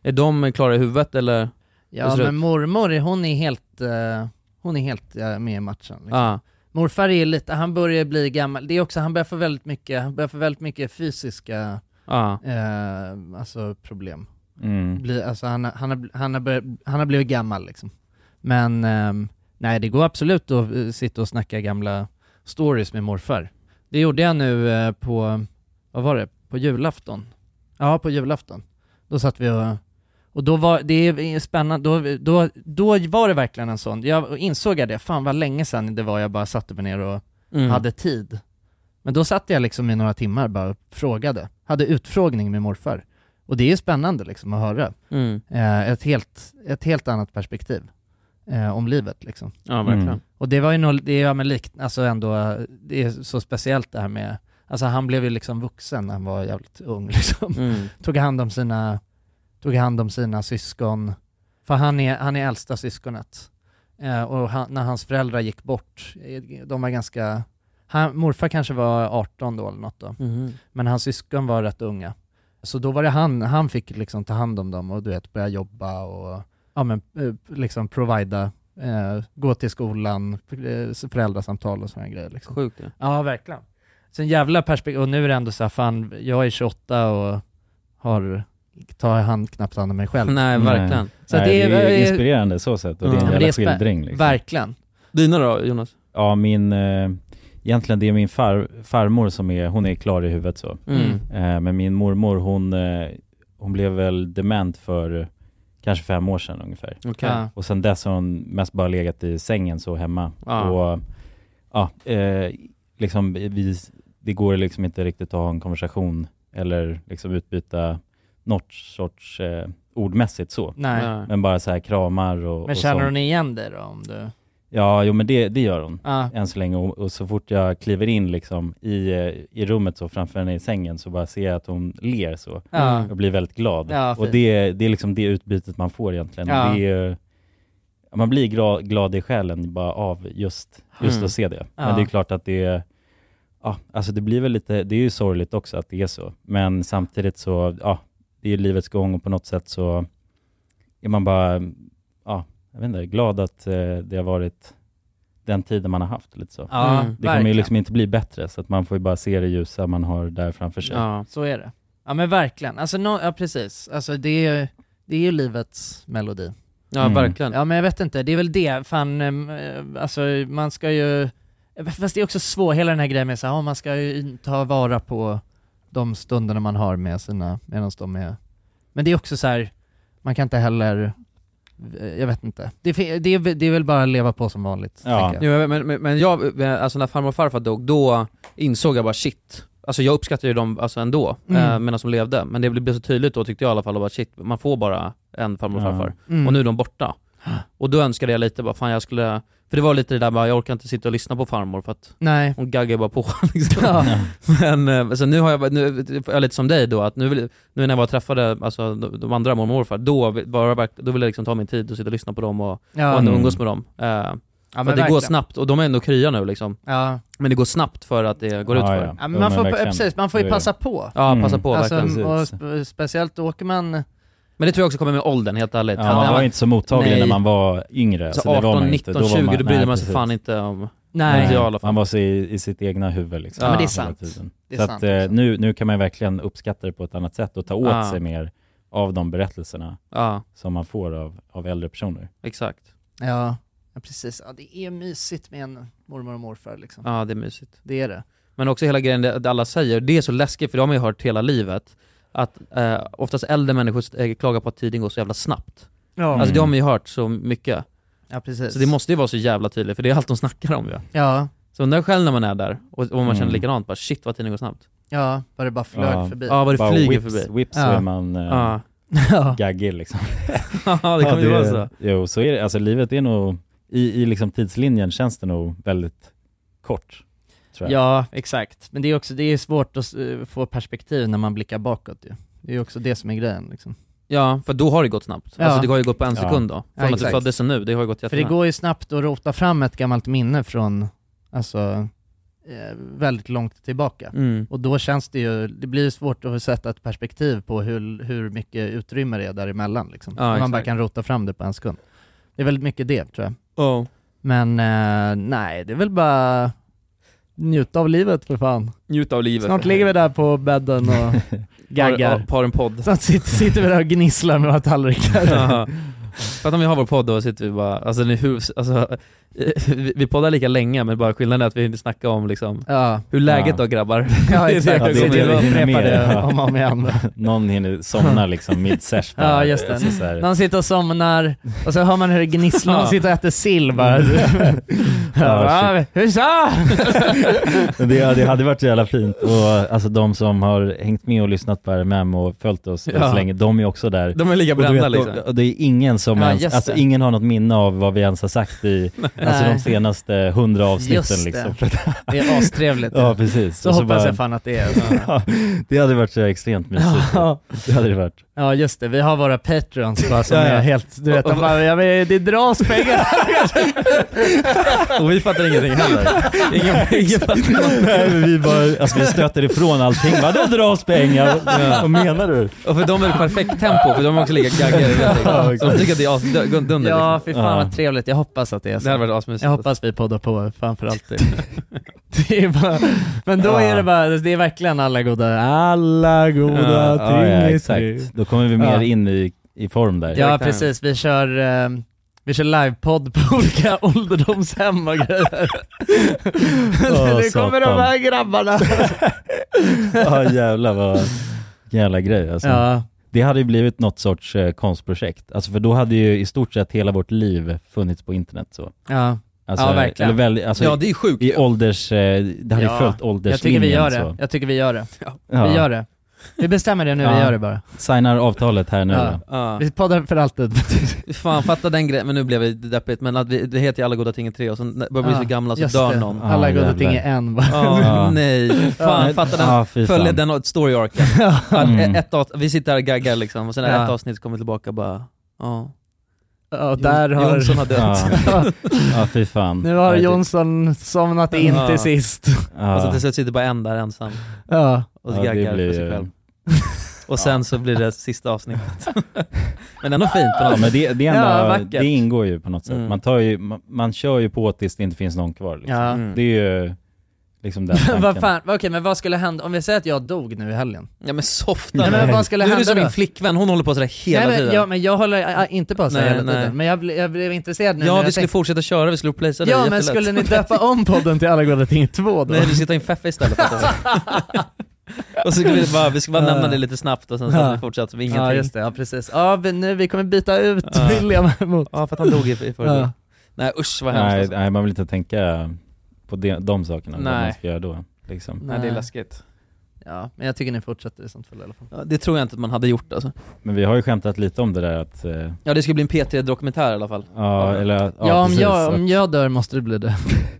Speaker 2: Är de klara i huvudet eller? Hur
Speaker 1: Ja
Speaker 2: ser det
Speaker 1: men
Speaker 2: ut?
Speaker 1: mormor, hon är helt, eh, hon är helt eh, med i matchen. Liksom.
Speaker 2: Ja.
Speaker 1: Morfar är lite, han börjar bli gammal, det är också, han börjar få väldigt mycket, han börjar få väldigt mycket fysiska
Speaker 2: Ja.
Speaker 1: eh, alltså problem.
Speaker 3: Mm.
Speaker 1: Bli, alltså han, har- han, har, han, har börjat, han har blivit gammal liksom. Men ehm, nej, det går absolut att eh, sitta och snacka gamla stories med morfar. Det gjorde jag nu eh, på, vad var det, på julafton? Ja, på julafton. Då satt vi och, och då var, det är spännande, då, då, då var det verkligen en sån, jag insåg det, fan vad länge sedan det var jag bara satte mig ner och
Speaker 2: Mm.
Speaker 1: hade tid. Men då satt jag liksom i några timmar bara och frågade, hade utfrågning med morfar. Och det är ju spännande liksom att höra.
Speaker 2: Mm.
Speaker 1: Eh, ett, helt, ett helt annat perspektiv eh, om livet liksom.
Speaker 2: Ja, verkligen. Mm.
Speaker 1: Och det var ju nog, det är ja, men likt, alltså ändå, eh, det är så speciellt det här med, alltså han blev ju liksom vuxen när han var jävligt ung liksom.
Speaker 2: Mm.
Speaker 1: Tog hand om sina, tog hand om sina syskon, för han är, han är äldsta syskonet. Eh, och han, när hans föräldrar gick bort, eh, de var ganska, han, morfar kanske var 18 då eller något då,
Speaker 2: Mhm.
Speaker 1: men hans syskon var rätt unga. Så då var det han, han fick liksom ta hand om dem och du vet, börja jobba och ja, men, eh, liksom provida, eh, gå till skolan, eh, föräldrasamtal och sådana grejer. Liksom.
Speaker 2: Sjukt ja.
Speaker 1: Ja, verkligen. Så en jävla perspektiv, och nu är det ändå så här, fan, jag är 28 och har, tar hand, knappt hand om mig själv.
Speaker 2: Nej, verkligen.
Speaker 1: Så
Speaker 3: Nej,
Speaker 1: det, är,
Speaker 3: inspirerande så sätt och det är en
Speaker 1: Ja, men
Speaker 3: jävla
Speaker 1: är spä-
Speaker 3: skildring. Liksom.
Speaker 1: Verkligen.
Speaker 2: Dina då Jonas?
Speaker 3: Ja, min, eh, egentligen det är min far, farmor som är, hon är klar i huvudet så.
Speaker 2: Mm.
Speaker 3: Eh, men min mormor hon, eh, hon blev väl dement för kanske fem år sedan ungefär.
Speaker 2: Okej. Ja.
Speaker 3: Och sen dess har hon mest bara legat i sängen så hemma.
Speaker 2: Ja.
Speaker 3: Och ja, eh, liksom vi, det går liksom inte riktigt att ha en konversation eller liksom utbyta något sorts eh, ordmässigt så.
Speaker 1: Nej. Nej.
Speaker 3: Men bara så här kramar och
Speaker 1: Men
Speaker 3: och
Speaker 1: känner
Speaker 3: sånt.
Speaker 1: hon igen dig då om du...
Speaker 3: Ja, jo men det, det gör hon
Speaker 1: Ja.
Speaker 3: än så länge och, och så fort jag kliver in liksom i, eh, i rummet så framför henne i sängen så bara ser jag att hon ler så.
Speaker 1: Ja.
Speaker 3: Jag blir väldigt glad.
Speaker 1: Ja,
Speaker 3: och
Speaker 1: fint.
Speaker 3: det, det är liksom det utbytet man får egentligen.
Speaker 1: Ja.
Speaker 3: Det är, ju- man blir gra, glad i själen bara av just, just
Speaker 2: Mm.
Speaker 3: att se det.
Speaker 2: Ja.
Speaker 3: Men det är klart att det är Ja, alltså det blir väl lite, det är ju sorgligt också att det är så, men samtidigt så, ja, det är ju livets gång och på något sätt så är man bara, ja, jag vet inte, glad att eh, det har varit den tiden man har haft lite så.
Speaker 1: Ja, Mm.
Speaker 3: det kommer ju
Speaker 1: verkligen.
Speaker 3: liksom inte bli bättre, så att man får ju bara se det ljusa man har där framför sig.
Speaker 1: Så är det. Ja men verkligen. Alltså, nå- ja precis. Alltså det är ju, det är ju livets melodi.
Speaker 2: Ja, Mm. verkligen.
Speaker 1: Ja men jag vet inte, det är väl det, fan, em, eh, alltså man ska ju, fast det är också svårt, hela den här grejen med så här, ja, man ska ju ta vara på de stunderna man har med sina, medan de är, men det är också så här, man kan inte heller, eh, jag vet inte. Det, är fi- det, är, väl- det är väl bara att leva på som vanligt. tänker jag.
Speaker 2: Jo, men, men, men jag, alltså när farmor och farfar dog, då insåg jag bara shit. Alltså jag uppskattar ju dem alltså ändå,
Speaker 1: Mm.
Speaker 2: eh, medan de levde. Men det blev så tydligt då tyckte jag i alla fall, bara, shit, man får bara en farmor och
Speaker 1: Ja.
Speaker 2: farfar.
Speaker 1: Mm.
Speaker 2: Och nu är de borta. Och då önskade jag lite bara, fan jag skulle, för det var lite det där bara, jag orkar inte sitta och lyssna på farmor för att
Speaker 1: Nej.
Speaker 2: hon gaggar ju bara på liksom. Men eh, så nu har jag, bara- nu, typ, jag är lite som dig då, att nu, vill, nu när jag var och träffade alltså, de, de andra mormor och morfar, då, vill- bara, verk- då vill jag liksom ta min tid och sitta och lyssna på dem och,
Speaker 1: Ja.
Speaker 2: och ändå
Speaker 1: Mm.
Speaker 2: umgås med dem. Eh, för
Speaker 1: men
Speaker 2: att det går
Speaker 1: verkligen.
Speaker 2: snabbt, och de är ändå krya nu liksom.
Speaker 1: Ja.
Speaker 2: Men det går snabbt för att det går
Speaker 1: Ja,
Speaker 2: ut för.
Speaker 1: ja. Ja, men man får, precis, man får ju passa på.
Speaker 2: Ja,
Speaker 3: Mm.
Speaker 2: passa på
Speaker 1: alltså,
Speaker 2: verkligen.
Speaker 1: och spe- Speciellt åker man
Speaker 2: Men det tror jag också kommer med åldern, helt ärligt.
Speaker 3: Ja, man var ju inte så mottaglig när man var yngre.
Speaker 2: Så,
Speaker 3: det var
Speaker 2: 18,
Speaker 3: man ju
Speaker 2: 19,
Speaker 3: inte. var
Speaker 2: 20,
Speaker 3: man-
Speaker 2: då brydde
Speaker 3: nej,
Speaker 2: man sig
Speaker 3: precis.
Speaker 2: fan inte om-
Speaker 1: Nej.
Speaker 2: Inte jag i alla fall.
Speaker 3: Man var så i, i sitt egna huvud liksom.
Speaker 2: Ja, men det är
Speaker 3: hela
Speaker 2: sant. Det är
Speaker 3: så
Speaker 2: sant
Speaker 3: att, eh,
Speaker 2: också.
Speaker 3: nu, nu kan man ju verkligen uppskatta det på ett annat sätt och ta åt
Speaker 2: Ja.
Speaker 3: sig mer av de berättelserna
Speaker 2: Ja.
Speaker 3: som man får av, av äldre personer.
Speaker 2: Exakt.
Speaker 1: Ja, ja precis. Ja, det är mysigt med en mormor och morfar liksom.
Speaker 2: Ja, det är mysigt.
Speaker 1: Det är det.
Speaker 2: Men också hela grejen det det alla säger, det är så läskigt för det har man ju hört hela livet, att eh, oftast äldre människor eh, klagar på att tiden går så jävla snabbt.
Speaker 1: Ja.
Speaker 2: Alltså
Speaker 1: Mm.
Speaker 2: det har man ju hört så mycket.
Speaker 1: Ja, precis.
Speaker 2: Så det måste ju vara så jävla tydligt, för det är allt de snackar om ju.
Speaker 1: Ja.
Speaker 2: Så undrar själv när man är där, och, och man
Speaker 1: Mm.
Speaker 2: känner likadant, bara shit vad tiden går snabbt.
Speaker 1: Ja, vad det bara flög
Speaker 2: Ja.
Speaker 1: förbi.
Speaker 2: Ja, vad det
Speaker 3: Bara
Speaker 2: flyger
Speaker 3: whips,
Speaker 2: förbi.
Speaker 3: Whips så
Speaker 2: Ja.
Speaker 3: är man eh,
Speaker 2: Ja.
Speaker 3: gaggig liksom.
Speaker 2: Ja, det kommer ju vara så.
Speaker 3: Jo, så är det. Alltså livet är nog, i, i liksom tidslinjen känns det nog väldigt kort. Tror jag.
Speaker 1: Ja, exakt. Men det är också det är svårt att eh, få perspektiv när man blickar bakåt ju. Det är ju också det som är grejen liksom.
Speaker 2: Ja, för då har det gått snabbt. Alltså det har ju gått på en
Speaker 1: Ja.
Speaker 2: sekund då.
Speaker 1: Ja,
Speaker 2: Från att du
Speaker 1: exakt.
Speaker 2: föddes och nu, det har ju gått
Speaker 1: För det
Speaker 2: jättenära.
Speaker 1: går ju snabbt att rota fram ett gammalt minne från, alltså, eh, väldigt långt tillbaka.
Speaker 2: Mm.
Speaker 1: Och då känns det ju, det blir ju svårt att sätta ett perspektiv på hur, hur mycket utrymme det är däremellan liksom.
Speaker 2: Ja,
Speaker 1: Om man
Speaker 2: exakt.
Speaker 1: bara kan rota fram det på en sekund. Det är väldigt mycket det tror jag.
Speaker 2: Ja.
Speaker 1: Men eh, nej, det är väl bara njuta av livet för fan.
Speaker 2: Njuta av livet.
Speaker 1: Snart ligger vi där på bädden och
Speaker 2: Har,
Speaker 1: gaggar.
Speaker 2: har- har en podd.
Speaker 1: Snart sitter, sitter vi där och gnisslar med våra tallrikar.
Speaker 2: Ja. För att om vi har vår podd då sitter vi bara, alltså, ni, hur, alltså vi, vi poddar lika länge men bara skillnaden är att vi inte snackar om liksom,
Speaker 1: Ja.
Speaker 2: hur läget
Speaker 3: Ja.
Speaker 2: då grabbar?
Speaker 1: Ja,
Speaker 2: Det är det
Speaker 1: exakt.
Speaker 2: jag
Speaker 1: Ja, det är det
Speaker 2: kommer
Speaker 1: vi
Speaker 2: ihåg.
Speaker 1: hinner med.
Speaker 3: Ja.
Speaker 1: om och om igen.
Speaker 3: Någon hinner somna liksom mid-sesh bara.
Speaker 1: Ja just
Speaker 3: Alltså, så här.
Speaker 1: det. Någon sitter och somnar och så hör man hur det gnisslar, någon
Speaker 3: Ja.
Speaker 1: sitter och äter sill bara.
Speaker 3: Ja,
Speaker 1: Ja, Hur så?
Speaker 3: Men Det, det hade varit så jävla fint och alltså de som har hängt med och lyssnat på RMM och följt oss
Speaker 2: Ja.
Speaker 3: så länge, de är också där.
Speaker 2: De är lika
Speaker 3: Och du vet,
Speaker 2: brända,
Speaker 3: och-
Speaker 2: liksom.
Speaker 3: Och det är ingen som
Speaker 2: Ja, just
Speaker 3: ens, alltså
Speaker 2: det.
Speaker 3: ingen har något minne av vad vi ens har sagt i, alltså
Speaker 1: Nej.
Speaker 3: de senaste hundra avsnitten
Speaker 1: Just det.
Speaker 3: liksom.
Speaker 1: Det är astrevligt.
Speaker 3: Ja precis.
Speaker 1: Så
Speaker 3: Och
Speaker 1: hoppas jag fan att det är.
Speaker 3: ja, det hade varit så extremt mysigt.
Speaker 1: Ja.
Speaker 3: Det hade det varit.
Speaker 1: Ja just det, vi har våra patreons bara som
Speaker 3: Ja, ja.
Speaker 1: är helt, du vet, de bara, ja, men det dras pengar.
Speaker 2: Och vi fattar ingenting heller. Ingen, ingen fattar.
Speaker 3: Nej, men vi bara, alltså vi stöter ifrån allting. Vadå dras pengar? Vad menar du?
Speaker 2: Och för dem är det perfekt tempo, för de är också lika gaggade. Så de tycker att det är asdunder
Speaker 1: Ja,
Speaker 2: liksom.
Speaker 1: fy fan vad trevligt. Jag hoppas att det är så.
Speaker 2: Det hade varit asmysigt.
Speaker 1: jag hoppas vi poddar på framförallt det. det är bara, men då är det bara, det är verkligen alla goda, alla goda ting
Speaker 3: ja,
Speaker 1: är tre.
Speaker 3: exakt. Då kommer vi mer
Speaker 1: Ja.
Speaker 3: in i, i form där.
Speaker 1: Ja precis, vi kör, eh, vi kör livepodd på olika ålderdomshem och grejer.
Speaker 3: Åh,
Speaker 1: nu kommer de
Speaker 3: satan.
Speaker 1: här grabbarna.
Speaker 3: Ja jävlar vad vilken jävla grej alltså.
Speaker 1: Ja.
Speaker 3: Det hade ju blivit något sorts eh, konstprojekt. Alltså för då hade ju i stort sett hela vårt liv funnits på internet så.
Speaker 1: Ja.
Speaker 3: Alltså,
Speaker 1: Ja, verkligen.
Speaker 3: Eller väl, alltså,
Speaker 1: Ja, det är sjukt.
Speaker 3: I ålders, eh, det hade ju följt
Speaker 1: Jag tycker
Speaker 3: ålderslinjen
Speaker 1: vi gör det.
Speaker 3: så.
Speaker 1: Jag tycker vi gör det.
Speaker 3: Ja.
Speaker 1: Vi gör det. Vi bestämmer det nu, vi
Speaker 3: Ja.
Speaker 1: gör det bara.
Speaker 3: Signar avtalet här nu
Speaker 2: Ja.
Speaker 3: då.
Speaker 2: Ja.
Speaker 1: Vi poddar för alltid.
Speaker 2: Fan fatta den grejen, men nu blev det deppigt, men att vi, det heter ju Alla goda ting är tre och sen börjar vi
Speaker 1: Ja,
Speaker 2: så gamla så
Speaker 1: just
Speaker 2: dör
Speaker 1: det.
Speaker 2: någon
Speaker 1: Alla goda ting är en, va?
Speaker 2: Ja,
Speaker 1: Ja.
Speaker 2: nej,
Speaker 1: Ja.
Speaker 2: fan fatta den,
Speaker 1: Ja, Ah, fy fan.
Speaker 2: följa den och- story arken
Speaker 1: Mm.
Speaker 2: ett, avsnitt- Vi sitter här och gaggar liksom, och sen är det
Speaker 1: Ja.
Speaker 2: ett avsnitt kommer tillbaka och bara, ja
Speaker 1: Ja, där
Speaker 2: Jon-
Speaker 1: har...
Speaker 2: Jonsson har dött
Speaker 1: Ja.
Speaker 3: Ja, fy fan.
Speaker 1: Nu har
Speaker 2: Ja, det-
Speaker 1: Jonsson somnat in till sist.
Speaker 2: Och så till slut sitter bara en där ensam
Speaker 1: Ja.
Speaker 2: och
Speaker 1: Ja, det
Speaker 2: gaggar
Speaker 1: blir
Speaker 2: för sig
Speaker 1: ju-
Speaker 2: själv Och sen så blir det sista avsnittet Men ändå fint på
Speaker 3: Ja,
Speaker 2: något
Speaker 3: men
Speaker 2: sätt
Speaker 3: det, det, är ändå, det ingår ju på något
Speaker 1: Mm.
Speaker 3: sätt. Man, tar ju, man, man kör ju på tills det inte finns någon kvar. Liksom.
Speaker 1: Ja. Mm.
Speaker 3: Det är ju liksom den tanken.
Speaker 1: vad fan, okej men vad skulle hända om vi säger att jag dog nu i helgen?
Speaker 2: Ja men softa
Speaker 1: Nej, men vad skulle
Speaker 2: Nu är
Speaker 1: hända
Speaker 2: du som
Speaker 1: då?
Speaker 2: min flickvän, hon håller på sådär hela
Speaker 1: Nej, men,
Speaker 2: tiden
Speaker 1: Ja men jag håller äh, inte på att säga
Speaker 2: Nej,
Speaker 1: hela tiden,
Speaker 2: nej.
Speaker 1: men jag, ble, jag blev intresserad nu
Speaker 2: Ja
Speaker 1: när
Speaker 2: vi
Speaker 1: jag
Speaker 2: skulle
Speaker 1: tänkte-
Speaker 2: fortsätta köra, vi skulle replacea det
Speaker 1: Ja men
Speaker 2: jättelätt.
Speaker 1: skulle ni döpa om podden till Alla goda ting 2 då?
Speaker 2: Nej vi skulle ta in Feffe istället Och så skulle vi bara, vi skulle bara nämna det lite snabbt och sen så hade vi fortsatt med ingenting
Speaker 1: Ja just det, ja precis. Ja vi, nu, vi kommer byta ut William mot...
Speaker 2: Ja för att han dog i, i förrgår
Speaker 1: Ja.
Speaker 2: Nej usch vad hemskt
Speaker 3: nej,
Speaker 2: alltså.
Speaker 3: nej, man vill inte tänka på de, de sakerna, vad
Speaker 2: Nej.
Speaker 3: man ska göra då. Liksom.
Speaker 2: Nej det är läskigt
Speaker 1: Ja, men jag tycker ni fortsätter i sånt fall i alla fall.
Speaker 2: ja, Det tror jag inte att man hade gjort alltså
Speaker 3: Men vi har ju skämtat lite om det där att, eh, ja,
Speaker 2: Ja det skulle bli en P3-dokumentär i alla fall
Speaker 3: eller ja,
Speaker 1: Ja, om,
Speaker 3: precis,
Speaker 1: jag, om
Speaker 3: att-
Speaker 1: jag dör måste det bli det.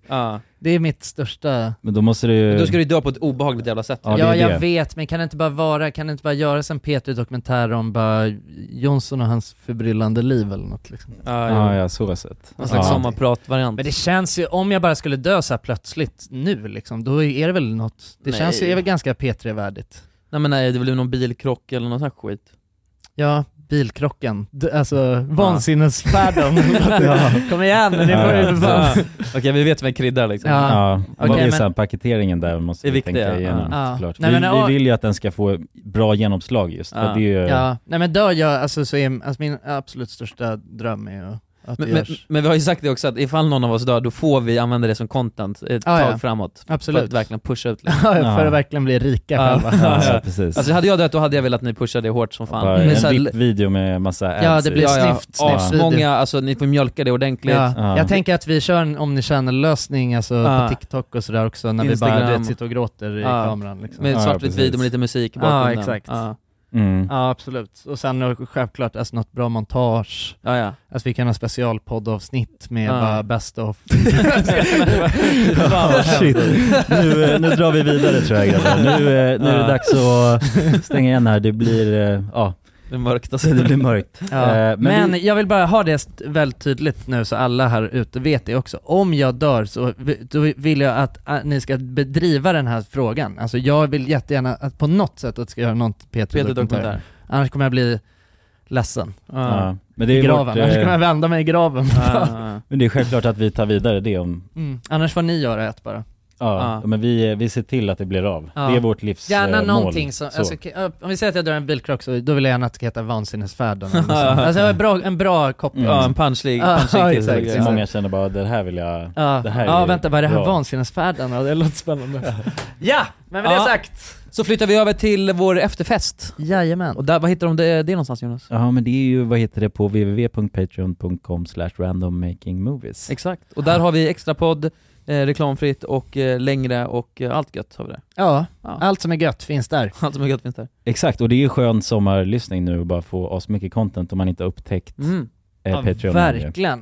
Speaker 2: Ja.
Speaker 1: Det är mitt största...
Speaker 3: Men då måste det ju...
Speaker 2: Då ska du dö på ett obehagligt jävla sätt
Speaker 1: Ja,
Speaker 3: det är
Speaker 1: jag
Speaker 3: det.
Speaker 1: vet, men kan det inte bara vara, kan det inte bara göras en P3-dokumentär om bara Jonsson och hans förbryllande liv eller något liksom?
Speaker 2: Ja,
Speaker 3: jo. Ja, ja, så har sett.
Speaker 2: Någon slags
Speaker 3: Ja.
Speaker 2: sommarpratvariant.
Speaker 1: Men det känns ju, om jag bara skulle dö så här plötsligt nu liksom, då är det väl något, det
Speaker 2: Nej.
Speaker 1: känns ju är väl ganska P3-värdigt.
Speaker 2: Nej men nej, det blir någon bilkrock eller någon sån här skit
Speaker 1: Ja, bilkrocken, D- alltså vansinnesfärden. Kom igen, nu får vi för fan.
Speaker 2: Okej vi vet vem kryddar liksom
Speaker 1: Ja.
Speaker 3: Ja,
Speaker 1: Okej,
Speaker 3: okay,
Speaker 1: men-
Speaker 3: men... paketeringen där måste
Speaker 2: Det är
Speaker 3: vi
Speaker 2: viktiga,
Speaker 3: tänka
Speaker 2: ja.
Speaker 3: igenom
Speaker 1: Ja.
Speaker 3: såklart.
Speaker 1: Nej,
Speaker 3: vi,
Speaker 1: men, ja.
Speaker 3: vi vill ju att den ska få bra genomslag just, för
Speaker 2: Ja.
Speaker 3: det är ju...
Speaker 1: Ja, nej men dör jag, alltså så är, alltså min absolut största dröm är ju att
Speaker 2: men,
Speaker 1: det
Speaker 2: men,
Speaker 1: görs.
Speaker 2: men vi har ju sagt det också att ifall någon av oss dör, då får vi använda det som content ett
Speaker 1: Ah,
Speaker 2: tag
Speaker 1: ja.
Speaker 2: framåt.
Speaker 1: Absolut.
Speaker 2: För att verkligen pusha ut
Speaker 1: Ja, för att verkligen bli rika
Speaker 2: Ja.
Speaker 1: själva.
Speaker 3: Ja, precis.
Speaker 2: Alltså hade jag dött, då hade jag velat att ni pushade det hårt som fan.
Speaker 3: Bara
Speaker 2: Men
Speaker 3: en
Speaker 2: så här-
Speaker 3: VIP-video med massa ads
Speaker 2: Ja, det
Speaker 3: i.
Speaker 2: blir snyft, ja, snyft. Många, alltså ni får mjölka det ordentligt.
Speaker 1: Ja. Jag tänker att vi kör en om ni känner-lösning alltså
Speaker 2: Ja.
Speaker 1: på TikTok och sådär också, när vi bara
Speaker 2: Instagram.
Speaker 1: du vet, sitter och gråter i
Speaker 2: Ja.
Speaker 1: kameran. Liksom.
Speaker 2: Med svartvit video med lite musik bakom
Speaker 1: Ja,
Speaker 2: den.
Speaker 1: exakt.
Speaker 2: Ja.
Speaker 3: Mm.
Speaker 1: Ja, absolut. Och sen och självklart alltså, något bra montage.
Speaker 2: Ja, ja.
Speaker 1: Alltså vi kan ha specialpoddavsnitt med
Speaker 2: Ja.
Speaker 1: bara best of.
Speaker 3: Ja, shit. Nu, eh, nu drar vi vidare tror jag grabbar. Nu, eh, nu är det
Speaker 2: Ja.
Speaker 3: dags att stänga igen här. Det blir, eh, ja.
Speaker 2: Det är mörkt alltså.
Speaker 3: Det blir mörkt.
Speaker 1: Ja.
Speaker 3: Eh,
Speaker 1: Men,
Speaker 3: vi-
Speaker 1: jag vill bara ha det st- väldigt tydligt nu så alla här ute vet det också. Om jag dör så vi- då vill jag att ah, ni ska bedriva den här frågan. Alltså jag vill jättegärna att på något sätt att ska göra något
Speaker 2: P3-dokumentär.
Speaker 1: P3-dokumentär. Annars kommer jag bli ledsen.
Speaker 3: Ja, men det är
Speaker 1: I graven.
Speaker 3: vårt, eh,
Speaker 1: Annars kommer jag vända mig i graven.
Speaker 3: Men det är självklart att vi tar vidare det om,
Speaker 1: Mm. Annars får ni göra ett bara.
Speaker 3: ja, men vi, eh, vi ser till att det blir av.
Speaker 1: Ja.
Speaker 3: Det är vårt livs
Speaker 1: Gärna
Speaker 3: eh, mål.
Speaker 1: någonting som,
Speaker 3: Så.
Speaker 1: alltså, k- om vi säger att jag drar en bilkrock så då vill jag gärna att det ska heta Vansinnesfärden eller något sånt. Alltså en bra, en bra koppling.
Speaker 2: Ja, en punchlig,
Speaker 1: Ja,
Speaker 2: punchlig liksom. till.
Speaker 1: exakt,
Speaker 2: så-
Speaker 1: exakt.
Speaker 3: Mm. Många känner bara, det här vill jag,
Speaker 1: Ja,
Speaker 3: det här
Speaker 1: ja
Speaker 3: är
Speaker 1: vänta, vad är det här
Speaker 3: bra.
Speaker 1: vansinnesfärden? Ja, Det låter spännande. ja, men med det
Speaker 2: Ja.
Speaker 1: sagt.
Speaker 2: Så flyttar vi över till vår efterfest.
Speaker 1: Jajamän.
Speaker 2: Och där, vad hittar de det, det någonstans Jonas?
Speaker 3: Ja men det är ju, vad heter det, på www.patreon.com slash randommakingmovies.
Speaker 2: Exakt. Och där har vi extra podd, eh, reklamfritt och eh, längre och eh, allt gött har vi där.
Speaker 1: Ja, allt som är gött finns där.
Speaker 2: Allt som är gött finns där.
Speaker 3: Exakt, och det är ju skön sommarlyssning nu och bara få asmycket mycket content om man inte har upptäckt
Speaker 2: Mm.
Speaker 3: eh, Patreon.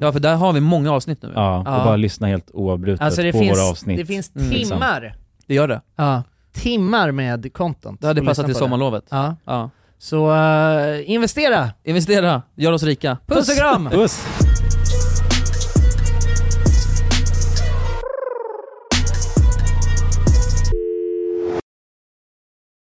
Speaker 2: Ja för där har vi många avsnitt nu.
Speaker 3: Ja, och bara lyssna helt oavbrutet
Speaker 1: Alltså det
Speaker 3: på
Speaker 1: finns,
Speaker 3: våra avsnitt.
Speaker 1: det finns
Speaker 3: Mm. Liksom.
Speaker 1: timmar.
Speaker 2: Det gör det.
Speaker 1: Ja, timmar med content.
Speaker 2: Det hade
Speaker 1: Och
Speaker 2: passat
Speaker 1: lyssna
Speaker 2: till
Speaker 1: på
Speaker 2: sommarlovet.
Speaker 1: Ja.
Speaker 2: Ja.
Speaker 1: Så eh, investera!
Speaker 2: Investera, gör oss rika.
Speaker 1: Puss och kram!
Speaker 2: Puss!